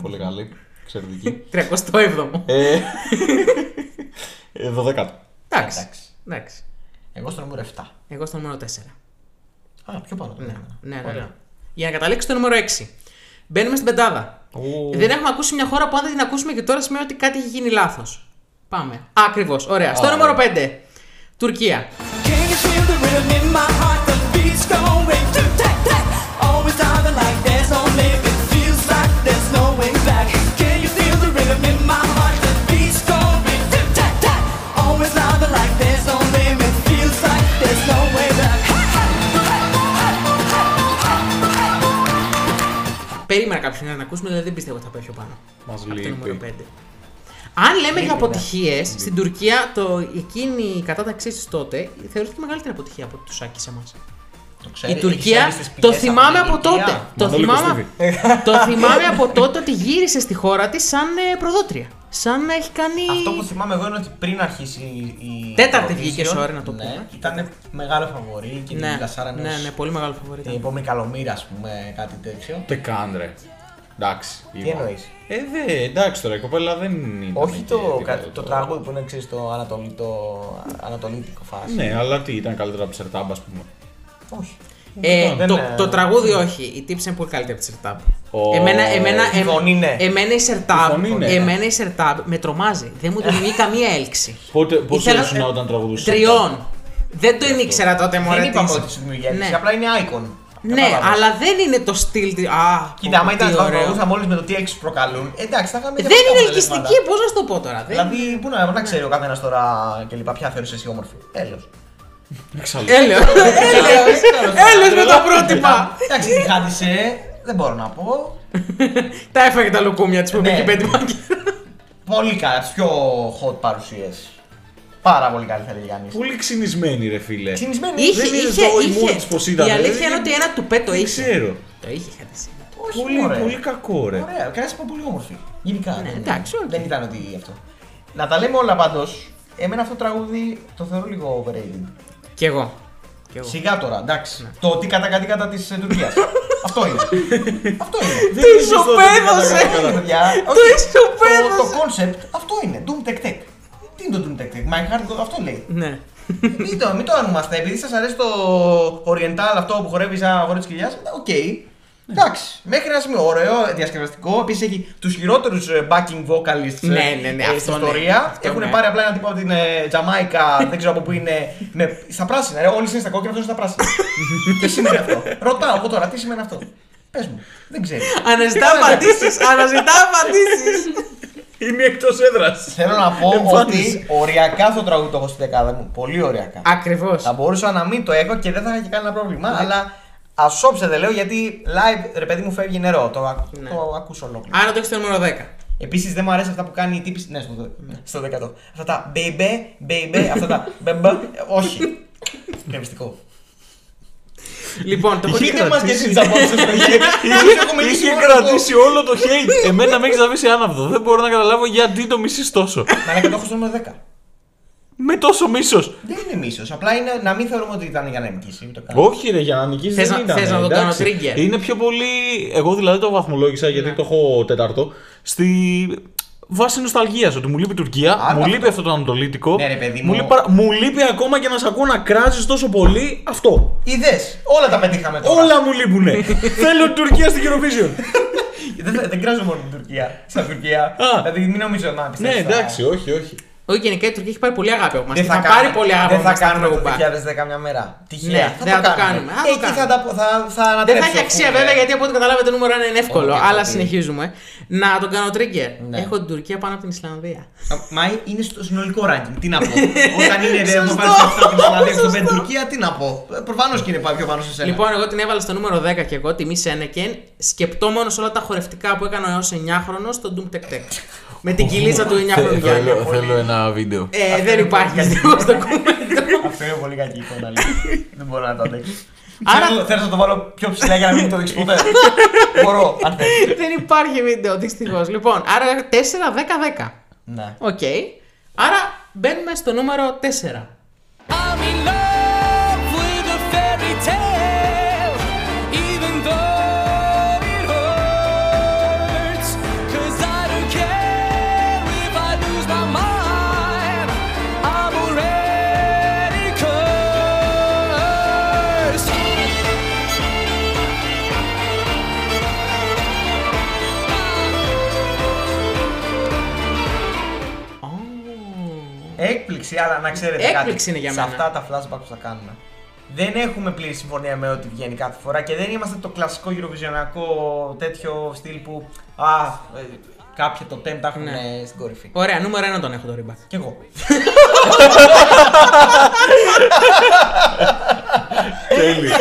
C: πολύ καλή. Εξαιρετική.
B: 37ο.
C: ε, ε, 12.
B: Εντάξει.
A: Εντάξει.
B: Εντάξει.
A: Εγώ στο νούμερο 7.
B: Εγώ στο νούμερο 4.
A: Α, πιο πάνω. το
B: Ναι,
A: έκανα.
B: ναι, ναι,
A: Ωραία.
B: ναι. Για να καταλήξω στο νούμερο 6. Μπαίνουμε στην πεντάδα. Δεν έχουμε ακούσει μια χώρα που αν δεν την ακούσουμε και τώρα σημαίνει ότι κάτι έχει γίνει λάθος. Πάμε. Ακριβώς. Ωραία. Στο νούμερο 5. Τουρκία.
K: Can you feel the rhythm in my heart? The beat's going to tack tack. Always sounding like there's no limit. Feels like there's no way back. Can you feel the rhythm in my heart? The beat's going to tack tack. Always sounding like there's no limit. Feels like there's no way back.
B: Περίμενα κάποιον να την ακούσουμε, δηλαδή δεν πιστεύω ότι θα πάει πιο πάνω.
C: Μας
B: Από το
C: λείπει.
B: νούμερο 5. Αν λέμε για
A: ναι.
B: αποτυχίες, στην Τουρκία το, εκείνη η κατάταξή της τότε θεωρήθηκε μεγαλύτερη αποτυχία από τους Σάκη σε εμάς.
A: Το
B: Η
A: ξέρεις,
B: Τουρκία,
A: ξέρεις Ε, τις
B: το
A: πηγές
B: θυμάμαι
A: την
B: από
A: Τουρκία.
B: τότε. Το
L: Μανώλη
B: θυμάμαι, το θυμάμαι από τότε ότι γύρισε στη χώρα της σαν ε, προδότρια. Σαν να έχει κάνει.
A: Αυτό που θυμάμαι εγώ είναι ότι πριν αρχίσει η. η
B: Τέταρτη
A: Eurovision,
B: βγήκε η ώρα, να το πούμε.
A: Ναι, ήταν μεγάλο φαβορή και
B: ναι,
A: την Κασάρα
B: ναι, ναι, πολύ μεγάλο φαβορή.
A: Την επόμενη καλομήρα, ας πούμε, κάτι τέτοιο.
C: Ούτε καν, ρε. Εντάξει.
A: Τι εννοείς.
C: Ε, δε, εντάξει τώρα, η κοπέλα δεν είναι.
A: Όχι το,
C: και
A: κα-
C: τίποτα.
A: το τραγούδι που είναι ξέρεις, το, ανατολι, το ανατολίτικο φάση.
C: Ναι, αλλά τι ήταν καλύτερα από τη Σερτάμπα, ας πούμε.
A: Όχι.
B: Ε,
A: Λοιπόν, Δεν ναι.
B: το,
A: είναι-
B: το τραγούδι όχι. Η τύψη είναι πολύ καλύτερη από τη Σερτάμπ.
C: Ω,
B: Εμένα, εμένα,
A: η
B: εμ-
A: φωνή ναι.
B: εμένα η
C: Η
B: Σερτάμπ,
C: φωνή ναι.
B: εμένα η Σερτάμπ με τρομάζει. Δεν μου δημιουργεί καμία έλξη.
C: Πότε, Ε, πώς
B: Ήθελα- ε,
C: ήσουν όταν τραγουδούσες.
B: Τριών. Δεν το ήξερα τότε μωρέ.
A: Δεν
B: τι
A: είπαμε
B: είσαι.
A: ότι σου δημιουργεί έκθεση,
B: Ναι.
A: απλά είναι icon.
B: Ναι,
A: Κατάλαβες.
B: αλλά δεν είναι το στυλ τη. Α,
A: Κοίτα, άμα
B: πω,
A: ήταν
B: τι
A: να
B: ωραίο.
A: τραγουδούσαμε μόλις με το τι έξι προκαλούν. Εντάξει, θα είχαμε. και
B: Δεν
A: αυτά τα
B: είναι
A: αποτελέσματα.
B: ελκυστική, πώς να σου το πω τώρα. Δεν-
A: Δηλαδή, πού να, να ξέρει ο καθένας τώρα και λοιπά, ποια θεωρείς εσύ όμορφη. Έλεω.
C: Εξάλλου.
B: Έλεος. Έλεος. Έλεος με τα πρότυπα.
A: Εντάξει, την χάντησε, δεν μπορώ να πω.
B: Τα έφαγε τα λουκούμια της που
A: Ναι.
B: πήγε πέντε μάγκε.
A: Πολύ καλά, τις πιο hot παρουσίες. Πάρα πολύ καλή θα λέει κανεί.
C: Πολύ ξυνισμένη, ρε φίλε.
A: Συνισμένη.
B: Είχε,
C: είναι
B: είχε,
C: ζώη μόνη της πως
B: είχε.
C: ήταν,
B: Η αλήθεια
C: δηλαδή.
B: είναι ότι ένα του πέτο
C: Δεν
B: είχε.
C: ξέρω.
B: Το είχε χατήσει.
A: Όχι,
C: Πολύ,
A: μωρέ.
C: πολύ κακό, ρε.
A: Ωραία, κανένα είπα πολύ όμορφη. Γενικά.
B: Ναι,
A: δεν-
B: εντάξει, οκ.
A: Δεν ήταν ότι αυτό. Να τα λέμε όλα πάντως. Εμένα αυτό το τραγούδι το θεωρώ λίγο overrated.
B: Κι εγώ. Κι εγώ.
A: Σιγά τώρα, εντάξει.
B: Ναι.
A: Το ότι κατά κάτι κατά της Τουρκία. ε, αυτό είναι. αυτό είναι.
B: Το ισοπαίδωσε!
A: είναι, παιδιά.
B: Το
A: Όχι,
B: ισοπαίδωσε.
A: Το κόνσεπτ αυτό είναι. Doom Tech Tech. Τι είναι το Doom Tech Tech. My Heart Goes- αυτό λέει.
B: Ναι.
A: μην το, μην το αρνούμαστε. Επειδή σας αρέσει το Oriental αυτό που χορεύεις σαν αγόρι της κοιλιάς, οκ.
B: Ναι.
A: Εντάξει, μέχρι ένα σημείο ωραίο, διασκεδαστικό. Επίσης έχει τους χειρότερους backing vocalists ε,
B: Ναι, ναι, ναι,
A: ε, στην
B: αυτό ναι.
A: ιστορία.
B: Αυτό
A: Έχουν
B: ναι.
A: πάρει απλά ένα τύπο από την ε, Τζαμάικα, δεν ξέρω από πού είναι. Με, στα πράσινα, ρε, όλοι είναι στα κόκκινα, αυτός είναι στα πράσινα. τι σημαίνει αυτό. Ρωτάω εγώ τώρα, τι σημαίνει αυτό. Πες μου, δεν ξέρω.
B: Αναζητά
A: Τι σημαίνει αυτό?
B: απαντήσεις! Αναζητά απαντήσεις!
C: Είναι εκτός έδρας.
A: Θέλω να πω
C: Εμφάνιση.
A: ότι οριακά αυτό το τραγούδι το έχω στη δεκάδα μου. Πολύ οριακά.
B: Ακριβώς.
A: Θα μπορούσα να μην το έχω και δεν θα είχα και κανένα πρόβλημα. Αλλά ασόψετε λέω γιατί live ρε παιδί μου φεύγει νερό. Το, ακ-
B: Ναι.
A: το ακούσω ολόκληρο.
B: Άρα το έχεις το νούμερο 10.
A: Επίσης δεν μου αρέσει αυτά που κάνει η τύπη. Ναι, στο, δε- στο 10. Αυτά τα baby, baby, αυτά τα μπεμπα. Όχι. Κρεμιστικό.
B: Λοιπόν, το έχω
A: Πείτε μα και
B: κρατήσει.
A: τι τσαμπόξε που είχε. Έχουμε λύσει
C: Είχε
A: μόνο το-
C: κρατήσει όλο το hate. Εμένα με έχεις αφήσει άναυδο. Δεν μπορώ να καταλάβω γιατί το μισείς τόσο.
A: Μαλάκα το έχω στο νούμερο 10.
C: Με τόσο μίσος.
A: Δεν είναι μίσος. Απλά είναι να μην θεωρούμε ότι ήταν για να νικήσει. ούτε καν.
C: Όχι, ρε, για να νικήσεις
B: Θες
C: δεν
B: να-
C: ήταν. ε,
B: θες να το κάνω
C: εντάξει.
B: trigger. Ναι.
C: Είναι πιο πολύ. Εγώ δηλαδή το βαθμολόγησα γιατί το έχω τέταρτο. Στη βάση νοσταλγίας. Ότι μου λείπει η Τουρκία,
A: Άρα
C: μου
A: αυτό.
C: λείπει αυτό το Ανατολίτικο.
A: Ναι, ρε, παιδί
C: μου,
A: μου.
C: λείπει, παρα- μου λείπει ακόμα και να σε ακούω να κράζεις τόσο πολύ αυτό.
A: Είδε! Όλα τα πετύχαμε τώρα.
C: Όλα μου λείπουνε. Θέλω Τουρκία στην Eurovision.
A: Δεν, θα- δεν κράζω μόνο την Τουρκία. Στα Τουρκία.
C: Α.
A: δηλαδή μην νομίζω να πιστεύω.
C: ναι, εντάξει, όχι, όχι.
B: Όχι, γενικά η Τουρκία έχει πάρει πολύ αγάπη από εμά.
A: Δεν θα,
B: Θα
A: κάνουμε-
B: πάρει πολύ αγάπη
A: δεν
B: από
A: θα
B: εμάς τα
A: κάνουμε το
B: Ευρωπαϊκά.
A: 2010 μια μέρα. Τυχαία.
B: Ναι, δεν θα το κάνουμε. Α, το
A: Εκεί
B: κάνουμε.
A: θα, τα, πω- θα, θα ε. ανατρέψω.
B: Δεν θα έχει αξία
A: πούμε.
B: βέβαια γιατί από ό,τι καταλάβατε το νούμερο ένα είναι εύκολο.
A: Οκ,
B: αλλά
A: οκ.
B: συνεχίζουμε. Να τον κάνω trigger.
A: Ναι.
B: Έχω την Τουρκία πάνω από την Ισλανδία.
A: Μα είναι στο συνολικό ranking. Τι να πω. Όταν είναι ρε,
B: Σωστό.
A: μου βάλει αυτά την Ισλανδία και
B: Σωστό.
A: την Τουρκία, τι να πω. Προφανώς και είναι πά- πιο πάνω σε σένα.
B: Λοιπόν, εγώ την έβαλα στο νούμερο 10 και εγώ, τιμή Σένεκεν, σκεπτόμενο όλα τα χορευτικά που έκανα έως 9χρονο στο Doom Tech Tech. Με την κυλίτσα του 9χρονου Γιάννη.
C: θέλω ένα βίντεο.
B: Ε, δεν υπάρχει δυστυχώ το κομμάτι.
A: αυτό είναι πολύ κακή εικόνα. λέει. δεν μπορώ να το αντέξω.
B: Άρα-
A: Θέλω- Θέλω να το βάλω πιο ψηλά για να μην το δείξει ποτέ. Μπορώ, αν θες.
B: Δεν υπάρχει βίντεο, δυστυχώς. Λοιπόν, άρα 4-10-10.
A: Ναι.
B: Οκ. Άρα μπαίνουμε στο νούμερο 4.
G: I'm in love with a fairy tale, even though it hurts. 'Cause I don't care if I lose my mind. I'm already cursed.
A: Έκπληξη, αλλά να ξέρετε κάτι.
B: Έκπληξη είναι για
A: σε
B: μένα.
A: αυτά τα flashback που θα κάνουμε. Δεν έχουμε πλήρη συμφωνία με ό,τι βγαίνει κάθε φορά και δεν είμαστε το κλασικό γυροβιζιονακό τέτοιο στυλ που. Α, ε, κάποια το τέμ τα έχουν
B: Ναι.
A: ε, στην κορυφή.
B: Ωραία, νούμερο 1 τον έχω το ριμπακ.
A: Κι εγώ.
C: Τέλειο.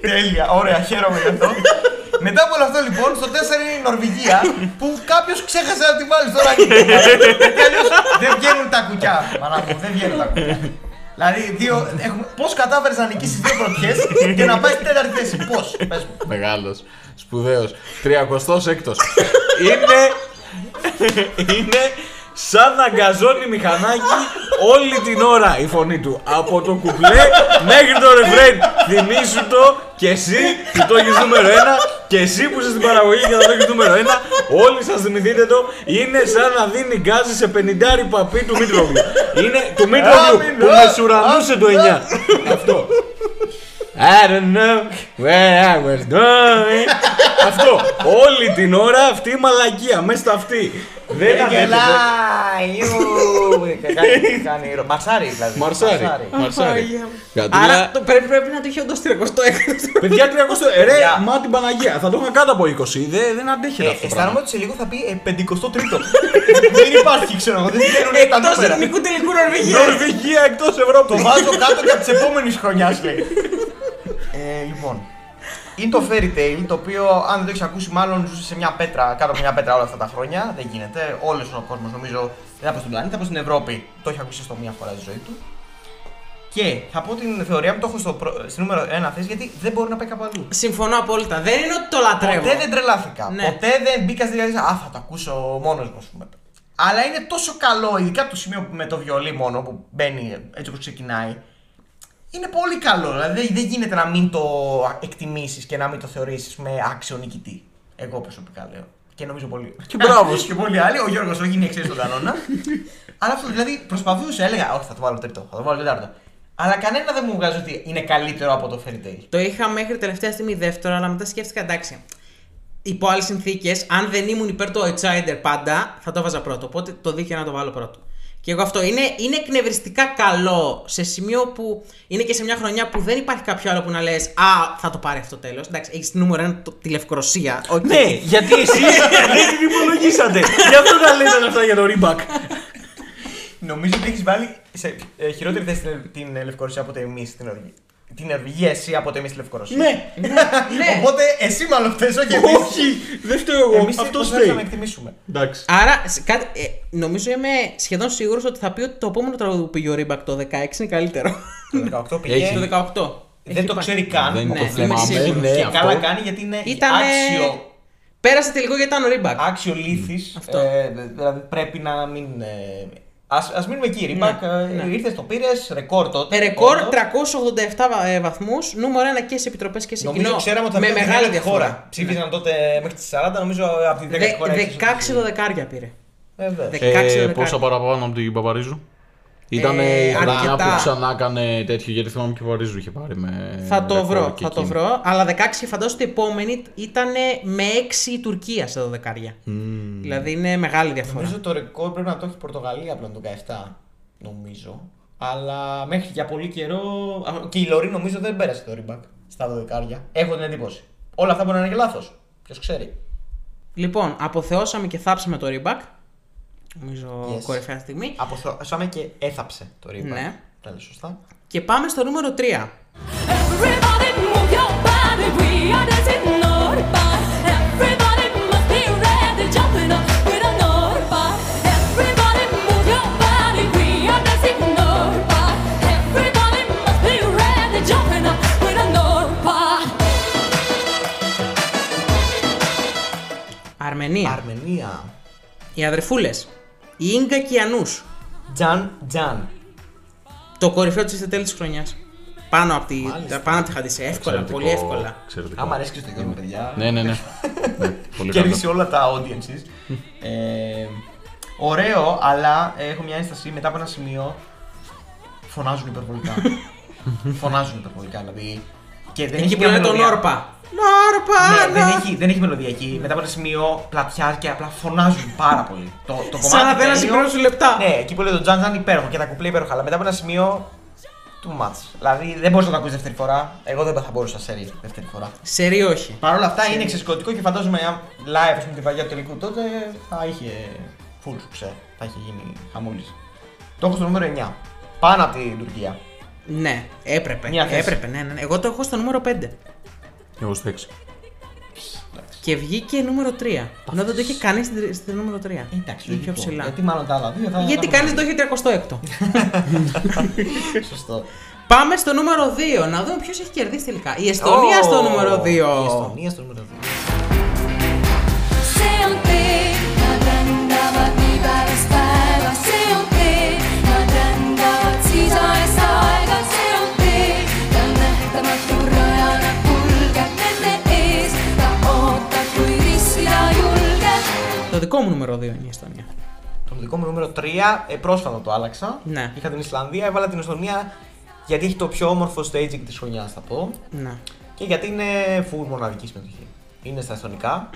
A: Τέλεια, ωραία, χαίρομαι γι' αυτό. Μετά από όλο αυτό λοιπόν, στο 4 είναι η Νορβηγία που κάποιος ξέχασε να τη βάλει στο ράγκινγκ. δεν βγαίνουν τα κουκιά. Μαλάκα μου, δεν βγαίνουν τα κουκιά. Δηλαδή, δύο... πώς κατάφερες να νικήσεις δύο πρωτιές και να πάει στην τέταρτη θέση. Πώς, πες μου.
C: Μεγάλος. Σπουδαίος. 36ο. Είναι.
I: Είναι σαν να αγκαζώνει μηχανάκι όλη την ώρα η φωνή του. Από το κουπλέ μέχρι το ρεφρέν. Θυμήσου το και εσύ που το έχεις νούμερο 1 και εσύ που είσαι στην παραγωγή και θα το έχεις νούμερο 1. Όλοι σας θυμηθείτε το. Είναι σαν να δίνει γκάζι σε 50 παπί του Μήτρογλου. Είναι του Μήτρογλου που με σουρανούσε το 9. Αυτό. I don't know where I was going. Αυτό. Όλη την ώρα αυτή η μαλακία μέσα στα αυτή. Δεν αντέχεται.
A: Γελάει. Κάνει ρο- Μαρσάρι δηλαδή.
C: Μαρσάρι. Μαρσάρι. Κατούλα.
B: Άρα το πρέπει, πρέπει να το είχε όντω 36ο.
I: Παιδιά 300. Ρε,
A: Παιδιά.
I: μα την Παναγία. Θα το είχα κάτω από 20. Δεν, δεν αντέχεται
A: Ε,
I: αυτό. το
A: αισθάνομαι
I: πράγμα.
A: ότι σε λίγο θα πει ε, 53ο. Δεν υπάρχει, ξέρω εγώ. Δεν βγαίνουν τα
B: Εκτός
A: νούμερα.
B: ελληνικού τελικού Νορβηγίας.
I: Νορβηγία εκτός Ευρώπης.
A: Το βάζω κάτω και από τη επόμενη χρονιάς, λέει. ε, λοιπόν. Είναι το Fairy Tail, το οποίο αν δεν το έχεις ακούσει, μάλλον ζούσε σε μια πέτρα, κάτω από μια πέτρα όλα αυτά τα χρόνια. Δεν γίνεται. Όλος ο κόσμος, νομίζω, δεν από στον πλανήτη, από στην Ευρώπη, το έχει ακούσει στο μία φορά στη ζωή του. Και θα πω την θεωρία που το έχω στο, προ- στη νούμερο 1 θέση, γιατί δεν μπορεί να πάει κάπου αλλού.
B: Συμφωνώ απόλυτα. Δεν είναι ότι το λατρεύω.
A: Ποτέ δεν τρελάθηκα.
B: Ναι.
A: Ποτέ δεν μπήκα στη διαδικασία. Α, θα το ακούσω μόνος μου, ας πούμε. Αλλά είναι τόσο καλό, ειδικά το σημείο που με το βιολί μόνο που μπαίνει έτσι όπως ξεκινάει. Είναι πολύ καλό. Δηλαδή δεν- δεν γίνεται να μην το εκτιμήσεις και να μην το θεωρήσεις με άξιο νικητή. Εγώ προσωπικά λέω. Και νομίζω πολύ. Και
I: μπράβος σου.
A: και πολλοί άλλοι. Ο Γιώργος όχι είναι εξαίρεση στον κανόνα. Αλλά αυτό δηλαδή προσπαθούσε, έλεγα. Όχι, θα το βάλω τρίτο, θα το βάλω τετάρτο. Αλλά κανένα δεν μου βγάζει ότι είναι καλύτερο από το Fairy Tail.
B: Το είχα μέχρι τελευταία στιγμή δεύτερο, αλλά μετά σκέφτηκα εντάξει. Υπό άλλες συνθήκες, αν δεν ήμουν υπέρ του outsider πάντα, θα το βάζα πρώτο. Οπότε το δίκαιο να το βάλω πρώτο. Και εγώ αυτό είναι, είναι εκνευριστικά καλό σε σημείο που είναι και σε μια χρονιά που δεν υπάρχει κάποιο άλλο που να λες Α, θα το πάρει αυτό τέλος. Εντάξει, έχεις νούμερο ένα το- τη Λευκορωσία. οκ.
I: Ναι, γιατί εσεί δεν την υπολογίσατε. Γι' αυτό τα λέγανε αυτά για το ρίμπακ.
A: Νομίζω ότι έχεις βάλει σε ε, χειρότερη θέση την, την ε, Λευκορωσία από ότι εμεί στην Νορβηγία. Την Νορβηγία εσύ από ότι εμεί τη Λευκορωσία.
I: Ναι,
B: ναι.
A: Οπότε εσύ μάλλον θες, όχι εμεί.
I: όχι, δεν φταίω εγώ.
A: Εμείς
I: Αυτό
A: προσπαθήσαμε να
I: φταίει.
A: εκτιμήσουμε.
I: Εντάξει.
B: Άρα, σε κάτι, ε, νομίζω είμαι σχεδόν σίγουρος ότι θα πει ότι το επόμενο τραγούδι που πήγε ο Ρίμπακ το 16 είναι καλύτερο.
A: Το 18 πήγε.
C: Έχει-
B: το 18.
A: Δεν
B: Έχει
A: το
B: πάει.
A: ξέρει καν.
C: Δεν
B: ναι,
C: το
B: είμαι
C: θυμάμαι.
B: σίγουρος.
C: ναι,
A: και
C: αυτό.
A: καλά κάνει γιατί είναι
B: Ήτανε-
A: άξιο.
B: Πέρασε τελικό γιατί ήταν ο Ρίμπακ.
A: Άξιο λήθη.
B: Αυτό.
A: δηλαδή πρέπει να μην. Ε, ας, ας μείνουμε εκεί, Ρίμπακ.
B: ναι. Ε,
A: Ήρθες, το πήρες, ρεκόρ τότε.
B: Ρεκόρ
A: όντως.
B: 387 βαθμού, ε, νούμερο 1 και σε επιτροπές και σε
A: Νομίζω
B: κοινό.
A: ξέραμε ότι θα
B: με
A: πήρε την
B: μεγάλη
A: ένατη χώρα.
B: διαφορά. Ναι.
A: Ψήφιζαν τότε μέχρι τις 40, νομίζω από την 10
B: Δε-
A: χώρα.
B: 16 δωδεκάρια πήρε.
A: Βέβαια.
B: Ε, Κάξε δεκάρι.
C: πόσα παραπάνω από την Παπαρίζου. Ήταν
B: Ε,
C: η χρονιά
B: αρκετά.
C: που ξανά έκανε τέτοιο γιατί θυμάμαι και ο Παπαρίζου είχε πάρει με.
B: Θα το
C: ρεκόρ
B: βρω,
C: και
B: θα το
C: εκείνη.
B: βρω. Αλλά 16 φαντάζομαι ότι η επόμενη ήταν με 6 η Τουρκία σε δωδεκάρια. Δηλαδή είναι μεγάλη διαφορά.
A: Νομίζω το ρεκόρ πρέπει να το έχει η Πορτογαλία πλέον το 17. Νομίζω. Αλλά μέχρι για πολύ καιρό. α, Και η Λωρή νομίζω δεν πέρασε το ριμπακ στα δωδεκάρια. Έχω την εντύπωση. Όλα αυτά μπορεί να είναι και λάθος. Ποιος ξέρει.
B: Λοιπόν, αποθεώσαμε και θάψαμε το Ρίμπακ. Νομίζω
A: Yes.
B: κορυφαία στιγμή.
A: Αποθώσαμε και έθαψε το ριμπακ.
B: Ναι.
A: Τα λέω σωστά.
B: Και πάμε στο νούμερο 3.
G: Everybody move your body, we are dancing Northbound. Everybody must be ready, jumping up with a Northbound. Everybody move your body, we are dancing Northbound. Everybody must be ready, jumping up with a Northbound.
B: Αρμενία.
A: Αρμενία.
B: Οι αδερφούλες. Η Ίγκα και η Ανούς.
A: Τζαν Τζαν.
B: Το κορυφαίο της τέλη της χρονιάς. Πάνω από τη,
A: Μάλιστα.
B: πάνω από τη Χαντισέ. Εύκολα,
C: Εξαιρετικό-
B: πολύ εύκολα.
C: εξαιρετικό.
A: Άμα αρέσει και στο Γιώργο, παιδιά.
C: Ναι, ναι, ναι. Ναι, Πολύ καλά.
A: Κέρδισε όλα τα audiences. ε, ωραίο, αλλά ε, έχω μια ένσταση μετά από ένα σημείο. Φωνάζουν υπερβολικά. φωνάζουν υπερβολικά, δηλαδή. Και δεν
B: Εκεί που
A: μια
B: λένε τον
A: μελωδία.
B: Όρπα. Νόρπα,
A: Ναι, δεν έχει, δεν έχει μελωδία εκεί. Μετά από ένα σημείο πλατιάρει και απλά φωνάζουν πάρα πολύ. Το, το κομμάτι.
B: Σαν να θέλει να
A: τέλειο-
B: συγκρόσουν λεπτά.
A: Ναι, εκεί που λέει τον Τζαν Τζαν υπέροχο και τα κουπλέ υπέροχα. Αλλά μετά από ένα σημείο. Too much. Δηλαδή δεν μπορείς να το ακούσεις δεύτερη φορά. Εγώ δεν θα μπορούσα σε ρί δεύτερη φορά.
B: Σερή όχι.
A: Παρ' όλα αυτά είναι εξαιρετικό και φαντάζομαι αν live ας πούμε, τη βαριά του τελικού τότε θα είχε full success. Θα είχε γίνει χαμούλης. Το έχω στο νούμερο 9. Πάνω από την Τουρκία.
B: Ναι, έπρεπε.
A: Μια θέση.
B: έπρεπε, ναι, ναι, ναι. Εγώ το έχω στο νούμερο 5.
C: Εγώ στο έξι.
B: και βγήκε νούμερο 3. Ενώ δεν το είχε κανείς στην, στην νούμερο 3.
A: Εντάξει,
B: Ήταν πιο
A: λογικό.
B: ψηλά.
A: Γιατί μάλλον τα άλλα δύο θα
B: Γιατί
A: τα
B: κανεί το είχε 36ο.
A: έχουμε. Σωστό.
B: Πάμε στο νούμερο 2, να δούμε ποιος έχει κερδίσει τελικά. Η Εστονία στο νούμερο 2.
A: Η Εστονία στο νούμερο 2.
G: C'est hanté, Madanda va viva la stella. C'est hanté, Madanda va tisa la saga. C'est hanté, tänne tämä turrajana kulke. Tänne ees, ta oota kui rissida julge.
B: Το δικό μου νούμερο 2 είναι η Εστονία.
A: Το δικό μου νούμερο 3, ε, πρόσφατα το άλλαξα.
B: Ναι.
A: Είχα την Ισλανδία, έβαλα την Εστονία γιατί έχει το πιο όμορφο staging της χρονιάς, θα πω.
B: Να.
A: Και γιατί είναι full μοναδική συμμετοχή. Είναι στα Εστονικά.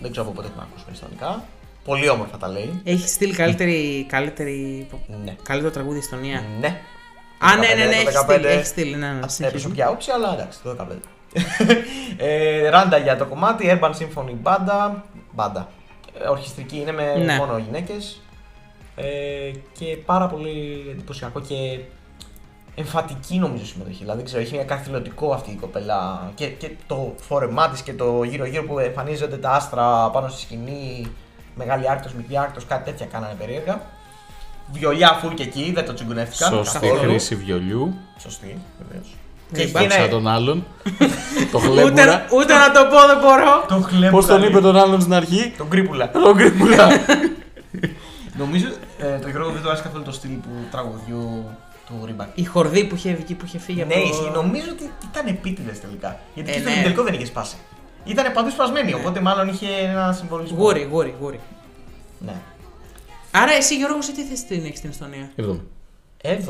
A: Δεν ξέρω από πότε την άκουσα Εστονικά. Πολύ όμορφα τα λέει.
B: Έχει στείλει καλύτερη. καλύτερη...
A: Ναι.
B: Καλύτερο τραγούδι η Εστονία.
A: Ναι.
B: Α, ναι, ναι, ναι, έχει
A: 15,
B: στείλει. Έχει στείλει, ναι, ναι,
A: Ας την
B: συνεχίζουμε.
A: προσωπική άποψη, αλλά εντάξει, το 15. ε, ράντα για το κομμάτι, Urban Symphony Banda. Μπάντα. Ε, ορχιστρική είναι με
B: Ναι.
A: μόνο γυναίκες. Ε, και πάρα πολύ εντυπωσιακό και εμφατική νομίζω συμμετοχή. Δηλαδή, δεν ξέρω, έχει ένα καθηλωτικό αυτή η κοπελά. Και, και το φόρεμά της και το γύρω-γύρω που εμφανίζονται τα άστρα πάνω στη σκηνή. Μεγάλη άρκτο, μικρή άρκτο, κάτι τέτοια κάνανε περίεργα. Βιολιά φουλ και εκεί, δεν το τσιγκουνεύτηκα.
C: Σωστή
A: καθόλου.
C: χρήση βιολιού.
A: Σωστή, βεβαίως.
B: Ναι,
C: Ξέχασα τον άλλον. το χλέμπουρα.
B: Ούτε, ούτε να το πω δεν μπορώ.
A: Το χλέμπουρα.
I: Πώς τον είπε
A: λέει.
I: τον άλλον στην αρχή,
A: Τον κρύπουλα.
I: τον κρύπουλα.
A: Νομίζω ε, το Γιώργο δεν του άρεσε καθόλου το στυλ του τραγουδιού του Ρίμπακ.
B: Η χορδή που είχε, βγει- που είχε φύγει
A: Ναι,
B: από
A: ισχύει. νομίζω ότι ήταν επίτηδες τελικά. Γιατί
B: Ε,
A: και στο
B: ναι.
A: τελικό δεν είχε σπάσει. Ήταν παντού σπασμένη, οπότε μάλλον είχε ένα συμβολισμό.
B: Γούρι, γούρι, γούρι.
A: Ναι.
B: Άρα εσύ Γιώργος, σε τι θέση την έχει στην Εστονία.
C: Εβδομή.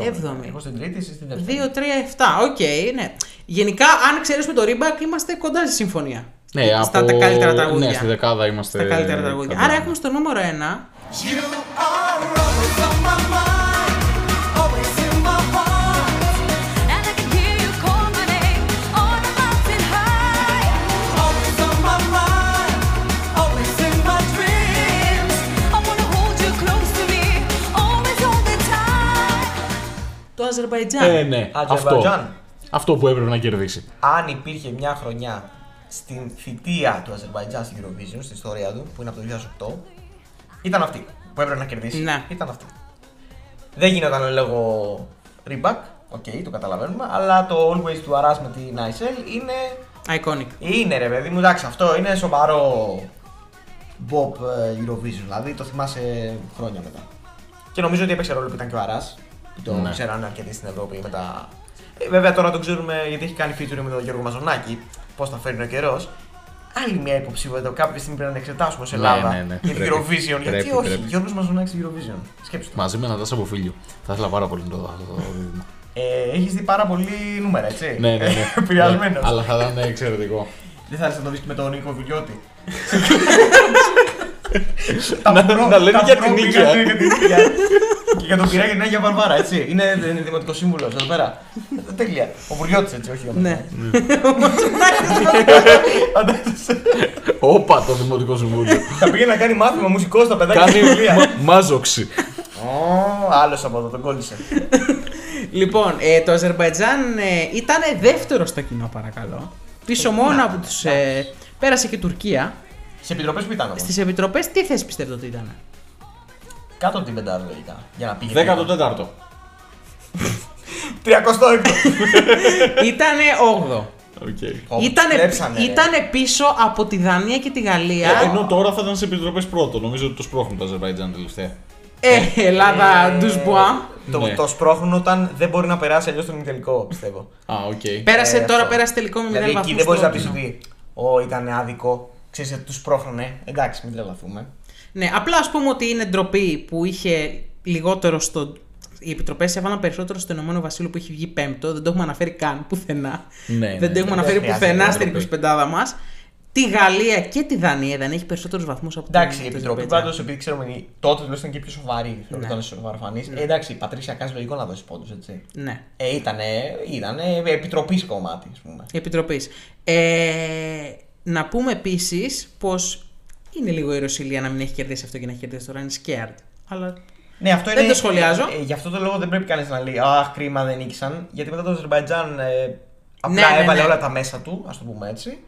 B: Έβδομη.
A: Εγώ στην τρίτη, εσύ στην δεύτερη.
B: 2, 3, 7. Οκ, ναι. Γενικά, αν ξέρεις με το Reebok, είμαστε κοντά στη συμφωνία.
C: Ναι,
B: στα
C: από...
B: τα καλύτερα τραγούδια.
C: Ναι, στη δεκάδα είμαστε.
B: Στα καλύτερα τραγούδια.
C: καλά.
B: Άρα έχουμε στο νούμερο 1
E: You are always on my mind, always in my heart,
G: And I can hear you call my name on a mountain high.
E: always on my mind, always in my dreams.
G: I wanna hold you close to me, always all the time.
B: το Αζερβαϊτζάν.
C: Ε, ναι, αυτό.
A: Αζερβαϊτζάν.
C: Αυτό που έπρεπε να κερδίσει.
A: Αν υπήρχε μια χρονιά στην θητεία του Αζερβαϊτζάν στην Eurovision, στην ιστορία του, που είναι από το 2008, ήταν αυτή που έπρεπε να κερδίσει.
B: Ναι.
A: Ήταν αυτή. Δεν γινόταν λόγω Reebok, οκ, το καταλαβαίνουμε, αλλά το Always του Arras με την ISL είναι.
B: Iconic.
A: Είναι ρε παιδί μου, εντάξει, αυτό είναι σοβαρό Bob ε, Eurovision, δηλαδή το θυμάσαι χρόνια μετά. Και νομίζω ότι έπαιξε ρόλο που ήταν και ο Αράς, που το
C: Ναι.
A: ξέρανε αρκετοί στην Ευρώπη μετά. Ε, βέβαια τώρα το ξέρουμε γιατί έχει κάνει featuring με τον Γιώργο Μαζονάκη, πώς τα φέρνει ο καιρός. Άλλη μια υποψηφιότητα που κάποια στιγμή πρέπει να την εξετάσουμε σε
C: Ναι,
A: Ελλάδα
C: ναι, ναι.
A: για την
C: Πρέπει.
A: Eurovision. γιατί
C: Πρέπει,
A: όχι,
C: πρέπει.
A: Γιώργος Μαζονάκης στην Eurovision. Σκέψτε το.
C: Μαζί με ένα τάσα από φίλιο. Θα ήθελα πάρα πολύ να το δω αυτό το δίδυμο.
A: Ε, έχεις δει πάρα πολύ νούμερα, έτσι.
C: ναι, ναι, ναι.
A: Επηρεασμένος.
C: Ναι, Αλλά θα ήταν εξαιρετικό.
A: Δεν θα έρθεις να το δεις με τον Νίκο Βιλιώτη.
C: να, να λένε για την νίκη.
A: ναι, Για
C: ε.
A: την νίκη. Και για τον πειρά και την Άγια Βαρβάρα, έτσι. Είναι, ε, είναι δημοτικός σύμβουλος εδώ πέρα. Τέλεια. Ο Βουλιώτη, έτσι, όχι ο
B: Ναι.
A: Φαντάζεσαι.
C: Όπα το Δημοτικό Συμβούλιο.
A: Θα πήγε να κάνει μάθημα μουσικό στα παιδάκια
C: Κάνει
A: στην βιβλία.
C: μα- μάζοξη.
A: Άλλος από εδώ, τον κόλλησε.
B: Λοιπόν, ε, το Αζερβαϊτζάν ε, ήταν δεύτερο στο κοινό, παρακαλώ. Πίσω μόνο από τους. Ε, πέρασε και η Τουρκία.
A: Σε επιτροπές που ήταν όμως.
B: Στις επιτροπές, τι θέση πιστεύετε ότι ήταν.
A: Κάτω από την πεντάδα λογικά. Για να πήγε.
C: 14ο.
A: 36.
B: Ήτανε 8ο.
C: Ε,
A: Ω,
B: Ήτανε,
A: στρέψανε, ρε.
B: ήτανε πίσω από τη Δανία και τη Γαλλία.
C: Ε, ενώ τώρα θα ήταν σε επιτροπές πρώτο. Νομίζω ότι το σπρώχνουν το Αζερβαϊτζάν τελευταία.
B: Ε, Ελλάδα,
A: Ε,
B: ντουσμπουά.
A: Το,
C: Ναι.
A: το σπρώχνουν όταν δεν μπορεί να περάσει αλλιώς τον τελικό, πιστεύω.
C: Α, οκ.
B: Πέρασε
A: Ε,
B: τώρα,
A: αυτό.
B: πέρασε τελικό με 0
A: Δηλαδή
B: βαθμούς.
A: εκεί δεν μπορείς
B: στο
A: να πεις
B: κοινό.
A: ότι Ω, ήταν άδικο. Ξέρεις ότι του πρόχνωνε. Εντάξει, μην τρελαθούμε.
B: Ναι, απλά ας πούμε ότι είναι ντροπή που είχε λιγότερο στο. Οι επιτροπές έβαλαν περισσότερο στο Ηνωμένο Βασίλειο που έχει βγει πέμπτο. Δεν το έχουμε αναφέρει καν πουθενά.
C: Ναι, ναι,
B: δεν το έχουμε αναφέρει
A: χρειάζεται
B: πουθενά
C: ντροπή.
B: στην 25 μας. Τη Γαλλία και τη Δανία. Η Δανία έχει περισσότερους βαθμούς από την
A: Εντάξει, η
B: την
A: επιτροπή
B: Αζερβαϊτζάν.
A: πάντως, επειδή ξέρουμε ότι τότε τουλάχιστον ήταν και πιο σοβαρή, θεωρώ
B: Ναι.
A: ότι ήταν σοβαροφανής. Εντάξει, η Πατρίσια Κάζ λογικό να δώσει πόντους, έτσι.
B: Ναι,
A: Ε, ήτανε, ήτανε επιτροπής κομμάτι, ας πούμε.
B: επιτροπής. Ε, να πούμε επίσης πως είναι λίγο η Ρωσιλία να μην έχει κερδίσει αυτό και να έχει κερδίσει τώρα. Είναι scared. Αλλά
A: Ναι, αυτό
B: Δεν
A: είναι-
B: το σχολιάζω.
A: Ε, γι' αυτό το λόγο δεν πρέπει κανείς να λέει Αχ, κρίμα δεν νίκησαν. Γιατί μετά το Αζερβαϊτζάν ε, απλά
B: Ναι, ναι,
A: έβαλε
B: ναι.
A: όλα τα μέσα του, ας το πούμε έτσι.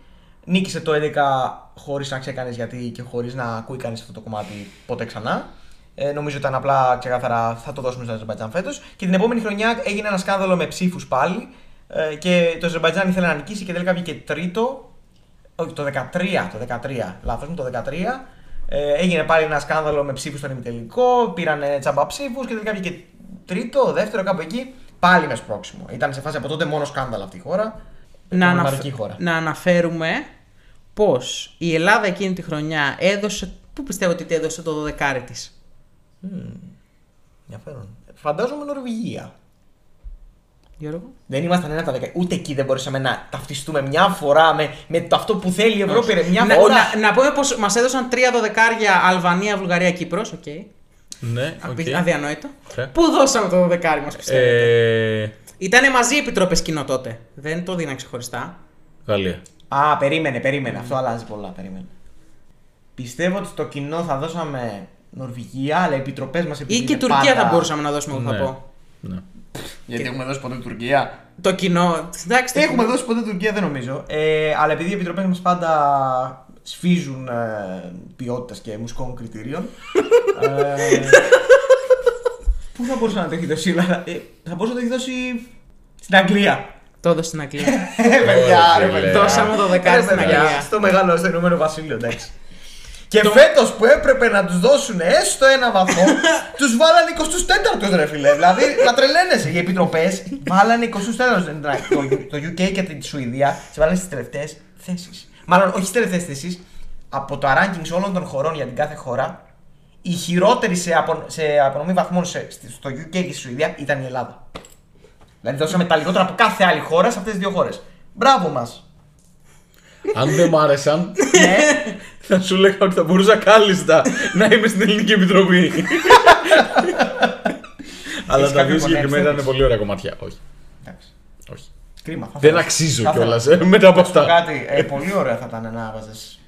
A: Νίκησε το 11 χωρίς να ξεκάνει γιατί και χωρίς να ακούει κανείς αυτό το κομμάτι ποτέ ξανά. Ε, νομίζω ήταν απλά ξεκάθαρα θα το δώσουμε στο Αζερμπαϊτζάν φέτος. Και την επόμενη χρονιά έγινε ένα σκάνδαλο με ψήφους πάλι. Ε, και το Αζερμπαϊτζάν ήθελε να νικήσει και τελικά βγήκε τρίτο. Όχι, το 13, το 13, λάθος μου, το 13. Ε, έγινε πάλι ένα σκάνδαλο με ψήφους στον ημιτελικό. Πήραν τσαμπα ψήφους και τελικά βγήκε τρίτο, δεύτερο, κάπου εκεί. Πάλι με σπρόξιμο. Ήταν σε φάση από τότε μόνο σκάνδαλο αυτή η χώρα.
B: να,
A: Ήταν
B: αναφ-
A: μοναδική χώρα.
B: να αναφέρουμε πως η Ελλάδα εκείνη τη χρονιά έδωσε. Πού πιστεύω ότι έδωσε το 12 τη.
A: Ενδιαφέρον. Φαντάζομαι Νορβηγία.
B: Γιώργο.
A: Δεν ήμασταν ένα από τα 10. Ούτε εκεί δεν μπορούσαμε να ταυτιστούμε μια φορά με, με το αυτό που θέλει η Ευρώπη. Ρε, μια
B: Να,
A: φορά.
B: να, να πούμε πως μας έδωσαν τρία δωδεκάρια Αλβανία, Βουλγαρία, Κύπρος, οκ.
C: Ναι, οκ.
B: Απι- Αδιανόητο.
C: Ναι.
B: Πού δώσαμε το δωδεκάρι μας πιστεύετε.
C: Ε,
B: Ήτανε μαζί οι επιτροπές κοινό τότε. Δεν το δίναν ξεχωριστά.
C: Γαλλία.
A: Α, περίμενε, περίμενε. Αυτό αλλάζει πολλά. Περίμενε. Πιστεύω ότι στο κοινό θα δώσαμε Νορβηγία, αλλά οι επιτροπές μας
B: Ή και Τουρκία θα μπορούσαμε να δώσουμε, εγώ θα
C: Ναι.
B: πω.
C: Ναι.
A: Γιατί έχουμε δώσει ποτέ Τουρκία.
B: Το κοινό. Εντάξει, το
A: Έχουμε
B: κοινό.
A: δώσει ποτέ Τουρκία, δεν νομίζω. Ε, αλλά επειδή οι επιτροπές μας πάντα σφίζουν ε, ποιότητας και μουσικών κριτηρίων. ε, πού θα μπορούσε να το έχει δώσει η Ελλάδα, ε, θα μπορούσε να το έχει δώσει στην Αγγλία.
B: Το έδωσε στην Αγγλία.
A: Ε, παιδιά, ρε
C: φίλε.
A: παιδιά.
B: Δώσαμε το δεκάρι
A: Ε,
B: στην
A: παιδιά,
B: Αγγλία.
A: Στο μεγάλο, στο Ηνωμένο Βασίλειο, εντάξει. Και το... φέτος που έπρεπε να τους δώσουν έστω ένα βαθμό, τους βάλανε 24ου ρε φιλέ. Δηλαδή να τρελαίνεσαι. Οι επιτροπές βάλανε 24ου. το, το UK και τη Σουηδία τι βάλανε στις τελευταίες θέσεις. Μάλλον όχι στις τελευταίες θέσεις. Από τα rankings όλων των χωρών για την κάθε χώρα, η χειρότερη σε, απο, σε απονομή βαθμών σε, στη- στο UK και στη Σουηδία ήταν η Ελλάδα. Δηλαδή δώσαμε τα λιγότερα από κάθε άλλη χώρα σε αυτές τις δύο χώρες. Μπράβο μας.
C: Αν δεν μ' άρεσαν,
A: ναι,
C: θα σου λέγα ότι θα μπορούσα κάλλιστα να είμαι στην Ελληνική Επιτροπή. Αλλά
A: Έχεις
C: τα
A: κάποιο
C: δύο
A: κονέξ,
C: συγκεκριμένα
A: θέλεις?
C: είναι πολύ ωραία κομμάτια. Όχι.
A: Εντάξει.
C: όχι.
A: Κρίμα. Θα
C: Δεν
A: ήθελα. Θα
C: αξίζω
A: ήθελα.
C: κιόλα μετά από
A: Να σου πω
C: αυτά.
A: Κάτι, ε, πολύ ωραία θα ήταν να βάζεις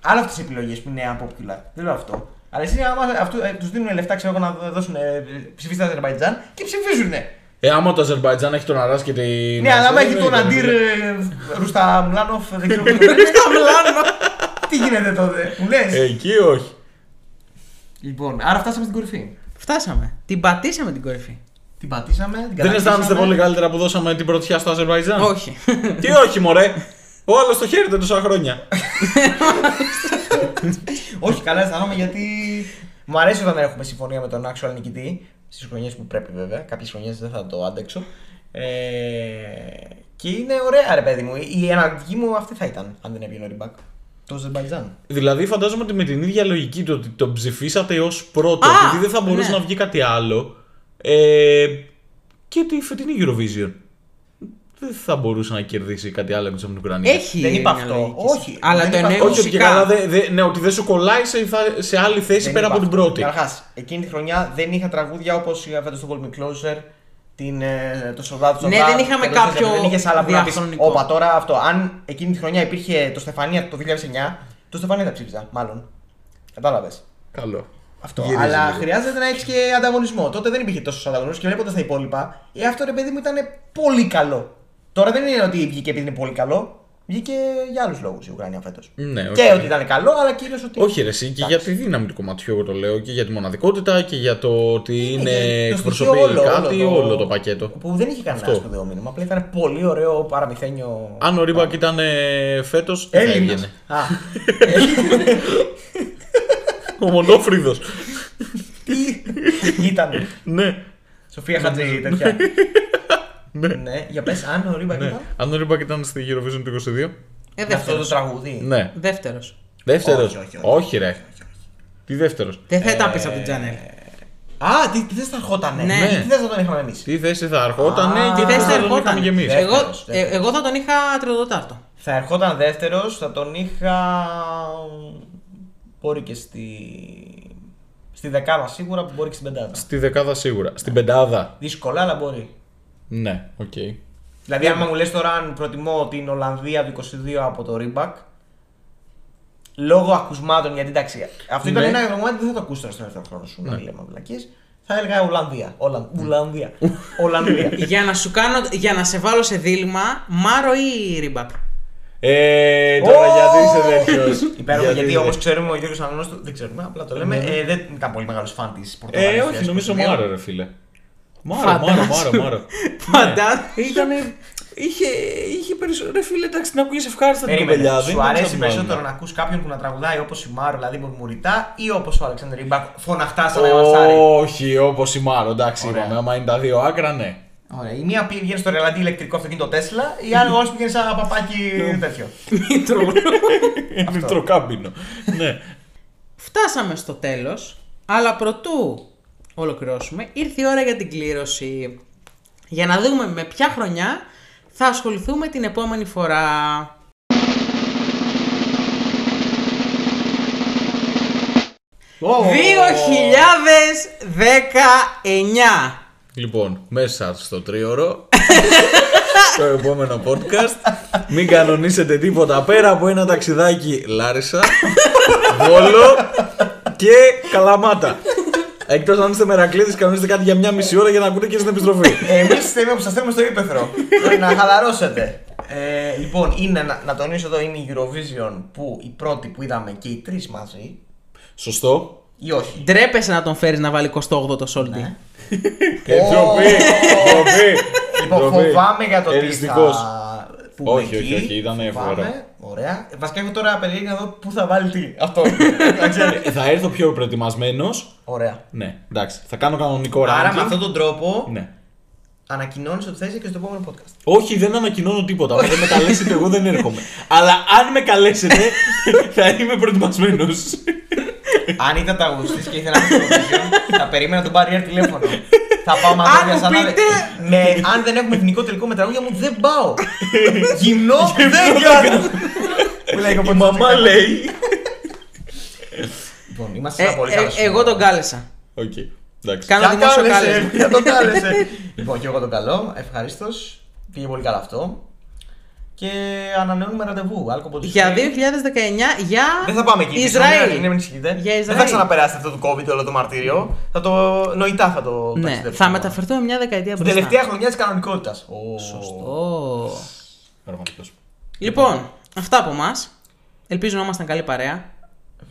A: Άλλα αυτέ τι επιλογές που είναι unpopular. Δεν λέω αυτό. Αλλά εσύ άμα αυτού, ε, τους δίνουν λεφτά, ξέρω εγώ, να δώσουν ε, ψηφίστε Αζερβαϊτζάν και ψηφίζουνε.
C: Ε, άμα το Αζερβαϊτζάν έχει τον Αράς και την.
A: Ναι, αλλά άμα
C: δεν
A: έχει
C: είναι
A: τον Αντίρ
C: κανένα.
A: Ρουσταμλάνοφ, δεν ξέρω πώ το λένε. Τι γίνεται τότε, μου
C: Ε,
A: λες.
C: Εκεί όχι.
A: Λοιπόν, άρα φτάσαμε στην κορυφή.
B: Φτάσαμε. Την πατήσαμε την κορυφή.
A: Την πατήσαμε, την
C: Δεν αισθάνεστε
A: κατακτήσαμε.
C: πολύ καλύτερα που δώσαμε την πρωτιά στο Αζερβαϊτζάν.
B: Όχι.
C: Τι όχι, μωρέ. Ο άλλος το χαίρεται τόσα χρόνια.
A: Όχι, καλά αισθάνομαι γιατί μου αρέσει όταν έχουμε συμφωνία με τον actual νικητή. Στις χρονιές που πρέπει βέβαια. Κάποιες χρονιές δεν θα το άντεξω. Ε, και είναι ωραία, ρε παιδί μου. Η εναλλακτική μου αυτή θα ήταν, αν δεν έβγαινε ο Ριμπάκ. Το Αζερμπαϊτζάν.
C: Δηλαδή, φαντάζομαι ότι με την ίδια λογική του ότι τον ψηφίσατε ως πρώτο,
B: Α,
C: επειδή δεν θα μπορούσε
B: ναι.
C: να βγει κάτι άλλο. Ε, και τη φετινή Eurovision. Δεν θα μπορούσε να κερδίσει κάτι άλλο εκτό από την Ουκρανία.
B: Έχει.
A: Δεν είπα
B: μια
A: αυτό.
B: λογική.
A: Όχι.
B: Αλλά
A: Δεν
B: το
A: είπα
B: εννοεί
A: αυτό.
C: Όχι, ότι και
B: μουσικά.
C: καλά, δε, δε- ναι, ότι δεν σου κολλάει σε, θα- σε άλλη θέση πέρα από την πρώτη.
A: Καταρχάς, εκείνη τη χρονιά δεν είχα τραγούδια όπως είχα φέτο στο Golden Closer. Την, ε, το Σοδάτ
B: Ναι, δεν είχαμε κάποιο
A: Δεν είχες άλλα που να πεις,
B: διαχρονικό.
A: Όπα τώρα αυτό. Αν εκείνη τη χρονιά υπήρχε το Στεφανία το 2009, το Στεφανία θα ψήφιζα, μάλλον. Κατάλαβες.
C: Καλό.
A: Αυτό.
C: Γυρίζει
A: Αλλά
C: λίγο.
A: χρειάζεται να έχεις και ανταγωνισμό. Τότε δεν υπήρχε τόσος ανταγωνισμός και βλέποντας τα υπόλοιπα, ε, αυτό ρε παιδί μου ήταν πολύ καλό. Τώρα δεν είναι ότι βγήκε επειδή είναι πολύ καλό. Βγήκε για άλλους λόγους η Ουκρανία φέτος.
C: Ναι,
A: Και
C: οκ.
A: ότι ήταν καλό, αλλά κυρίως ότι.
C: Όχι, ρε, εσύ, και για τη δύναμη του κομματιού, εγώ το λέω, και για τη μοναδικότητα και για το ότι είναι
A: για ε, το στοιχείο
C: εκπροσωπεί κάτι, όλο, το πακέτο.
A: Που δεν είχε κανένα
C: Αυτό.
A: σπουδαίο μήνυμα. Απλά ήταν πολύ ωραίο παραμυθένιο.
C: Αν ο Ρίμπακ ήταν φέτο, θα
A: Έλληνας.
C: έβγαινε.
A: Α,
C: Ο Μονόφρυδος.
A: τι ήταν.
C: ναι.
A: Σοφία Χατζή, τέτοια. Ναι, για πες, αν ο Ρίμπακ ήταν.
C: Αν ο Ρίμπακ ήταν στη Eurovision του 22.
A: με
B: Ε,
A: Αυτό το
B: δεύτερος.
A: τραγούδι.
C: Ναι.
B: Δεύτερος.
C: Δεύτερος.
A: Όχι, όχι, όχι.
C: ρε. Τι δεύτερος.
B: Δεν θα ήταν πίσω από την Τζανέλ.
A: Α, τι, τι θες θα ερχόταν.
B: Ναι.
A: Τι θες θα τον είχαμε εμείς.
C: Τι θέση θα ερχόταν
A: Α,
C: και
B: Τι
C: τι
B: θέση
C: θέση θα
B: θα
C: τον είχαμε
B: ερχόταν.
C: κι εμεί.
A: Ε,
B: Εγώ,
A: Δεύτερος,
B: ε, εγώ θα τον είχα 34ο.
A: Θα ερχόταν δεύτερος, θα τον είχα. Μπορεί και στη. στη δεκάδα σίγουρα, μπορεί και στην πεντάδα.
C: Στη δεκάδα σίγουρα. Στην πεντάδα.
A: Δύσκολα, αλλά μπορεί.
C: Ναι, οκ.
A: Δηλαδή, άμα μου λες τώρα αν προτιμώ την Ολλανδία του 22 από το Ρίμπακ. Λόγω ακουσμάτων, γιατί εντάξει. Αυτό ήταν
C: Ναι.
A: ένα κομμάτι που δεν θα το ακούσεις τώρα στον ελεύθερο χρόνο σου. Να μην λέμε βλακίες. Θα έλεγα Ολλανδία. Ολλαν- Ολλανδία. Ολλανδία.
B: για, να σου κάνω, για να σε βάλω σε δίλημα, Μάρο ή Ρίμπακ.
C: Ε, τώρα γιατί είσαι τέτοιος.
A: Υπέροχο, γιατί όπω ξέρουμε ο Γιώργος Αναγνώστου, δεν ξέρουμε, απλά το λέμε, ε, δεν ήταν πολύ μεγάλος φαν της Πορτογαλία.
C: Ε, όχι, νομίζω Μάρο, ρε φίλε. Μάρο, Μάρο,
B: Φαντάζομαι.
C: Μάρο, Μάρο. Ναι.
B: Φαντά.
I: Ήτανε. Είχε, είχε περισσότερο. Ρε φίλε, εντάξει, την ακούγες ευχάριστα την
A: Περίμενε,
I: κοπελιά.
A: σου αρέσει περισσότερο να ακούς κάποιον που να τραγουδάει όπως η Μάρο, δηλαδή μουρμουριτά, ή όπως ο Αλεξάνδρ Ρίμπακ, φωναχτά σαν ένα μασάρι.
C: Όχι, όπως η Μάρο, εντάξει,
A: Ωραία.
C: είπαμε. Άμα είναι τα δύο άκρα, ναι.
A: Ωραία, η μία πηγαίνει στο ρελαντί ηλεκτρικό αυτοκίνητο Τέσλα, η άλλη όλος πηγαίνει σαν παπάκι τέτοιο.
B: Μήτρο.
C: Μητροκάμπινο. ναι.
B: Φτάσαμε στο τέλος, αλλά προτού ολοκληρώσουμε, ήρθε η ώρα για την κλήρωση. Για να δούμε με ποια χρονιά θα ασχοληθούμε την επόμενη φορά.
A: Ω,
B: 2019!
C: Λοιπόν, μέσα στο τρίωρο, στο επόμενο podcast, μην κανονίσετε τίποτα πέρα από ένα ταξιδάκι Λάρισα, Βόλο και Καλαμάτα. Εκτός αν είστε μερακλείδες, κανονίστε κάτι για μια μισή ώρα για να ακούτε και στην επιστροφή.
A: Εμείς είστε εμείς που σας θέλουμε στο ύπεθρο. Πρέπει να χαλαρώσετε. Ε, λοιπόν, είναι, να, να τονίσω εδώ είναι η Eurovision που η πρώτη που είδαμε και οι τρεις μαζί.
C: Σωστό.
A: Ή όχι.
B: Ντρέπεσαι να τον φέρεις να βάλει 28 το σόλτι.
C: Ε, ντροπή, ντροπή,
A: Λοιπόν,
C: ντροπή.
A: φοβάμαι για το τι
C: Εριστικός.
A: θα πούμε
C: Όχι,
A: εκεί.
C: όχι, όχι, ήταν
A: Φοβάμαι.
C: ευφορά.
A: Ωραία. Βασικά έχω τώρα περιέργεια να δω πού θα βάλει τι. Αυτό. Δεν ξέρω.
C: Ε, Θα έρθω πιο προετοιμασμένος.
A: Ωραία.
C: Ναι, εντάξει, θα κάνω κανονικό
A: Άρα με
C: ranking.
A: αυτόν τον τρόπο
C: Ναι.
A: ανακοινώνεις ότι θα είσαι και στο επόμενο podcast.
C: Όχι, δεν ανακοινώνω τίποτα. Αν δεν με καλέσετε, εγώ δεν έρχομαι. Αλλά αν με καλέσετε, θα είμαι προετοιμασμένος.
A: Αν ήταν τραγουδιστή και ήθελα να είσαι Eurovision, θα περίμενα τον Barrier τηλέφωνο. θα πάω
B: Αν
A: μαγαζιά
B: μου
A: σαν να-
B: πείτε-
A: με, Ναι, Αν δεν έχουμε εθνικό τελικό με τραγούδια μου, δεν πάω. Γυμνό δεν
C: δεν
A: κάνω. Που λέει η
C: Η
A: κοπέλα
C: μαμά
A: του.
C: λέει.
A: Λοιπόν, είμαστε
B: Ε,
A: σε ένα πολύ
B: ε,
A: καλό σημείο.
B: εγώ τον κάλεσα.
C: Οκ. Εντάξει.
B: Κάνω
A: Για
B: δημόσιο
A: κάλεσε,
B: κάλεσμα.
A: Για το κάλεσε. λοιπόν, και εγώ τον καλό. Ευχαρίστως. Πήγε πολύ καλά αυτό. Και ανανεώνουμε ραντεβού. Άλκο
B: Για 2019 για
A: Δεν θα πάμε εκεί.
B: Ισραήλ.
A: Ναι, μην ησυχείτε.
B: Για
A: Δεν
B: Ισραήλ.
A: θα ξαναπεράσετε αυτό το COVID όλο το μαρτύριο. Θα το νοητά θα το
B: Ναι,
A: ταξιδέψουμε.
B: θα μεταφερθούμε μια δεκαετία
A: Στην
B: μπροστά.
A: τελευταία χρονιά της κανονικότητας. Σωστό.
B: Ω.
C: Πραγματικός.
B: Λοιπόν, αυτά από εμά. Ελπίζω να ήμασταν καλή παρέα.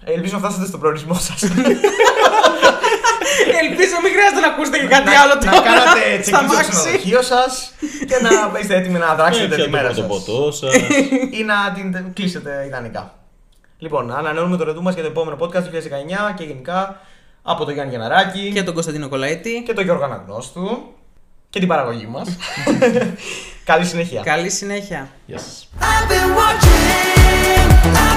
A: Ελπίζω να φτάσετε στον προορισμό σας.
B: Ελπίζω μην χρειάζεται να ακούσετε και κάτι άλλο
A: να
B: τώρα.
A: κάνατε
B: στα
A: τσεκ στο
B: μάξι.
A: ξενοδοχείο σας και να είστε έτοιμοι να δράξετε
C: Πιάτε
A: τη μέρα
C: Ε, το
A: σας.
C: ποτό σας.
A: ή να την κλείσετε ιδανικά. Λοιπόν, ανανεώνουμε το ραντεβού μας για το επόμενο podcast του 2019 και γενικά από τον Γιάννη Γιαναράκη
B: Και τον Κωνσταντίνο Κολαίτη.
A: και τον Γιώργο Αναγνώστου και την παραγωγή μας. Καλή συνέχεια.
B: Καλή συνέχεια.
C: Γεια σας.
F: I've been watching. I've